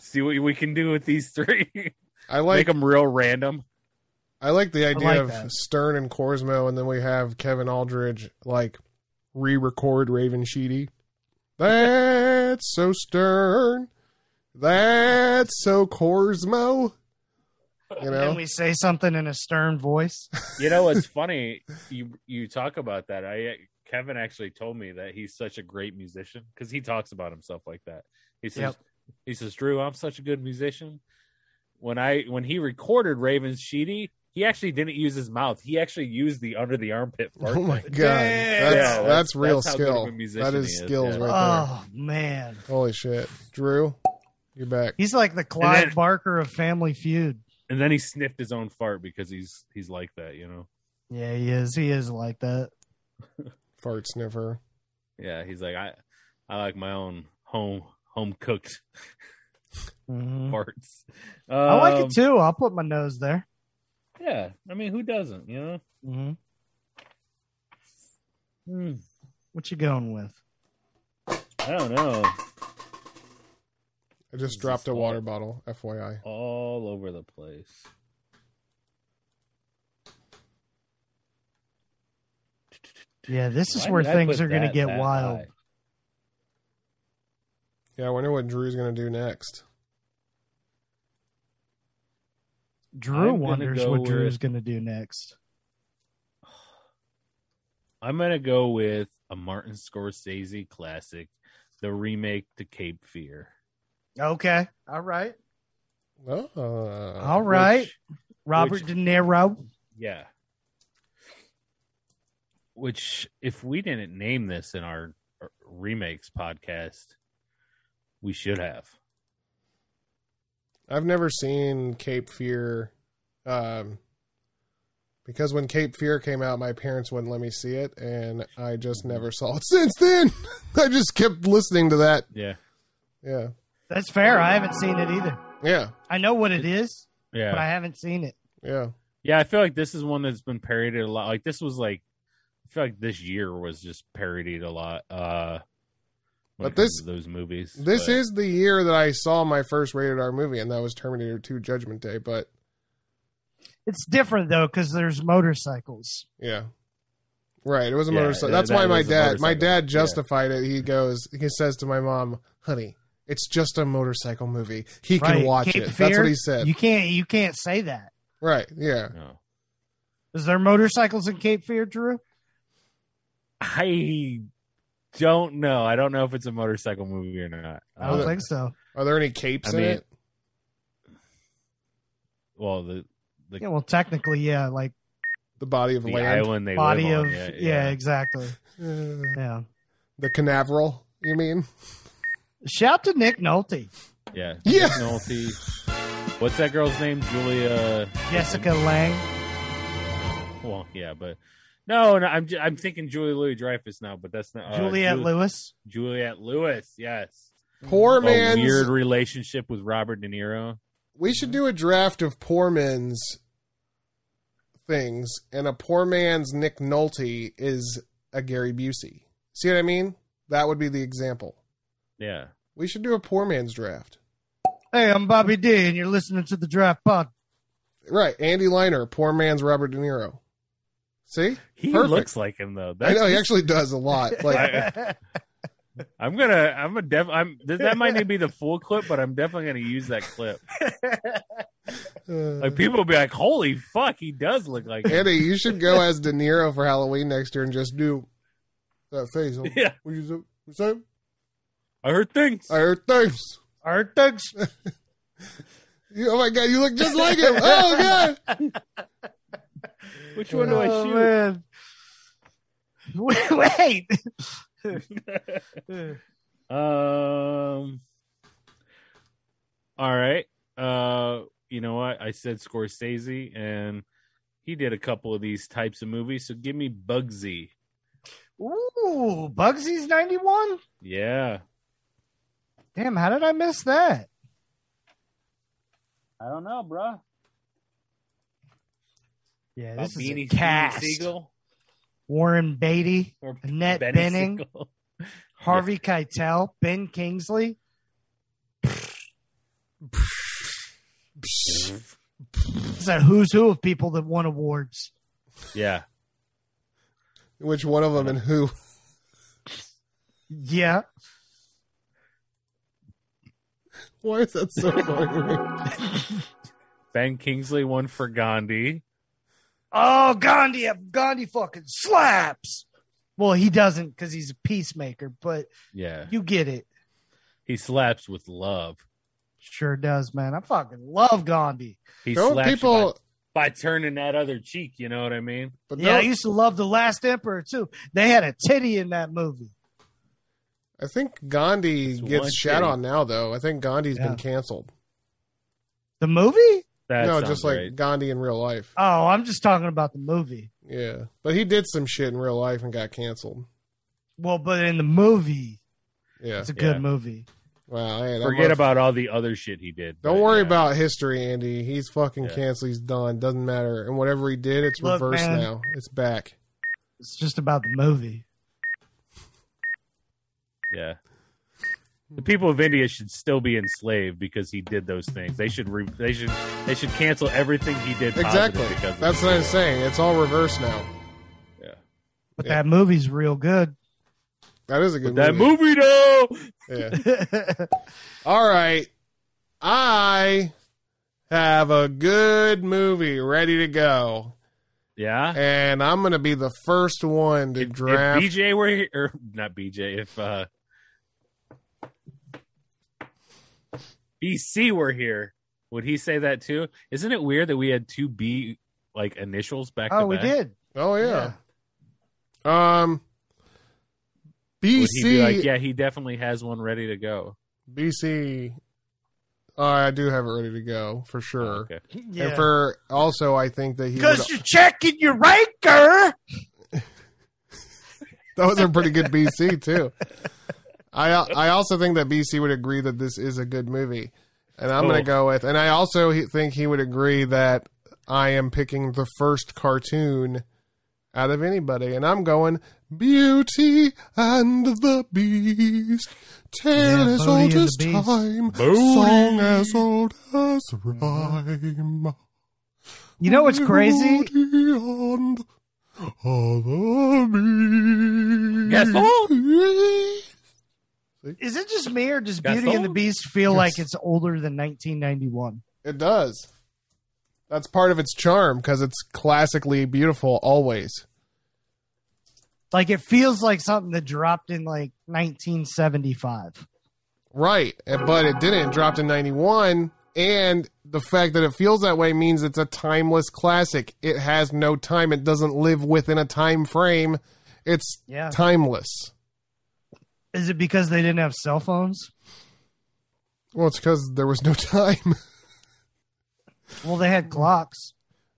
[SPEAKER 4] see what we can do with these three. (laughs)
[SPEAKER 3] I
[SPEAKER 4] Make
[SPEAKER 3] like.
[SPEAKER 4] them real random.
[SPEAKER 3] I like the idea
[SPEAKER 5] like
[SPEAKER 3] of
[SPEAKER 5] that.
[SPEAKER 3] Stern and Corsmo, and then we have Kevin Aldridge like re-record Raven Sheedy. That's so Stern. That's so Corsmo. You
[SPEAKER 5] and
[SPEAKER 3] know,
[SPEAKER 5] we say something in a stern voice.
[SPEAKER 4] You know
[SPEAKER 5] (laughs)
[SPEAKER 4] what's funny? You you talk about that. I Kevin actually told me that he's such a great musician because he talks about himself like that. He says he says Drew, I'm such a good musician. When I when he recorded Raven's Sheedy, he actually didn't use his mouth. He actually used the under the armpit. Fart
[SPEAKER 3] oh my
[SPEAKER 4] button.
[SPEAKER 3] god, that's, that's,
[SPEAKER 4] that's-
[SPEAKER 3] real
[SPEAKER 4] that's how good of a
[SPEAKER 3] skill.
[SPEAKER 4] musician
[SPEAKER 3] That is
[SPEAKER 4] he is,
[SPEAKER 3] skills
[SPEAKER 4] yeah.
[SPEAKER 3] right there.
[SPEAKER 5] Oh man,
[SPEAKER 3] Holy shit, Drew, you're back.
[SPEAKER 5] he's like the Clive
[SPEAKER 4] then-
[SPEAKER 5] Barker of Family Feud.
[SPEAKER 4] And then he sniffed his own fart because he's he's like that, you know.
[SPEAKER 5] Yeah, he is. He is like that.
[SPEAKER 3] Fart sniffer.
[SPEAKER 4] Yeah, he's like I I like my own home home cooked
[SPEAKER 5] Mhm.
[SPEAKER 4] farts.
[SPEAKER 5] I like
[SPEAKER 4] Um,
[SPEAKER 5] it too. I'll put my nose there.
[SPEAKER 4] Yeah, I mean, who doesn't? You know.
[SPEAKER 5] hmm
[SPEAKER 4] Hmm.
[SPEAKER 5] What you going with?
[SPEAKER 4] I don't know.
[SPEAKER 3] I just
[SPEAKER 4] Is
[SPEAKER 3] dropped
[SPEAKER 4] this
[SPEAKER 3] a
[SPEAKER 4] all-
[SPEAKER 3] water bottle, FYI.
[SPEAKER 4] All over the place.
[SPEAKER 5] Yeah, this is
[SPEAKER 4] Why
[SPEAKER 5] where
[SPEAKER 4] did I
[SPEAKER 5] things
[SPEAKER 4] put
[SPEAKER 5] are going to
[SPEAKER 4] that
[SPEAKER 5] get
[SPEAKER 4] that
[SPEAKER 5] wild.
[SPEAKER 4] high?
[SPEAKER 3] Yeah, I wonder what Drew's gonna do next.
[SPEAKER 5] Drew
[SPEAKER 4] I'm gonna
[SPEAKER 5] wonders
[SPEAKER 4] go
[SPEAKER 5] what
[SPEAKER 4] with-
[SPEAKER 5] Drew's going to do next.
[SPEAKER 4] I'm gonna go with a Martin Scorsese classic, the remake to Cape Fear.
[SPEAKER 5] Okay. All right.
[SPEAKER 3] Oh,
[SPEAKER 4] Uh,
[SPEAKER 5] All right.
[SPEAKER 4] which-
[SPEAKER 5] Robert
[SPEAKER 4] which-
[SPEAKER 5] De Niro.
[SPEAKER 4] Yeah. Which, if we didn't name this in our our remakes podcast, we should have.
[SPEAKER 3] I've never seen Cape Fear, um, because when Cape Fear came out, my parents wouldn't let me see it, and I just never saw it (laughs) since then. I just kept listening to that.
[SPEAKER 4] Yeah.
[SPEAKER 3] Yeah,
[SPEAKER 5] That's fair. I haven't seen it either.
[SPEAKER 3] yeah,
[SPEAKER 5] I know what it is,
[SPEAKER 4] Yeah.
[SPEAKER 5] but I haven't seen it.
[SPEAKER 3] yeah.
[SPEAKER 4] Yeah, I feel like this is one that's been parodied a lot. Like this was like I feel like this year was just parodied a lot. Uh when
[SPEAKER 3] But
[SPEAKER 4] it comes
[SPEAKER 3] this-
[SPEAKER 4] to those movies.
[SPEAKER 3] This
[SPEAKER 4] But
[SPEAKER 3] is the year that I saw my first rated R movie, and that was Terminator Two: Judgment Day. But
[SPEAKER 5] It's different though because there's motorcycles.
[SPEAKER 3] yeah, right. It was a
[SPEAKER 4] Yeah,
[SPEAKER 3] motorcycle.
[SPEAKER 4] that-
[SPEAKER 3] That's
[SPEAKER 4] that
[SPEAKER 3] why my
[SPEAKER 4] was a
[SPEAKER 3] dad, my
[SPEAKER 4] motorcycle.
[SPEAKER 3] dad
[SPEAKER 4] Yeah.
[SPEAKER 3] justified it. He goes, he says to my mom, "Honey." It's just a motorcycle movie. He
[SPEAKER 5] right?
[SPEAKER 3] can watch
[SPEAKER 5] Cape
[SPEAKER 3] it. That's
[SPEAKER 5] Fear,
[SPEAKER 3] what he said.
[SPEAKER 5] You can't. You can't say that.
[SPEAKER 3] Right. Yeah.
[SPEAKER 4] no.
[SPEAKER 5] Is there motorcycles in Cape Fear, Drew?
[SPEAKER 4] I don't know. I don't know if it's a motorcycle movie or not.
[SPEAKER 5] I don't
[SPEAKER 3] Uh,
[SPEAKER 5] think so.
[SPEAKER 3] Are there any capes in
[SPEAKER 4] I mean-
[SPEAKER 3] it?
[SPEAKER 4] well the the,
[SPEAKER 5] Yeah. Well, technically, yeah. Like
[SPEAKER 3] The body of
[SPEAKER 4] the
[SPEAKER 3] land.
[SPEAKER 4] island they
[SPEAKER 5] body
[SPEAKER 4] live
[SPEAKER 5] of
[SPEAKER 4] on.
[SPEAKER 5] yeah,
[SPEAKER 4] Yeah, yeah.
[SPEAKER 5] exactly.
[SPEAKER 3] Uh,
[SPEAKER 5] Yeah.
[SPEAKER 3] the Canaveral. You mean?
[SPEAKER 5] Shout to Nick Nolte,
[SPEAKER 4] (laughs) Yeah.
[SPEAKER 3] Yeah.
[SPEAKER 4] Nick Nolte. What's that girl's name? Julia
[SPEAKER 5] Jessica Lang.
[SPEAKER 4] Well, yeah, but no, no, I'm ju- I'm thinking Julia Louis Dreyfus now, but that's not uh,
[SPEAKER 5] Juliette
[SPEAKER 4] Ju-
[SPEAKER 5] Lewis.
[SPEAKER 4] Juliette Lewis, yes.
[SPEAKER 3] Poor
[SPEAKER 4] a
[SPEAKER 3] man's.
[SPEAKER 4] weird relationship with Robert De Niro.
[SPEAKER 3] We should do a draft of poor man's things, and a poor man's Nick Nolte is a Gary Busey. See what I mean? That would be the example.
[SPEAKER 4] Yeah.
[SPEAKER 3] We should do a poor man's draft.
[SPEAKER 5] Hey, I'm Bobby D, and you're listening to the Draft Pod.
[SPEAKER 3] Right. Andy Liner, poor man's Robert De Niro. See?
[SPEAKER 4] He
[SPEAKER 3] Perfect.
[SPEAKER 4] looks like him though.
[SPEAKER 3] I know he
[SPEAKER 4] just-
[SPEAKER 3] actually does a
[SPEAKER 4] (laughs)
[SPEAKER 3] lot. Like
[SPEAKER 4] I- I'm gonna. I'm a def. I'm th- that might not be the full clip, but I'm definitely gonna use that clip.
[SPEAKER 3] uh,
[SPEAKER 4] Like people will be like, "Holy fuck, he does look like." Him.
[SPEAKER 3] Andy, you should go as De Niro for Halloween next year and just do that face. Huh?
[SPEAKER 4] Yeah.
[SPEAKER 3] What you do- you say?
[SPEAKER 4] I heard things.
[SPEAKER 3] I heard things.
[SPEAKER 5] Art
[SPEAKER 4] (laughs)
[SPEAKER 5] thugs.
[SPEAKER 3] You, oh my god, you look just like him. Oh god.
[SPEAKER 4] Which one do I
[SPEAKER 5] Oh,
[SPEAKER 4] shoot?
[SPEAKER 5] man. (laughs) Wait.
[SPEAKER 4] (laughs) Um. All right. Uh, you know what? I said Scorsese, and he did a couple of these types of movies. So give me Bugsy.
[SPEAKER 5] Ooh, Bugsy's 91?
[SPEAKER 4] Yeah.
[SPEAKER 5] Damn, how did I miss that?
[SPEAKER 4] I don't know, bruh.
[SPEAKER 5] Yeah,
[SPEAKER 4] About
[SPEAKER 5] this is a
[SPEAKER 4] Beanie- Beanie
[SPEAKER 5] cast.
[SPEAKER 4] Siegel
[SPEAKER 5] Warren Beatty,
[SPEAKER 4] or
[SPEAKER 5] Annette
[SPEAKER 4] Benny
[SPEAKER 5] Bening, (laughs)
[SPEAKER 4] Siegel.
[SPEAKER 5] Harvey Keitel, Ben Kingsley.
[SPEAKER 4] (laughs)
[SPEAKER 5] It's a who's who of people that won awards.
[SPEAKER 4] Yeah.
[SPEAKER 3] Which one of them and who? (laughs)
[SPEAKER 5] Yeah.
[SPEAKER 3] Why is that
[SPEAKER 4] (laughs)
[SPEAKER 3] so annoying to me?
[SPEAKER 4] Ben Kingsley won for Gandhi.
[SPEAKER 5] Oh, Gandhi, Gandhi fucking slaps. Well, he doesn't because he's a peacemaker, but
[SPEAKER 4] Yeah.
[SPEAKER 5] you get it.
[SPEAKER 4] He slaps with love.
[SPEAKER 5] Sure does, man. I fucking love Gandhi.
[SPEAKER 4] He
[SPEAKER 3] Don't
[SPEAKER 4] slaps you
[SPEAKER 3] people
[SPEAKER 4] by, by turning that other cheek. You know what I mean?
[SPEAKER 3] but
[SPEAKER 5] Yeah, I
[SPEAKER 3] don't-
[SPEAKER 5] used to love The Last Emperor too. They had a titty in that movie.
[SPEAKER 3] I think Gandhi
[SPEAKER 4] It's
[SPEAKER 3] gets
[SPEAKER 4] one
[SPEAKER 3] shat
[SPEAKER 4] thing.
[SPEAKER 3] on now though. I think Gandhi's
[SPEAKER 5] Yeah.
[SPEAKER 3] been canceled.
[SPEAKER 5] The movie?
[SPEAKER 4] That
[SPEAKER 3] no,
[SPEAKER 4] sounds
[SPEAKER 3] just like
[SPEAKER 4] right.
[SPEAKER 3] Gandhi in real life.
[SPEAKER 5] Oh, I'm just talking about the movie.
[SPEAKER 3] Yeah. But he did some shit in real life and got canceled.
[SPEAKER 5] Well, but in the movie,
[SPEAKER 3] Yeah.
[SPEAKER 5] it's a good
[SPEAKER 4] Yeah.
[SPEAKER 5] movie.
[SPEAKER 3] Wow. hey, that
[SPEAKER 4] Forget
[SPEAKER 3] motherf-
[SPEAKER 4] about all the other shit he did.
[SPEAKER 3] Don't
[SPEAKER 4] but
[SPEAKER 3] worry
[SPEAKER 4] yeah.
[SPEAKER 3] about history, Andy. He's fucking
[SPEAKER 4] Yeah.
[SPEAKER 3] canceled. He's done. Doesn't matter. And whatever he did, it's
[SPEAKER 5] Look,
[SPEAKER 3] reversed
[SPEAKER 5] man.
[SPEAKER 3] now. It's back.
[SPEAKER 5] It's just about the movie.
[SPEAKER 4] Yeah. The people of India should still be enslaved because he did those things. They should re- they should they should cancel everything he did positive
[SPEAKER 3] Exactly.
[SPEAKER 4] because of
[SPEAKER 3] That's
[SPEAKER 4] it.
[SPEAKER 3] what I'm saying. It's all reversed now.
[SPEAKER 4] yeah.
[SPEAKER 5] But
[SPEAKER 3] Yeah.
[SPEAKER 5] that movie's real good.
[SPEAKER 3] That is a
[SPEAKER 4] But
[SPEAKER 3] good
[SPEAKER 4] that
[SPEAKER 3] movie.
[SPEAKER 4] movie though.
[SPEAKER 3] Yeah. (laughs) All right. I have a good movie ready to go.
[SPEAKER 4] Yeah.
[SPEAKER 3] And I'm going to be the first one to
[SPEAKER 4] If, if
[SPEAKER 3] draft.
[SPEAKER 4] BJ were here or not BJ, if uh BC were here, would he say that too? Isn't it weird that we had two B like initials back to
[SPEAKER 5] oh, we
[SPEAKER 4] back?
[SPEAKER 5] did.
[SPEAKER 3] oh, yeah. Um, BC.
[SPEAKER 4] Would he be like, yeah, he definitely has one ready to go.
[SPEAKER 3] BC. Uh, I do have it ready to go for sure.
[SPEAKER 4] Oh, Okay.
[SPEAKER 5] Yeah.
[SPEAKER 3] And for also, I think that he.
[SPEAKER 5] Because
[SPEAKER 3] would-
[SPEAKER 5] you're checking your
[SPEAKER 3] (laughs)
[SPEAKER 5] ranker.
[SPEAKER 3] that was a pretty good BC too. I I also think that BC would agree that this is a good movie, and I'm
[SPEAKER 5] Oh.
[SPEAKER 3] going
[SPEAKER 4] Cool.
[SPEAKER 3] to go with. And I also he- think he would agree that I am picking the first cartoon out of anybody, and I'm going Beauty and the Beast, tale
[SPEAKER 5] Yeah,
[SPEAKER 3] as
[SPEAKER 5] Beauty
[SPEAKER 3] old
[SPEAKER 5] and the
[SPEAKER 3] as
[SPEAKER 5] Beast.
[SPEAKER 3] time,
[SPEAKER 4] Beauty.
[SPEAKER 3] song as old as rhyme.
[SPEAKER 5] You know what's crazy?
[SPEAKER 4] (laughs)
[SPEAKER 3] Beauty and the
[SPEAKER 5] Hmm.
[SPEAKER 4] Yes, Oh,
[SPEAKER 3] Beast.
[SPEAKER 5] Is it just me or does
[SPEAKER 4] Got
[SPEAKER 5] Beauty and the
[SPEAKER 4] sold?
[SPEAKER 5] Beast feel
[SPEAKER 3] Yes.
[SPEAKER 5] like it's older than 1991?
[SPEAKER 3] It does. That's part of its charm because it's classically beautiful always.
[SPEAKER 5] Like it feels like something that dropped in like 1975.
[SPEAKER 3] Right. eh, But it didn't. It dropped in 91. And the fact that it feels that way means it's a timeless classic. It has no time. It doesn't live within a time frame. It's
[SPEAKER 5] Yeah.
[SPEAKER 3] timeless.
[SPEAKER 5] Is it because they didn't have cell phones?
[SPEAKER 3] Well, it's because there was no (laughs) time.
[SPEAKER 5] Well, they had clocks.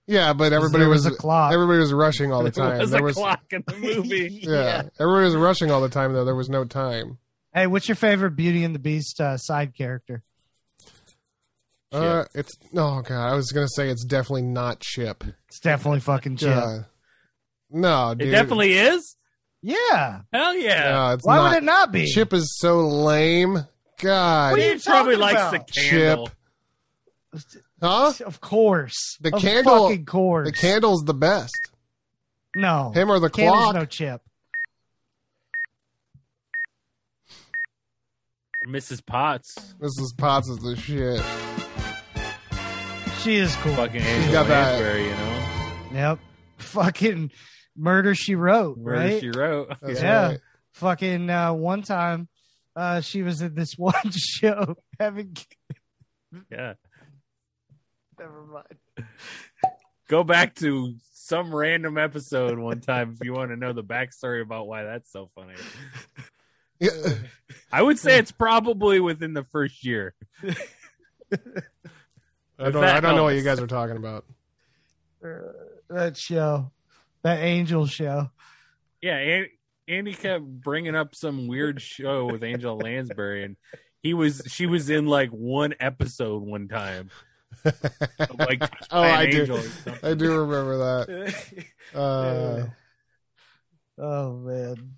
[SPEAKER 3] yeah, but everybody
[SPEAKER 5] there was
[SPEAKER 3] was,
[SPEAKER 5] a clock.
[SPEAKER 3] everybody was rushing
[SPEAKER 5] (laughs)
[SPEAKER 3] all the
[SPEAKER 4] (laughs) There
[SPEAKER 3] time.
[SPEAKER 4] was
[SPEAKER 3] There
[SPEAKER 4] a
[SPEAKER 3] was-
[SPEAKER 4] clock in the movie.
[SPEAKER 3] (laughs) Yeah. Everybody was rushing all the time, though. There was no time.
[SPEAKER 5] Hey, what's your favorite Beauty and the Beast uh, side character?
[SPEAKER 3] Uh, it's oh god, I was gonna say it's definitely not Chip.
[SPEAKER 5] It's definitely fucking Chip.
[SPEAKER 3] Oh God. no,
[SPEAKER 4] it
[SPEAKER 3] dude,
[SPEAKER 4] definitely is.
[SPEAKER 5] Yeah.
[SPEAKER 4] Hell yeah.
[SPEAKER 3] No, it's
[SPEAKER 5] uh, Why
[SPEAKER 3] not.
[SPEAKER 5] would it not be?
[SPEAKER 3] Chip is so lame. God,
[SPEAKER 5] What are you
[SPEAKER 4] he probably
[SPEAKER 5] talking
[SPEAKER 4] likes
[SPEAKER 5] about?
[SPEAKER 4] the candle.
[SPEAKER 3] Chip. huh?
[SPEAKER 5] Of course.
[SPEAKER 3] The
[SPEAKER 5] of
[SPEAKER 3] candle-
[SPEAKER 5] Fucking course.
[SPEAKER 3] The candle's the best.
[SPEAKER 5] No.
[SPEAKER 3] Him or the
[SPEAKER 5] Candle's
[SPEAKER 3] clock?
[SPEAKER 5] no Chip.
[SPEAKER 4] Mrs. Potts.
[SPEAKER 3] Mrs. Potts is the
[SPEAKER 5] (laughs)
[SPEAKER 3] shit.
[SPEAKER 5] She is cool.
[SPEAKER 4] Fucking Angela
[SPEAKER 3] got that.
[SPEAKER 4] Lansbury, you know?
[SPEAKER 5] Yep. (laughs) Fucking Murder She Wrote,
[SPEAKER 4] Murder
[SPEAKER 5] right?
[SPEAKER 4] She Wrote. (laughs)
[SPEAKER 3] That's
[SPEAKER 5] Yeah.
[SPEAKER 3] right.
[SPEAKER 5] Fucking uh, one time, uh, she was at this (laughs) one show having.
[SPEAKER 4] Yeah.
[SPEAKER 5] Never mind.
[SPEAKER 4] Go back to some random episode one time if you want to know the backstory about why that's so funny.
[SPEAKER 3] Yeah.
[SPEAKER 4] I would say it's probably within the first year.
[SPEAKER 3] I don't,
[SPEAKER 4] that
[SPEAKER 3] I don't know what you
[SPEAKER 4] helps.
[SPEAKER 3] guys are talking
[SPEAKER 5] (laughs)
[SPEAKER 3] about.
[SPEAKER 5] Uh, that show, that Angel show.
[SPEAKER 4] Yeah, and, Andy kept bringing up some weird show with Angel Lansbury, and he was she was in like one episode one time. Of, like
[SPEAKER 3] (laughs) oh,
[SPEAKER 4] an
[SPEAKER 3] I
[SPEAKER 4] angel
[SPEAKER 3] do.
[SPEAKER 4] or something.
[SPEAKER 3] I do remember
[SPEAKER 5] (laughs)
[SPEAKER 3] that. Uh,
[SPEAKER 5] oh man,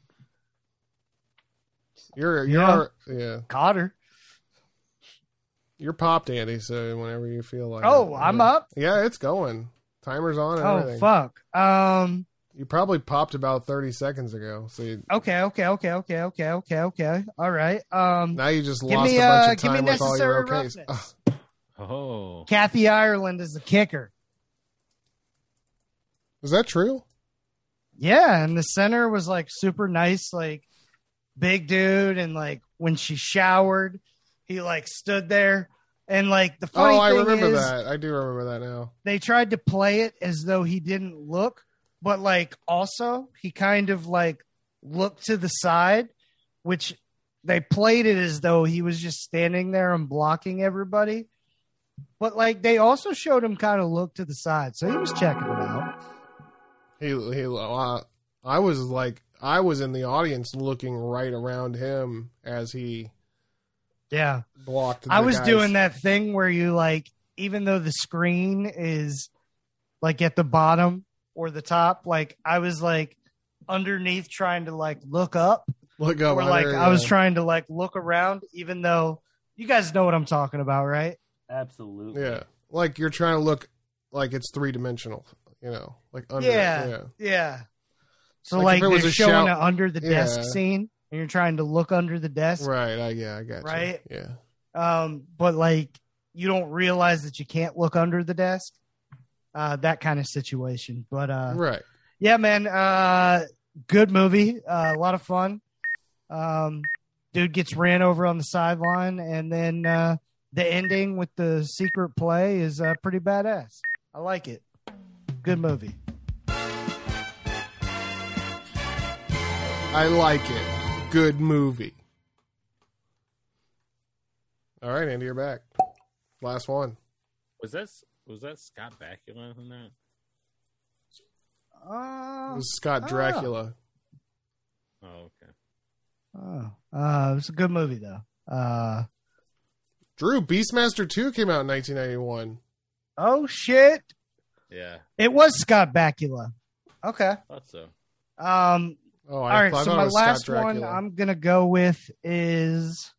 [SPEAKER 3] you're
[SPEAKER 5] Yeah.
[SPEAKER 3] you're yeah.
[SPEAKER 5] caught her.
[SPEAKER 3] You're popped, Andy. So whenever you feel like,
[SPEAKER 5] Oh,
[SPEAKER 3] it.
[SPEAKER 5] I'm
[SPEAKER 3] Yeah.
[SPEAKER 5] up.
[SPEAKER 3] Yeah, it's going. Timer's on. And
[SPEAKER 5] Oh
[SPEAKER 3] everything.
[SPEAKER 5] fuck. Um.
[SPEAKER 3] You probably popped about thirty seconds ago. So you,
[SPEAKER 5] Okay. Okay. Okay. Okay. Okay. Okay. Okay. All right. Um.
[SPEAKER 3] now you just
[SPEAKER 5] Give
[SPEAKER 3] lost
[SPEAKER 5] me,
[SPEAKER 3] a bunch
[SPEAKER 5] uh,
[SPEAKER 3] of
[SPEAKER 5] give me
[SPEAKER 3] time with all your
[SPEAKER 5] necessary
[SPEAKER 3] okays.
[SPEAKER 5] roughness.
[SPEAKER 3] Ugh,
[SPEAKER 4] Oh,
[SPEAKER 5] Kathy Ireland is the kicker.
[SPEAKER 3] (sighs) is that true?
[SPEAKER 5] Yeah, and the center was like super nice, like big dude, and like when she showered, he like stood there, and like the funny
[SPEAKER 3] Oh, I
[SPEAKER 5] thing
[SPEAKER 3] remember
[SPEAKER 5] is,
[SPEAKER 3] that. I do remember that now.
[SPEAKER 5] they tried to play it as though he didn't look, but like also he kind of like looked to the side, which they played it as though he was just standing there and blocking everybody. But like they also showed him kind of look to the side, so he was checking it out.
[SPEAKER 3] He he. Uh, I was like, I was in the audience looking right around him as he
[SPEAKER 5] Yeah.
[SPEAKER 3] blocked.
[SPEAKER 5] I was doing that thing where you like, even though the screen is like at the bottom or the top, like I was like underneath trying to like look up,
[SPEAKER 3] Look up
[SPEAKER 5] or like
[SPEAKER 3] under,
[SPEAKER 5] I was
[SPEAKER 3] yeah.
[SPEAKER 5] trying to like look around, even though you guys know what I'm talking about, right?
[SPEAKER 4] absolutely.
[SPEAKER 3] Yeah, like you're trying to look like it's three dimensional. You know, like under.
[SPEAKER 5] Yeah.
[SPEAKER 3] yeah.
[SPEAKER 5] Yeah. So
[SPEAKER 3] Like,
[SPEAKER 5] like,
[SPEAKER 3] if it was
[SPEAKER 5] they're
[SPEAKER 3] a
[SPEAKER 5] showing
[SPEAKER 3] shout-
[SPEAKER 5] an under the desk
[SPEAKER 3] Yeah.
[SPEAKER 5] scene, and you're trying to look under the desk,
[SPEAKER 3] Right. I, yeah, I got
[SPEAKER 5] Right?
[SPEAKER 3] You. Yeah.
[SPEAKER 5] um, but like you don't realize that you can't look under the desk. Uh, that kind of situation, but uh,
[SPEAKER 3] Right.
[SPEAKER 5] yeah man uh good movie uh, a lot of fun um dude gets ran over on the sideline and then uh the ending with the secret play is uh, pretty badass i like it good movie
[SPEAKER 3] I like it. Good movie. All right, Andy, you're back. Last one.
[SPEAKER 4] Was that was that Scott Bakula in that?
[SPEAKER 3] It
[SPEAKER 5] uh,
[SPEAKER 3] was Scott
[SPEAKER 5] Ah.
[SPEAKER 3] Dracula.
[SPEAKER 4] Oh, okay.
[SPEAKER 5] oh, uh it's a good movie though uh
[SPEAKER 3] Drew, Beastmaster 2 came out in 1991.
[SPEAKER 5] oh shit
[SPEAKER 4] Yeah,
[SPEAKER 5] it was scott bakula okay
[SPEAKER 4] thought so.
[SPEAKER 5] um
[SPEAKER 3] Oh,
[SPEAKER 5] All
[SPEAKER 3] I,
[SPEAKER 5] right,
[SPEAKER 3] I
[SPEAKER 5] so
[SPEAKER 3] thought
[SPEAKER 5] my
[SPEAKER 3] it was
[SPEAKER 5] last
[SPEAKER 3] Scott
[SPEAKER 5] one um,
[SPEAKER 3] Dracula.
[SPEAKER 5] I'm gonna go with is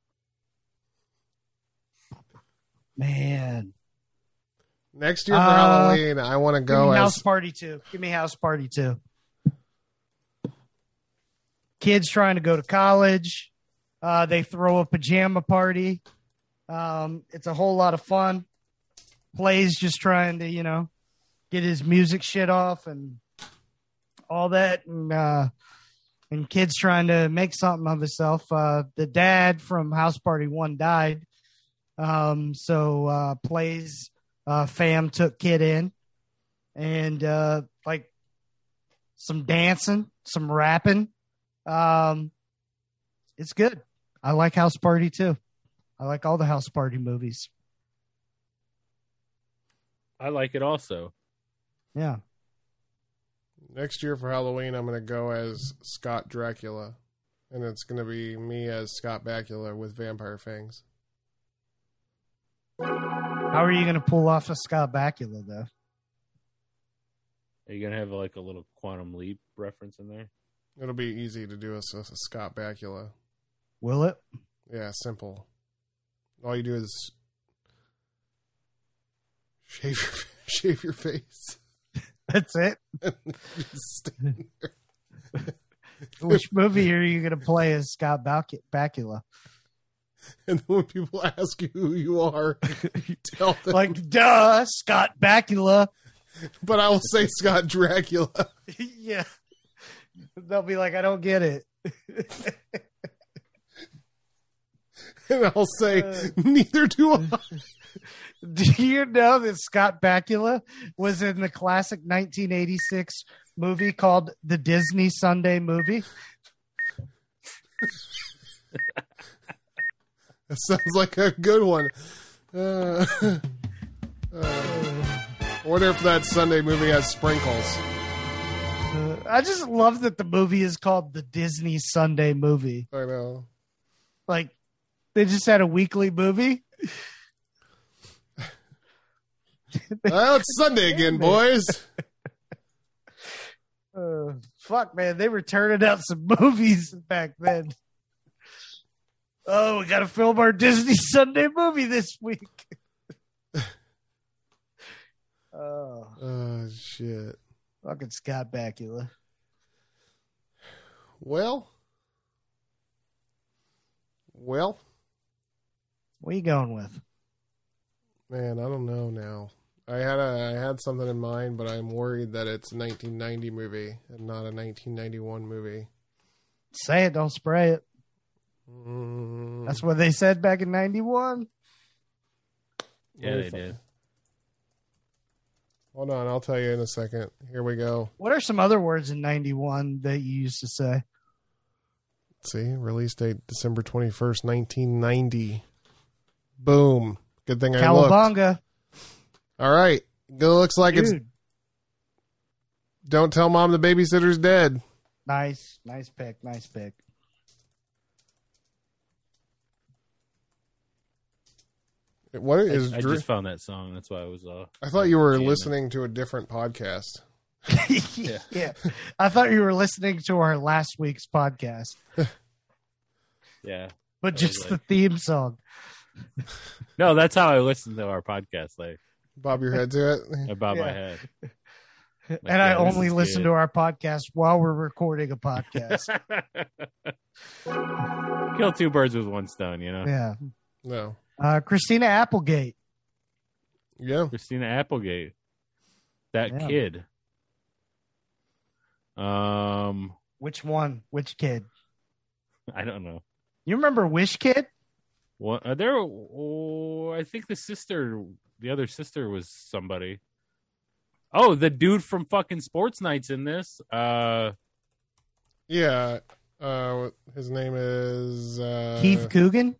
[SPEAKER 5] man.
[SPEAKER 3] Next year for
[SPEAKER 5] Uh,
[SPEAKER 3] Halloween, I want to
[SPEAKER 5] Give
[SPEAKER 3] go
[SPEAKER 5] me
[SPEAKER 3] as
[SPEAKER 5] House Party Two. Give me House Party Two. Kids trying to go to college. Uh, they throw a pajama party. Um, it's a whole lot of fun. Plays just trying to you know get his music shit off and all that, and uh, and kids trying to make something of himself. Uh, the dad from House Party One died. Um, so uh, plays uh, fam took kid in and uh like some dancing, some rapping. Um it's good. I like House Party too. I like all the House Party movies.
[SPEAKER 4] I like it also.
[SPEAKER 5] Yeah.
[SPEAKER 3] next year for Halloween. I'm going to go as Scott Dracula, and it's going to be me as Scott Bakula with vampire fangs.
[SPEAKER 5] How are you gonna pull off a Scott Bakula though?
[SPEAKER 4] Are you gonna have like a little quantum leap reference in there?
[SPEAKER 3] It'll be easy to do as as Scott Bakula.
[SPEAKER 5] Will it? (laughs)
[SPEAKER 3] Yeah, simple. All you do is shave your (laughs) shave your face. (laughs)
[SPEAKER 5] That's it.
[SPEAKER 3] Just-
[SPEAKER 5] Which movie are you gonna play as Scott Bacu- Bakula?
[SPEAKER 3] and then when people ask you who you are, tell them.
[SPEAKER 5] (laughs) Like, duh, Scott Bakula. (laughs)
[SPEAKER 3] but I will say Scott Dracula. (laughs)
[SPEAKER 5] yeah. They'll be like, I don't get it.
[SPEAKER 3] and I'll say,
[SPEAKER 5] Uh.
[SPEAKER 3] neither do I.
[SPEAKER 5] (laughs) Do you know that Scott Bakula was in the classic 1986 movie called The Disney Sunday Movie?
[SPEAKER 3] (laughs) That sounds like a good one. Uh, (laughs) uh, I wonder if that Sunday movie has sprinkles.
[SPEAKER 5] Uh, I just love that the movie is called The Disney Sunday Movie.
[SPEAKER 3] I know.
[SPEAKER 5] Like, they just had a weekly movie.
[SPEAKER 3] Oh, it's Sunday again, boys.
[SPEAKER 5] Uh, fuck, man, they were turning out some (laughs) movies back then. Oh, we got to film our Disney Sunday movie this week. (laughs) oh,
[SPEAKER 3] Oh, shit.
[SPEAKER 5] fucking Scott Bakula.
[SPEAKER 3] Well, well,
[SPEAKER 5] What are you going with?
[SPEAKER 3] man, I don't know now. I had a I had something in mind, but I'm worried that it's a 1990 movie and not a 1991 movie.
[SPEAKER 5] Say it, don't spray it.
[SPEAKER 3] Mm.
[SPEAKER 5] That's what they said back in 91.
[SPEAKER 4] Yeah, they did.
[SPEAKER 3] Hold on, I'll tell you in a second. Here we go.
[SPEAKER 5] What are some other words in 91 that you used to say?
[SPEAKER 3] See, release date December 21st, 1990. Boom. Good thing I looked.
[SPEAKER 5] Calabunga.
[SPEAKER 3] All right. It looks like it's
[SPEAKER 5] Dude,
[SPEAKER 3] Don't Tell Mom the Babysitter's Dead.
[SPEAKER 5] nice. Nice pick. Nice pick. (laughs)
[SPEAKER 3] What
[SPEAKER 4] I,
[SPEAKER 3] is
[SPEAKER 4] I
[SPEAKER 3] Drew?
[SPEAKER 4] just found that song. That's why I was. Uh,
[SPEAKER 3] I thought you were
[SPEAKER 4] jamming.
[SPEAKER 3] listening to a different podcast.
[SPEAKER 5] yeah. I thought you were listening to our last week's podcast,
[SPEAKER 4] (laughs) Yeah.
[SPEAKER 5] but
[SPEAKER 4] was
[SPEAKER 5] just the
[SPEAKER 4] like-
[SPEAKER 5] theme song.
[SPEAKER 4] No, that's how I listened to our podcast. Like
[SPEAKER 3] Bob your head to it.
[SPEAKER 4] I bob my (laughs)
[SPEAKER 5] Yeah.
[SPEAKER 4] head.
[SPEAKER 5] and I
[SPEAKER 4] yeah, this
[SPEAKER 5] only
[SPEAKER 4] is
[SPEAKER 5] listen
[SPEAKER 4] good.
[SPEAKER 5] to our podcast while we're recording
[SPEAKER 4] (laughs)
[SPEAKER 5] a podcast.
[SPEAKER 4] Kill two birds with one stone. You know,
[SPEAKER 5] yeah.
[SPEAKER 3] No.
[SPEAKER 5] Uh, Christina Applegate.
[SPEAKER 3] Yeah.
[SPEAKER 4] Christina Applegate, that
[SPEAKER 5] Yeah.
[SPEAKER 4] kid. Um,
[SPEAKER 5] Which one? Which kid?
[SPEAKER 4] I don't know.
[SPEAKER 5] You remember Wish Kid?
[SPEAKER 4] What uh, there? Oh, I think the sister, the other sister, was somebody. Oh, the dude from fucking Sports Nights in this. Uh,
[SPEAKER 3] Yeah. Uh, his name is uh,
[SPEAKER 5] Keith Coogan?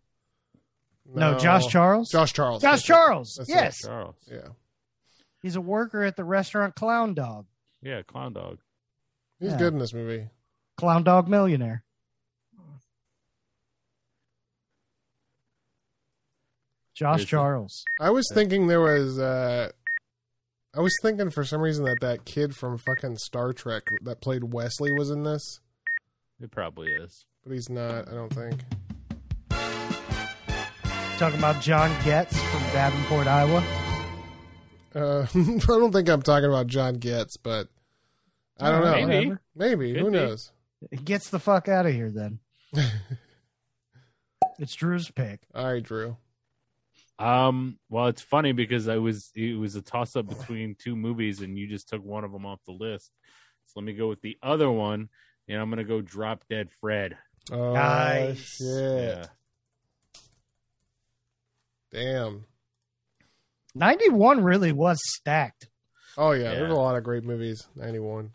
[SPEAKER 5] No, Josh Charles?
[SPEAKER 3] Josh Charles.
[SPEAKER 5] Josh
[SPEAKER 3] That's it.
[SPEAKER 5] Charles.
[SPEAKER 3] That's it.
[SPEAKER 5] Yes.
[SPEAKER 4] Charles. Yeah.
[SPEAKER 3] Yeah,
[SPEAKER 5] He's a worker at the restaurant Clown Dog.
[SPEAKER 4] Clown Dog.
[SPEAKER 3] he's
[SPEAKER 5] Yeah.
[SPEAKER 3] good in this movie.
[SPEAKER 5] Clown Dog Millionaire. Josh
[SPEAKER 4] There's the-
[SPEAKER 5] Charles.
[SPEAKER 3] I was thinking there was. Uh, I was thinking for some reason that that kid from fucking Star Trek that played Wesley was in this,
[SPEAKER 4] It probably is.
[SPEAKER 3] but he's not. I don't think.
[SPEAKER 5] Talking about John Getz from Davenport, Iowa.
[SPEAKER 3] Uh, (laughs) I don't think I'm talking about John Getz, but I don't know.
[SPEAKER 4] Uh, Maybe.
[SPEAKER 5] Whatever.
[SPEAKER 3] Maybe.
[SPEAKER 4] Could
[SPEAKER 3] Who
[SPEAKER 4] be.
[SPEAKER 3] knows?
[SPEAKER 5] Gets the fuck out of here then. it's Drew's pick.
[SPEAKER 3] All right, Drew.
[SPEAKER 4] Um, well, it's funny because I was it was a toss up between two movies, and you just took one of them off the list. So let me go with the other one, and I'm gonna go Drop Dead Fred.
[SPEAKER 3] Oh
[SPEAKER 5] Nice.
[SPEAKER 3] shit!
[SPEAKER 4] Yeah,
[SPEAKER 3] Damn.
[SPEAKER 5] 91 really was stacked.
[SPEAKER 3] Oh yeah,
[SPEAKER 4] Yeah.
[SPEAKER 3] there's a lot of great movies. Ninety one.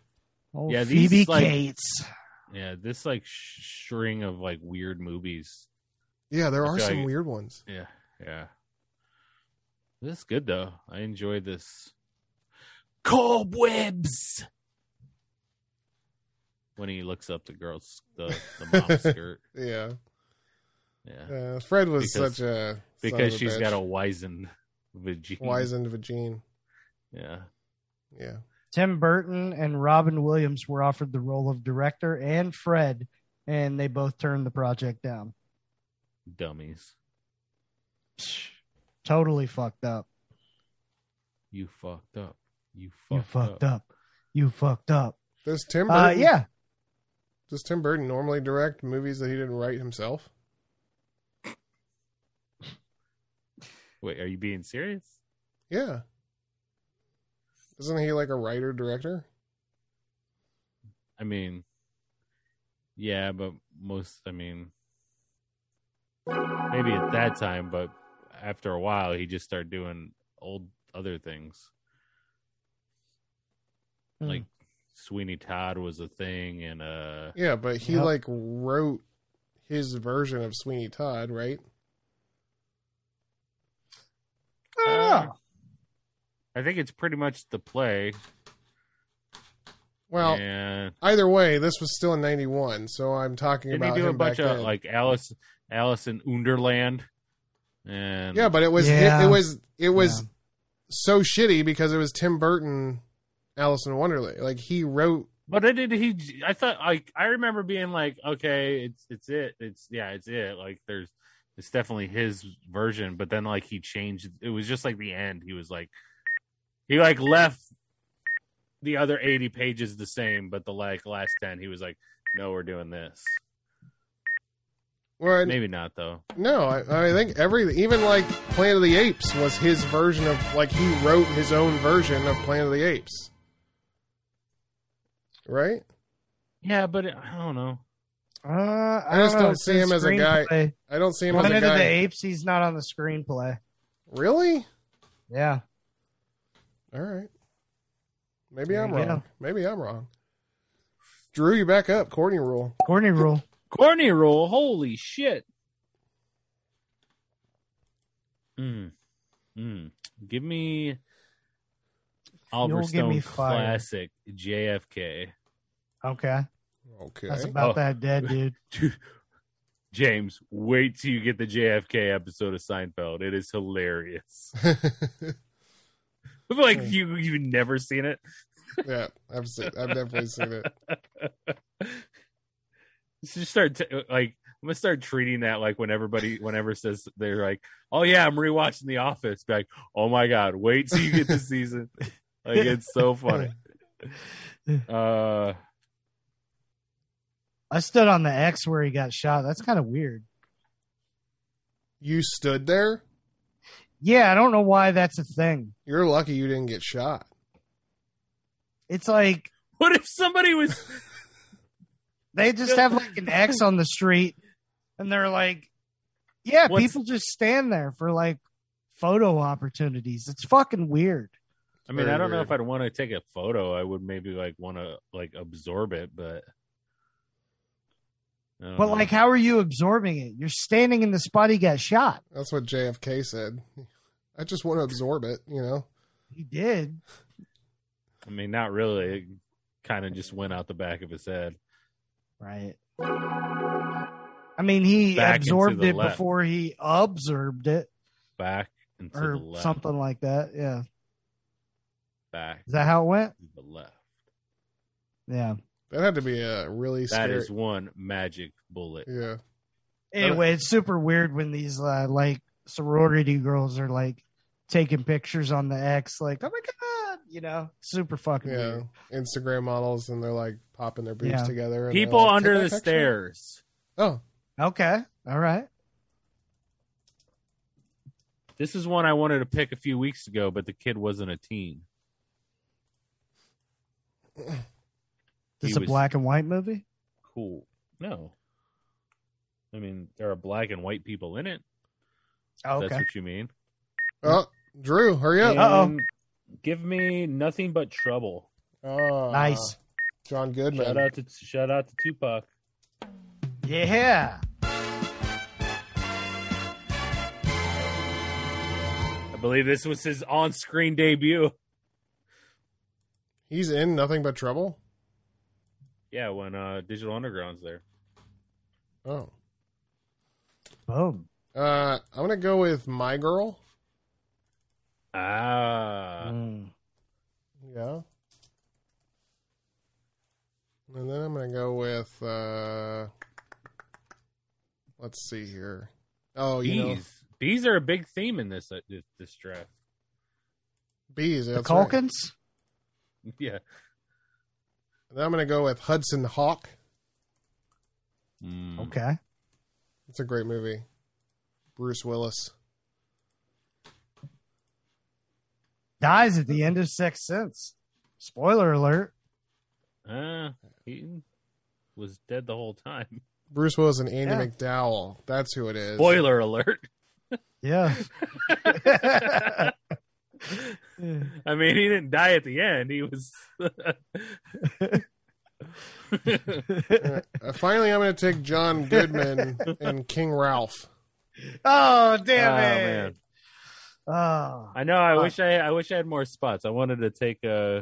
[SPEAKER 5] Oh,
[SPEAKER 4] Yeah, these
[SPEAKER 5] Phoebe
[SPEAKER 4] is like-
[SPEAKER 5] Cates.
[SPEAKER 4] yeah. This like sh- string of like weird movies.
[SPEAKER 3] Yeah, there
[SPEAKER 4] I
[SPEAKER 3] are
[SPEAKER 4] feel
[SPEAKER 3] some
[SPEAKER 4] like-
[SPEAKER 3] weird ones.
[SPEAKER 4] Yeah, yeah. This is good though. I enjoyed this. Cobwebs. When he looks up the girl's the, the mom's skirt.
[SPEAKER 3] Yeah,
[SPEAKER 4] Yeah.
[SPEAKER 3] uh, Fred was
[SPEAKER 4] Because-
[SPEAKER 3] such a son
[SPEAKER 4] Because
[SPEAKER 3] of
[SPEAKER 4] she's
[SPEAKER 3] bitch.
[SPEAKER 4] got a wizened vagina.
[SPEAKER 3] wizened vagine.
[SPEAKER 4] Yeah.
[SPEAKER 3] Yeah,
[SPEAKER 5] Tim Burton and Robin Williams were offered the role of director and Fred, and they both turned the project down.
[SPEAKER 4] Dummies.
[SPEAKER 5] Totally fucked up.
[SPEAKER 4] You fucked up. You fucked,
[SPEAKER 5] You fucked up. You fucked up.
[SPEAKER 3] does Tim Burton,
[SPEAKER 5] Uh, yeah.
[SPEAKER 3] does Tim Burton normally direct movies that he didn't write himself?
[SPEAKER 4] Wait, are you being serious?
[SPEAKER 3] Yeah, isn't he like a writer director?
[SPEAKER 4] I mean, Yeah, but most, I mean, maybe at that time, but after a while, he just started doing old other things.
[SPEAKER 5] Hmm.
[SPEAKER 4] Like Sweeney Todd was a thing, and uh,
[SPEAKER 3] Yeah, but he
[SPEAKER 5] Yep.
[SPEAKER 3] like wrote his version of Sweeney Todd, right?
[SPEAKER 5] Ah.
[SPEAKER 4] I think it's pretty much the play.
[SPEAKER 3] Well,
[SPEAKER 4] and
[SPEAKER 3] either way, this was still in '91, so I'm talking
[SPEAKER 4] Didn't
[SPEAKER 3] about
[SPEAKER 4] he do a
[SPEAKER 3] him
[SPEAKER 4] bunch
[SPEAKER 3] back
[SPEAKER 4] of
[SPEAKER 3] then.
[SPEAKER 4] like Alice Alice in Underland? And
[SPEAKER 3] yeah, but it was it,
[SPEAKER 5] Yeah.
[SPEAKER 3] it was it was so shitty because it was Tim Burton, Alice in Wonderland. Like he wrote
[SPEAKER 4] but I did he I thought like I remember being like, okay, it's it's it. It's yeah, it's it. Like there's it's definitely his version, but then like he changed it was just like the end. He was like he like left the other eighty pages the same, but the like last ten he was like, No, we're doing this.
[SPEAKER 3] well,
[SPEAKER 4] Maybe not though.
[SPEAKER 3] no, I, I think every even like Planet of the Apes was his version of like he wrote his own version of Planet of the Apes, right?
[SPEAKER 4] Yeah, but I don't know.
[SPEAKER 5] Uh, I,
[SPEAKER 3] just
[SPEAKER 5] know,
[SPEAKER 3] don't
[SPEAKER 5] it
[SPEAKER 3] see
[SPEAKER 5] says
[SPEAKER 3] him as a guy-
[SPEAKER 5] screenplay.
[SPEAKER 3] I don't see him as a
[SPEAKER 5] Planet of
[SPEAKER 3] guy.
[SPEAKER 5] the Apes. He's not on the screenplay.
[SPEAKER 3] Really?
[SPEAKER 5] Yeah.
[SPEAKER 3] All right. Maybe
[SPEAKER 5] There
[SPEAKER 3] I'm
[SPEAKER 5] you
[SPEAKER 3] wrong.
[SPEAKER 5] go.
[SPEAKER 3] Maybe I'm wrong. Drew, you back up. Courtney rule. (laughs)
[SPEAKER 5] Courtney Rule.
[SPEAKER 4] Corny roll, holy shit. Mm. Mm. Give me Oliver
[SPEAKER 5] You'll give
[SPEAKER 4] Stone
[SPEAKER 5] me fire.
[SPEAKER 4] classic JFK.
[SPEAKER 5] Okay.
[SPEAKER 3] Okay.
[SPEAKER 5] That's
[SPEAKER 3] (laughs)
[SPEAKER 5] about
[SPEAKER 4] Oh.
[SPEAKER 5] that (laughs) dead dude.
[SPEAKER 4] (laughs) James, wait till you get the JFK episode of Seinfeld. It is hilarious. (laughs) like
[SPEAKER 5] Oh.
[SPEAKER 3] Hmm.
[SPEAKER 4] you you've never seen it.
[SPEAKER 3] yeah, I've seen, I've definitely seen it.
[SPEAKER 4] Just start t- uh, like I'm gonna start treating that like when everybody whenever says they're like, oh yeah, I'm rewatching The Office. Be like, oh my god, wait till you get the season. (laughs) like it's so funny. (laughs) Uh,
[SPEAKER 5] I stood on the X where he got shot. That's kind of weird.
[SPEAKER 3] You stood there.
[SPEAKER 5] Yeah, I don't know why that's a thing.
[SPEAKER 3] You're lucky you didn't get shot.
[SPEAKER 5] It's like
[SPEAKER 4] what if somebody was?
[SPEAKER 5] they just have like an X on the street, and they're like, yeah,
[SPEAKER 4] What's-
[SPEAKER 5] people just stand there for like photo opportunities. It's fucking weird.
[SPEAKER 4] I mean,
[SPEAKER 3] Very
[SPEAKER 4] I don't know
[SPEAKER 3] weird.
[SPEAKER 4] if I'd want to take a photo. I would maybe like want to like absorb it, but. I don't
[SPEAKER 5] But
[SPEAKER 4] know.
[SPEAKER 5] like, how are you absorbing it? You're standing in the spot he got shot.
[SPEAKER 3] That's what JFK said. I just want to absorb it, you know.
[SPEAKER 5] He did.
[SPEAKER 4] I mean, not really. It kind of just went out the back of his head.
[SPEAKER 5] Right. I mean, he
[SPEAKER 4] Back into
[SPEAKER 5] absorbed
[SPEAKER 4] the
[SPEAKER 5] it
[SPEAKER 4] left.
[SPEAKER 5] before he observed it
[SPEAKER 4] back and to the
[SPEAKER 5] or
[SPEAKER 4] left,
[SPEAKER 5] something like that. Yeah.
[SPEAKER 4] back
[SPEAKER 5] Is that how it went?
[SPEAKER 4] to the left.
[SPEAKER 5] Yeah.
[SPEAKER 3] That had to be a really
[SPEAKER 4] That
[SPEAKER 3] scary.
[SPEAKER 4] is one magic bullet.
[SPEAKER 3] yeah.
[SPEAKER 5] Anyway, it's super weird when these uh, like sorority girls are like taking pictures on the X, like, oh my God, you know, super fucking
[SPEAKER 3] Yeah.
[SPEAKER 5] weird.
[SPEAKER 3] Instagram models and they're like popping their boobs
[SPEAKER 5] Yeah.
[SPEAKER 3] together. and they're
[SPEAKER 4] People
[SPEAKER 3] like,
[SPEAKER 4] under
[SPEAKER 3] "Take
[SPEAKER 4] the
[SPEAKER 3] that picture?"
[SPEAKER 4] stairs.
[SPEAKER 3] Oh,
[SPEAKER 5] Okay. All right.
[SPEAKER 4] This is one I wanted to pick a few weeks ago, but the kid wasn't a teen.
[SPEAKER 5] This
[SPEAKER 4] He
[SPEAKER 5] a
[SPEAKER 4] was-
[SPEAKER 5] black and white movie?
[SPEAKER 4] Cool. No. I mean, there are black and white people in it. if
[SPEAKER 5] Oh,
[SPEAKER 4] That's
[SPEAKER 5] okay.
[SPEAKER 4] what you mean.
[SPEAKER 3] oh, Drew, hurry up!
[SPEAKER 5] Uh-oh.
[SPEAKER 4] And Give me nothing but trouble.
[SPEAKER 3] Oh,
[SPEAKER 5] Nice.
[SPEAKER 3] John Goodman.
[SPEAKER 4] Shout out to shout out to Tupac.
[SPEAKER 3] Uh-huh.
[SPEAKER 5] Yeah.
[SPEAKER 4] I believe this was his on-screen debut.
[SPEAKER 3] He's in nothing but trouble.
[SPEAKER 4] Yeah, when uh, Digital Underground's there.
[SPEAKER 3] Oh.
[SPEAKER 5] Boom.
[SPEAKER 3] Uh, I'm gonna go with my girl.
[SPEAKER 4] Ah.
[SPEAKER 5] Mm.
[SPEAKER 3] Yeah. And then I'm gonna go with uh let's see here. Oh,
[SPEAKER 4] bees.
[SPEAKER 3] you know
[SPEAKER 4] Bees are a big theme in this uh, this, this draft.
[SPEAKER 3] bees.
[SPEAKER 5] The
[SPEAKER 3] That's right.
[SPEAKER 5] Calkins?
[SPEAKER 4] (laughs) Yeah.
[SPEAKER 3] Then I'm gonna go with Hudson Hawk.
[SPEAKER 4] Mm.
[SPEAKER 5] Okay.
[SPEAKER 3] It's a great movie. Bruce Willis.
[SPEAKER 5] Dies at the end of Sixth Sense. Spoiler alert.
[SPEAKER 4] Uh, he, Eh, was dead the whole time.
[SPEAKER 3] Bruce Willis and Andy
[SPEAKER 5] Yeah.
[SPEAKER 3] McDowell. That's who it is.
[SPEAKER 4] Spoiler alert.
[SPEAKER 5] Yeah. (laughs)
[SPEAKER 4] I mean, he didn't die at the end. He was.
[SPEAKER 3] Uh, finally, I'm going to take John
[SPEAKER 5] (laughs)
[SPEAKER 3] Goodman and King Ralph.
[SPEAKER 5] Oh
[SPEAKER 4] Oh,
[SPEAKER 5] damn
[SPEAKER 4] man.
[SPEAKER 5] it! Oh,
[SPEAKER 4] I know. I
[SPEAKER 5] Uh,
[SPEAKER 4] wish I. I wish I had more spots. I wanted to take. Uh,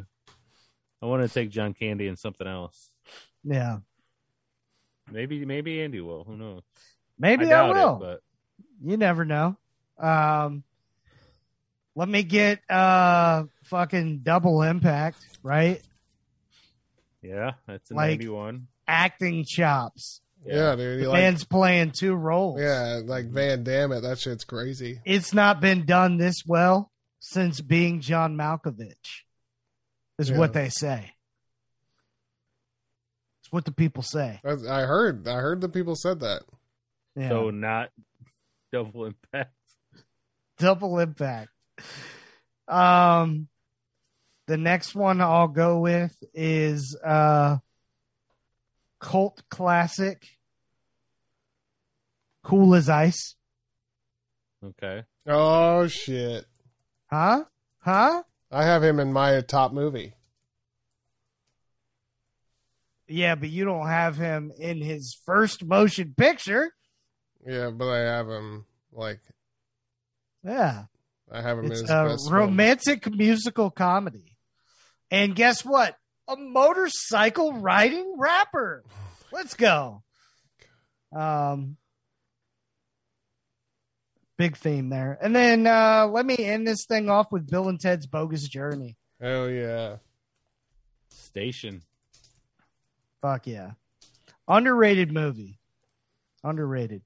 [SPEAKER 4] I wanted to take John Candy and something else.
[SPEAKER 5] yeah.
[SPEAKER 4] Maybe. Maybe Andy will. Who knows?
[SPEAKER 5] Maybe I,
[SPEAKER 4] doubt
[SPEAKER 5] will.
[SPEAKER 4] It, but
[SPEAKER 5] You never know. Um, let me get uh fucking double impact right
[SPEAKER 4] yeah, that's a
[SPEAKER 5] Like-
[SPEAKER 4] ninety-one.
[SPEAKER 5] acting chops.
[SPEAKER 3] Yeah,
[SPEAKER 4] Yeah.
[SPEAKER 3] dude. He
[SPEAKER 5] The
[SPEAKER 3] like,
[SPEAKER 5] man's playing two roles.
[SPEAKER 3] yeah, like Van Damme it. That shit's crazy.
[SPEAKER 5] It's not been done this well since being John Malkovich, is
[SPEAKER 3] Yeah.
[SPEAKER 5] what they say. It's what the people say.
[SPEAKER 3] I, I heard. I heard the people said that.
[SPEAKER 5] Yeah.
[SPEAKER 4] So not (laughs) double impact.
[SPEAKER 5] double impact. Um, the next one I'll go with is uh, cult classic, cool as ice.
[SPEAKER 4] Okay.
[SPEAKER 3] Oh shit!
[SPEAKER 5] Huh? Huh?
[SPEAKER 3] I have him in my top movie.
[SPEAKER 5] Yeah, but you don't have him in his first motion picture.
[SPEAKER 3] Yeah, but I have him like
[SPEAKER 5] Yeah,
[SPEAKER 3] I have him in
[SPEAKER 5] it's
[SPEAKER 3] his
[SPEAKER 5] a
[SPEAKER 3] best film.
[SPEAKER 5] romantic musical comedy, and guess what? A motorcycle riding rapper. Let's go. Um, big theme there. And then uh, let me end this thing off with Bill and Ted's Bogus Journey.
[SPEAKER 3] Hell yeah!
[SPEAKER 4] Station.
[SPEAKER 5] Fuck yeah. Underrated movie. Underrated.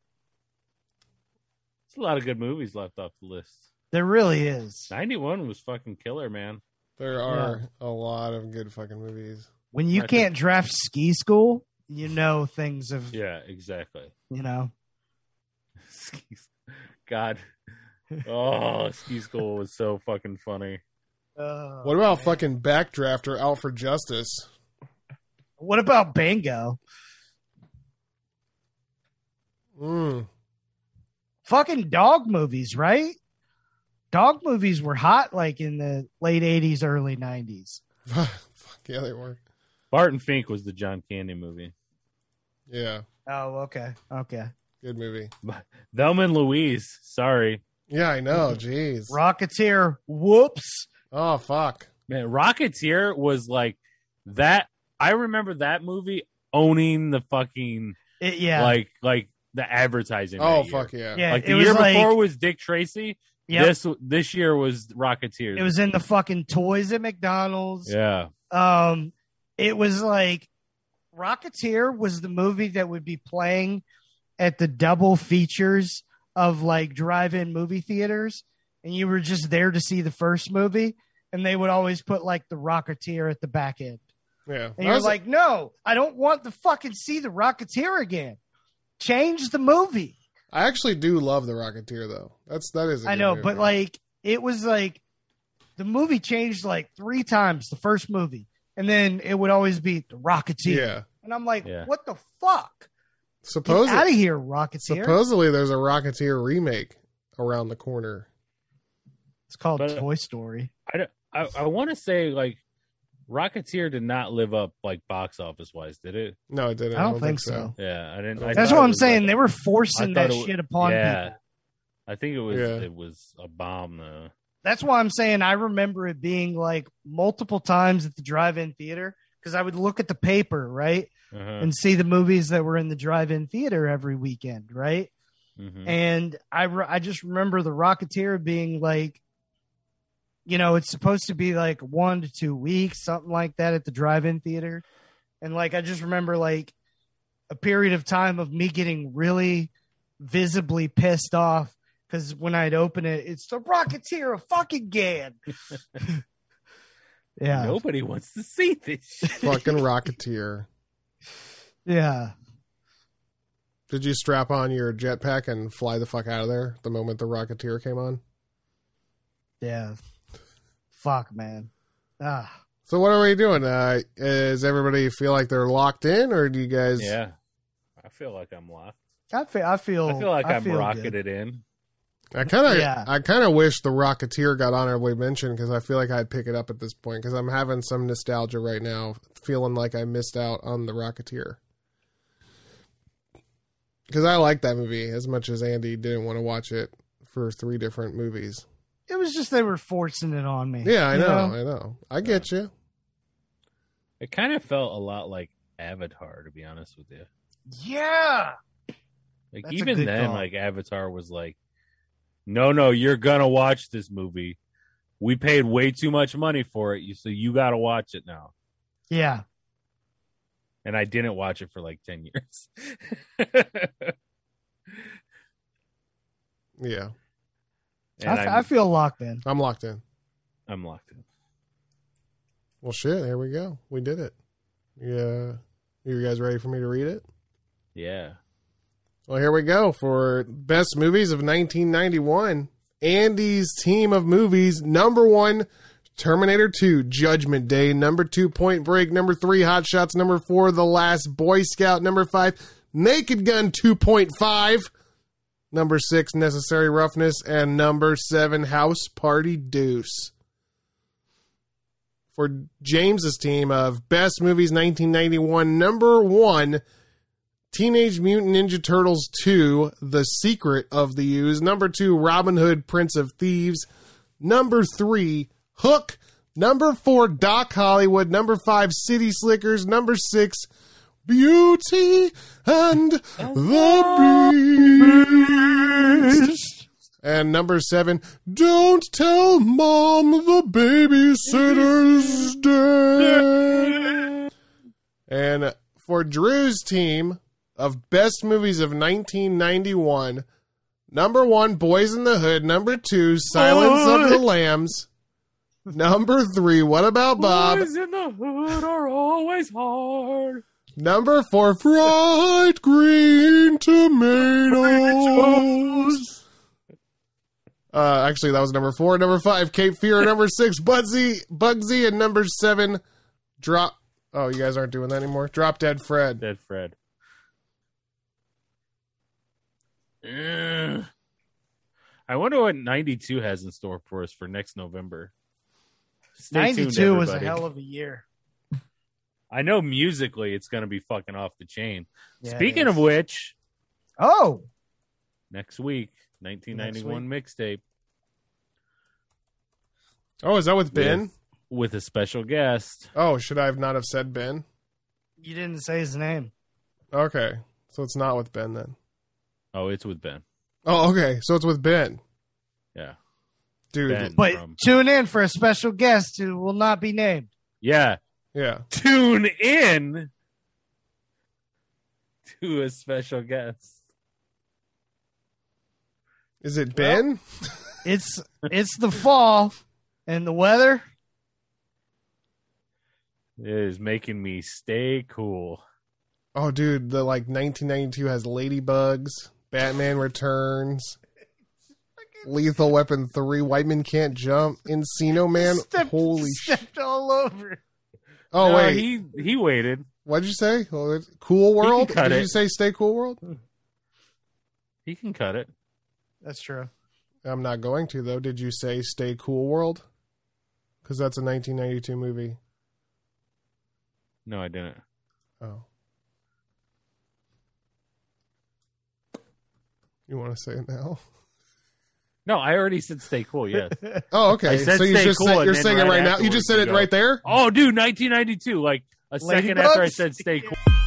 [SPEAKER 4] It's a lot of good movies left off the list.
[SPEAKER 5] There really is.
[SPEAKER 4] Ninety-one was fucking killer, man.
[SPEAKER 3] There are a lot of good fucking movies.
[SPEAKER 5] When
[SPEAKER 4] I
[SPEAKER 5] you
[SPEAKER 4] think-
[SPEAKER 5] can't draft ski school, you know things of,
[SPEAKER 4] Yeah, exactly. (laughs)
[SPEAKER 5] you know.
[SPEAKER 4] Skis- God. Oh, ski school was so fucking funny.
[SPEAKER 5] Uh,
[SPEAKER 3] What about fucking Backdraft or Out for Justice?
[SPEAKER 5] what about Bingo?
[SPEAKER 3] Mm.
[SPEAKER 5] Fucking dog movies, right? Dog movies were hot like in the late 80s, early 90s.
[SPEAKER 3] (laughs) Fuck yeah, they were.
[SPEAKER 4] Barton Fink was the John Candy movie.
[SPEAKER 3] Yeah,
[SPEAKER 5] Oh, okay. Okay.
[SPEAKER 3] good movie.
[SPEAKER 4] Thelma and Louise. Sorry.
[SPEAKER 3] Yeah, I know.
[SPEAKER 5] Mm-hmm.
[SPEAKER 3] Jeez.
[SPEAKER 5] Rocketeer, whoops.
[SPEAKER 3] Oh fuck.
[SPEAKER 4] Man, Rocketeer was like that. I remember that movie owning the fucking
[SPEAKER 5] It, yeah.
[SPEAKER 4] like like the advertising.
[SPEAKER 3] Oh
[SPEAKER 4] that year.
[SPEAKER 3] fuck yeah.
[SPEAKER 5] yeah.
[SPEAKER 4] Like
[SPEAKER 5] it
[SPEAKER 4] the
[SPEAKER 5] was
[SPEAKER 4] year
[SPEAKER 5] like-
[SPEAKER 4] before was Dick Tracy.
[SPEAKER 5] yep,
[SPEAKER 4] This this year was Rocketeer.
[SPEAKER 5] it was in the fucking toys at McDonald's.
[SPEAKER 4] yeah.
[SPEAKER 5] um it was like rocketeer was the movie that would be playing at the double features of like drive-in movie theaters and you were just there to see the first movie and they would always put like the rocketeer at the back end
[SPEAKER 3] Yeah.
[SPEAKER 5] and
[SPEAKER 3] That
[SPEAKER 5] you're
[SPEAKER 3] was-
[SPEAKER 5] like no i don't want to fucking see the rocketeer again change the movie
[SPEAKER 3] I actually do love the Rocketeer though. That's that is. a
[SPEAKER 5] i
[SPEAKER 3] good
[SPEAKER 5] know
[SPEAKER 3] movie.
[SPEAKER 5] but like it was like the movie changed like three times the first movie and then it would always be the rocketeer
[SPEAKER 3] yeah.
[SPEAKER 5] and I'm like,
[SPEAKER 4] Yeah.
[SPEAKER 5] what the fuck? Get
[SPEAKER 3] Supposedly,
[SPEAKER 5] out of here, Rocketeer.
[SPEAKER 3] supposedly there's a Rocketeer remake around the corner.
[SPEAKER 5] it's called
[SPEAKER 4] But-
[SPEAKER 5] Toy Story.
[SPEAKER 4] I don't- I, I want to say like Rocketeer did not live up like box office wise, did it?
[SPEAKER 3] No, it didn't.
[SPEAKER 5] I don't, think so.
[SPEAKER 4] Yeah, I didn't. I
[SPEAKER 5] That's
[SPEAKER 4] thought
[SPEAKER 5] what
[SPEAKER 4] it
[SPEAKER 5] I'm
[SPEAKER 4] was,
[SPEAKER 5] saying.
[SPEAKER 4] like-
[SPEAKER 5] they were
[SPEAKER 4] I
[SPEAKER 5] forcing
[SPEAKER 4] thought
[SPEAKER 5] that
[SPEAKER 4] it wa-
[SPEAKER 5] shit upon
[SPEAKER 4] yeah.
[SPEAKER 5] people.
[SPEAKER 4] I think it was
[SPEAKER 3] Yeah.
[SPEAKER 4] it was a bomb though.
[SPEAKER 5] That's why I'm saying I remember it being like multiple times at the drive-in theater because I would look at the paper, right,
[SPEAKER 4] Uh-huh.
[SPEAKER 5] and see the movies that were in the drive-in theater every weekend, right?
[SPEAKER 4] Mhm.
[SPEAKER 5] And I re- I just remember the Rocketeer being like, you know, it's supposed to be like one to two weeks, something like that, at the drive-in theater. And like I just remember like a period of time of me getting really visibly pissed off because when I'd open it, it's the Rocketeer of
[SPEAKER 4] (laughs)
[SPEAKER 5] fucking Gan. (laughs) yeah,
[SPEAKER 4] Nobody wants to see this. shit.
[SPEAKER 5] (laughs)
[SPEAKER 3] Fucking Rocketeer.
[SPEAKER 5] yeah.
[SPEAKER 3] Did you strap on your jetpack and fly the fuck out of there the moment the Rocketeer came on?
[SPEAKER 5] Yeah. Fuck, man. Ah.
[SPEAKER 3] So what are we doing? Uh, is everybody feel like they're locked in, or do you guys?
[SPEAKER 4] Yeah. I feel like I'm locked.
[SPEAKER 5] I feel. Oh, I feel.
[SPEAKER 4] I feel like I am
[SPEAKER 5] feel good.
[SPEAKER 4] rocketed in.
[SPEAKER 3] I kind of,
[SPEAKER 5] Yeah.
[SPEAKER 3] I kind of wish the Rocketeer got honorably mentioned because I feel like I'd pick it up at this point because I'm having some nostalgia right now, feeling like I missed out on the Rocketeer. Because I like that movie as much as Andy didn't want to watch it for three different movies.
[SPEAKER 5] It was just they were forcing it on me.
[SPEAKER 3] Yeah, I
[SPEAKER 5] you
[SPEAKER 3] know, I know, I get you.
[SPEAKER 4] It kind of felt a lot like Avatar, to be honest with you.
[SPEAKER 5] Yeah.
[SPEAKER 4] Like
[SPEAKER 5] That's a
[SPEAKER 4] even
[SPEAKER 5] good
[SPEAKER 4] then,
[SPEAKER 5] call.
[SPEAKER 4] like Avatar was like, "No, no, you're gonna watch this movie. We paid way too much money for it, you so you gotta watch it now."
[SPEAKER 5] Yeah.
[SPEAKER 4] And I didn't watch it for like ten years. (laughs)
[SPEAKER 3] Yeah,
[SPEAKER 4] and
[SPEAKER 5] I, f-
[SPEAKER 4] I'm,
[SPEAKER 5] I feel locked in.
[SPEAKER 3] I'm locked in.
[SPEAKER 4] I'm locked in.
[SPEAKER 3] Well, shit, here we go. We did it. Yeah, you guys ready for me to read it?
[SPEAKER 4] Yeah.
[SPEAKER 3] Well, here we go for best movies of 1991. Andy's team of movies: number one, Terminator 2, Judgment Day; number two, Point Break; number three, Hot Shots; number four, The Last Boy Scout; number five, Naked Gun 2.5; number six, Necessary Roughness; and number seven, House Party Deuce. For James's team of best movies 1991, number one. Teenage Mutant Ninja Turtles 2, The Secret of the Use. Number 2, Robin Hood, Prince of Thieves. Number 3, Hook. Number 4, Doc Hollywood. Number 5, City Slickers. Number 6, Beauty and the Beast. And number 7, Don't Tell Mom the Babysitter's Dead. And for Drew's team of best movies of 1991, number one, Boys in the Hood. Number two, Silence of the Lambs. Number three, What About Bob?
[SPEAKER 4] in the hood are always hard.
[SPEAKER 3] Number four, Fried Green Tomatoes. Uh, actually, that was number four. Number five, Cape Fear. Number six, Bugsy. Bugsy. And number seven, Drop. Oh, you guys aren't doing that anymore. Drop Dead Fred.
[SPEAKER 4] Dead Fred. Ugh. I wonder what 92 has in store for us for next November. Stay
[SPEAKER 5] Ninety
[SPEAKER 4] tuned,
[SPEAKER 5] two was a
[SPEAKER 4] everybody.
[SPEAKER 5] hell of a year.
[SPEAKER 4] I know musically it's going to be fucking off the chain.
[SPEAKER 5] Yeah, it
[SPEAKER 4] Speaking
[SPEAKER 5] is.
[SPEAKER 4] of which,
[SPEAKER 5] oh,
[SPEAKER 4] next week, 1991 mixtape
[SPEAKER 3] Oh, is that with Ben?
[SPEAKER 4] Yes. with a special guest.
[SPEAKER 3] Oh, should I have not have said Ben?
[SPEAKER 5] you didn't say his name.
[SPEAKER 3] Okay, so it's not with Ben then.
[SPEAKER 4] Oh, it's with Ben.
[SPEAKER 3] Oh, okay, so it's with Ben,
[SPEAKER 4] Yeah.
[SPEAKER 3] dude.
[SPEAKER 4] Ben
[SPEAKER 5] But
[SPEAKER 4] from-
[SPEAKER 5] tune in for a special guest who will not be named.
[SPEAKER 4] yeah.
[SPEAKER 3] Yeah,
[SPEAKER 4] Tune in to a special guest.
[SPEAKER 3] is it Ben?
[SPEAKER 5] It's it's the fall and the weather.
[SPEAKER 4] It is making me stay cool.
[SPEAKER 3] oh, dude, the like 1992 has ladybugs, Batman
[SPEAKER 4] (laughs)
[SPEAKER 3] Returns, Lethal Weapon Three, White Men Can't Jump, Encino
[SPEAKER 4] (laughs)
[SPEAKER 3] Man.
[SPEAKER 5] Stepped-
[SPEAKER 3] Holy shit!
[SPEAKER 5] stepped all over.
[SPEAKER 3] Oh
[SPEAKER 4] No,
[SPEAKER 3] wait,
[SPEAKER 4] he he waited.
[SPEAKER 3] what'd you say? Oh, it- Cool World?
[SPEAKER 4] cut
[SPEAKER 3] Did
[SPEAKER 4] it.
[SPEAKER 3] you say Stay Cool World?
[SPEAKER 4] He can cut it.
[SPEAKER 5] That's true.
[SPEAKER 3] I'm not going to though. Did you say Stay Cool World? Because that's a 1992 movie.
[SPEAKER 4] No, I didn't.
[SPEAKER 3] Oh. You want to say it now?
[SPEAKER 4] No, I already said stay cool. Yes. (laughs)
[SPEAKER 3] Oh, okay.
[SPEAKER 4] I said
[SPEAKER 3] so you
[SPEAKER 4] stay
[SPEAKER 3] just
[SPEAKER 4] cool
[SPEAKER 3] said,
[SPEAKER 4] and
[SPEAKER 3] you're
[SPEAKER 4] then
[SPEAKER 3] saying it
[SPEAKER 4] right
[SPEAKER 3] right now. You
[SPEAKER 4] afterwards
[SPEAKER 3] just said
[SPEAKER 4] you
[SPEAKER 3] it
[SPEAKER 4] go,
[SPEAKER 3] right there.
[SPEAKER 4] oh, dude, 1992. Like a second after I said stay cool.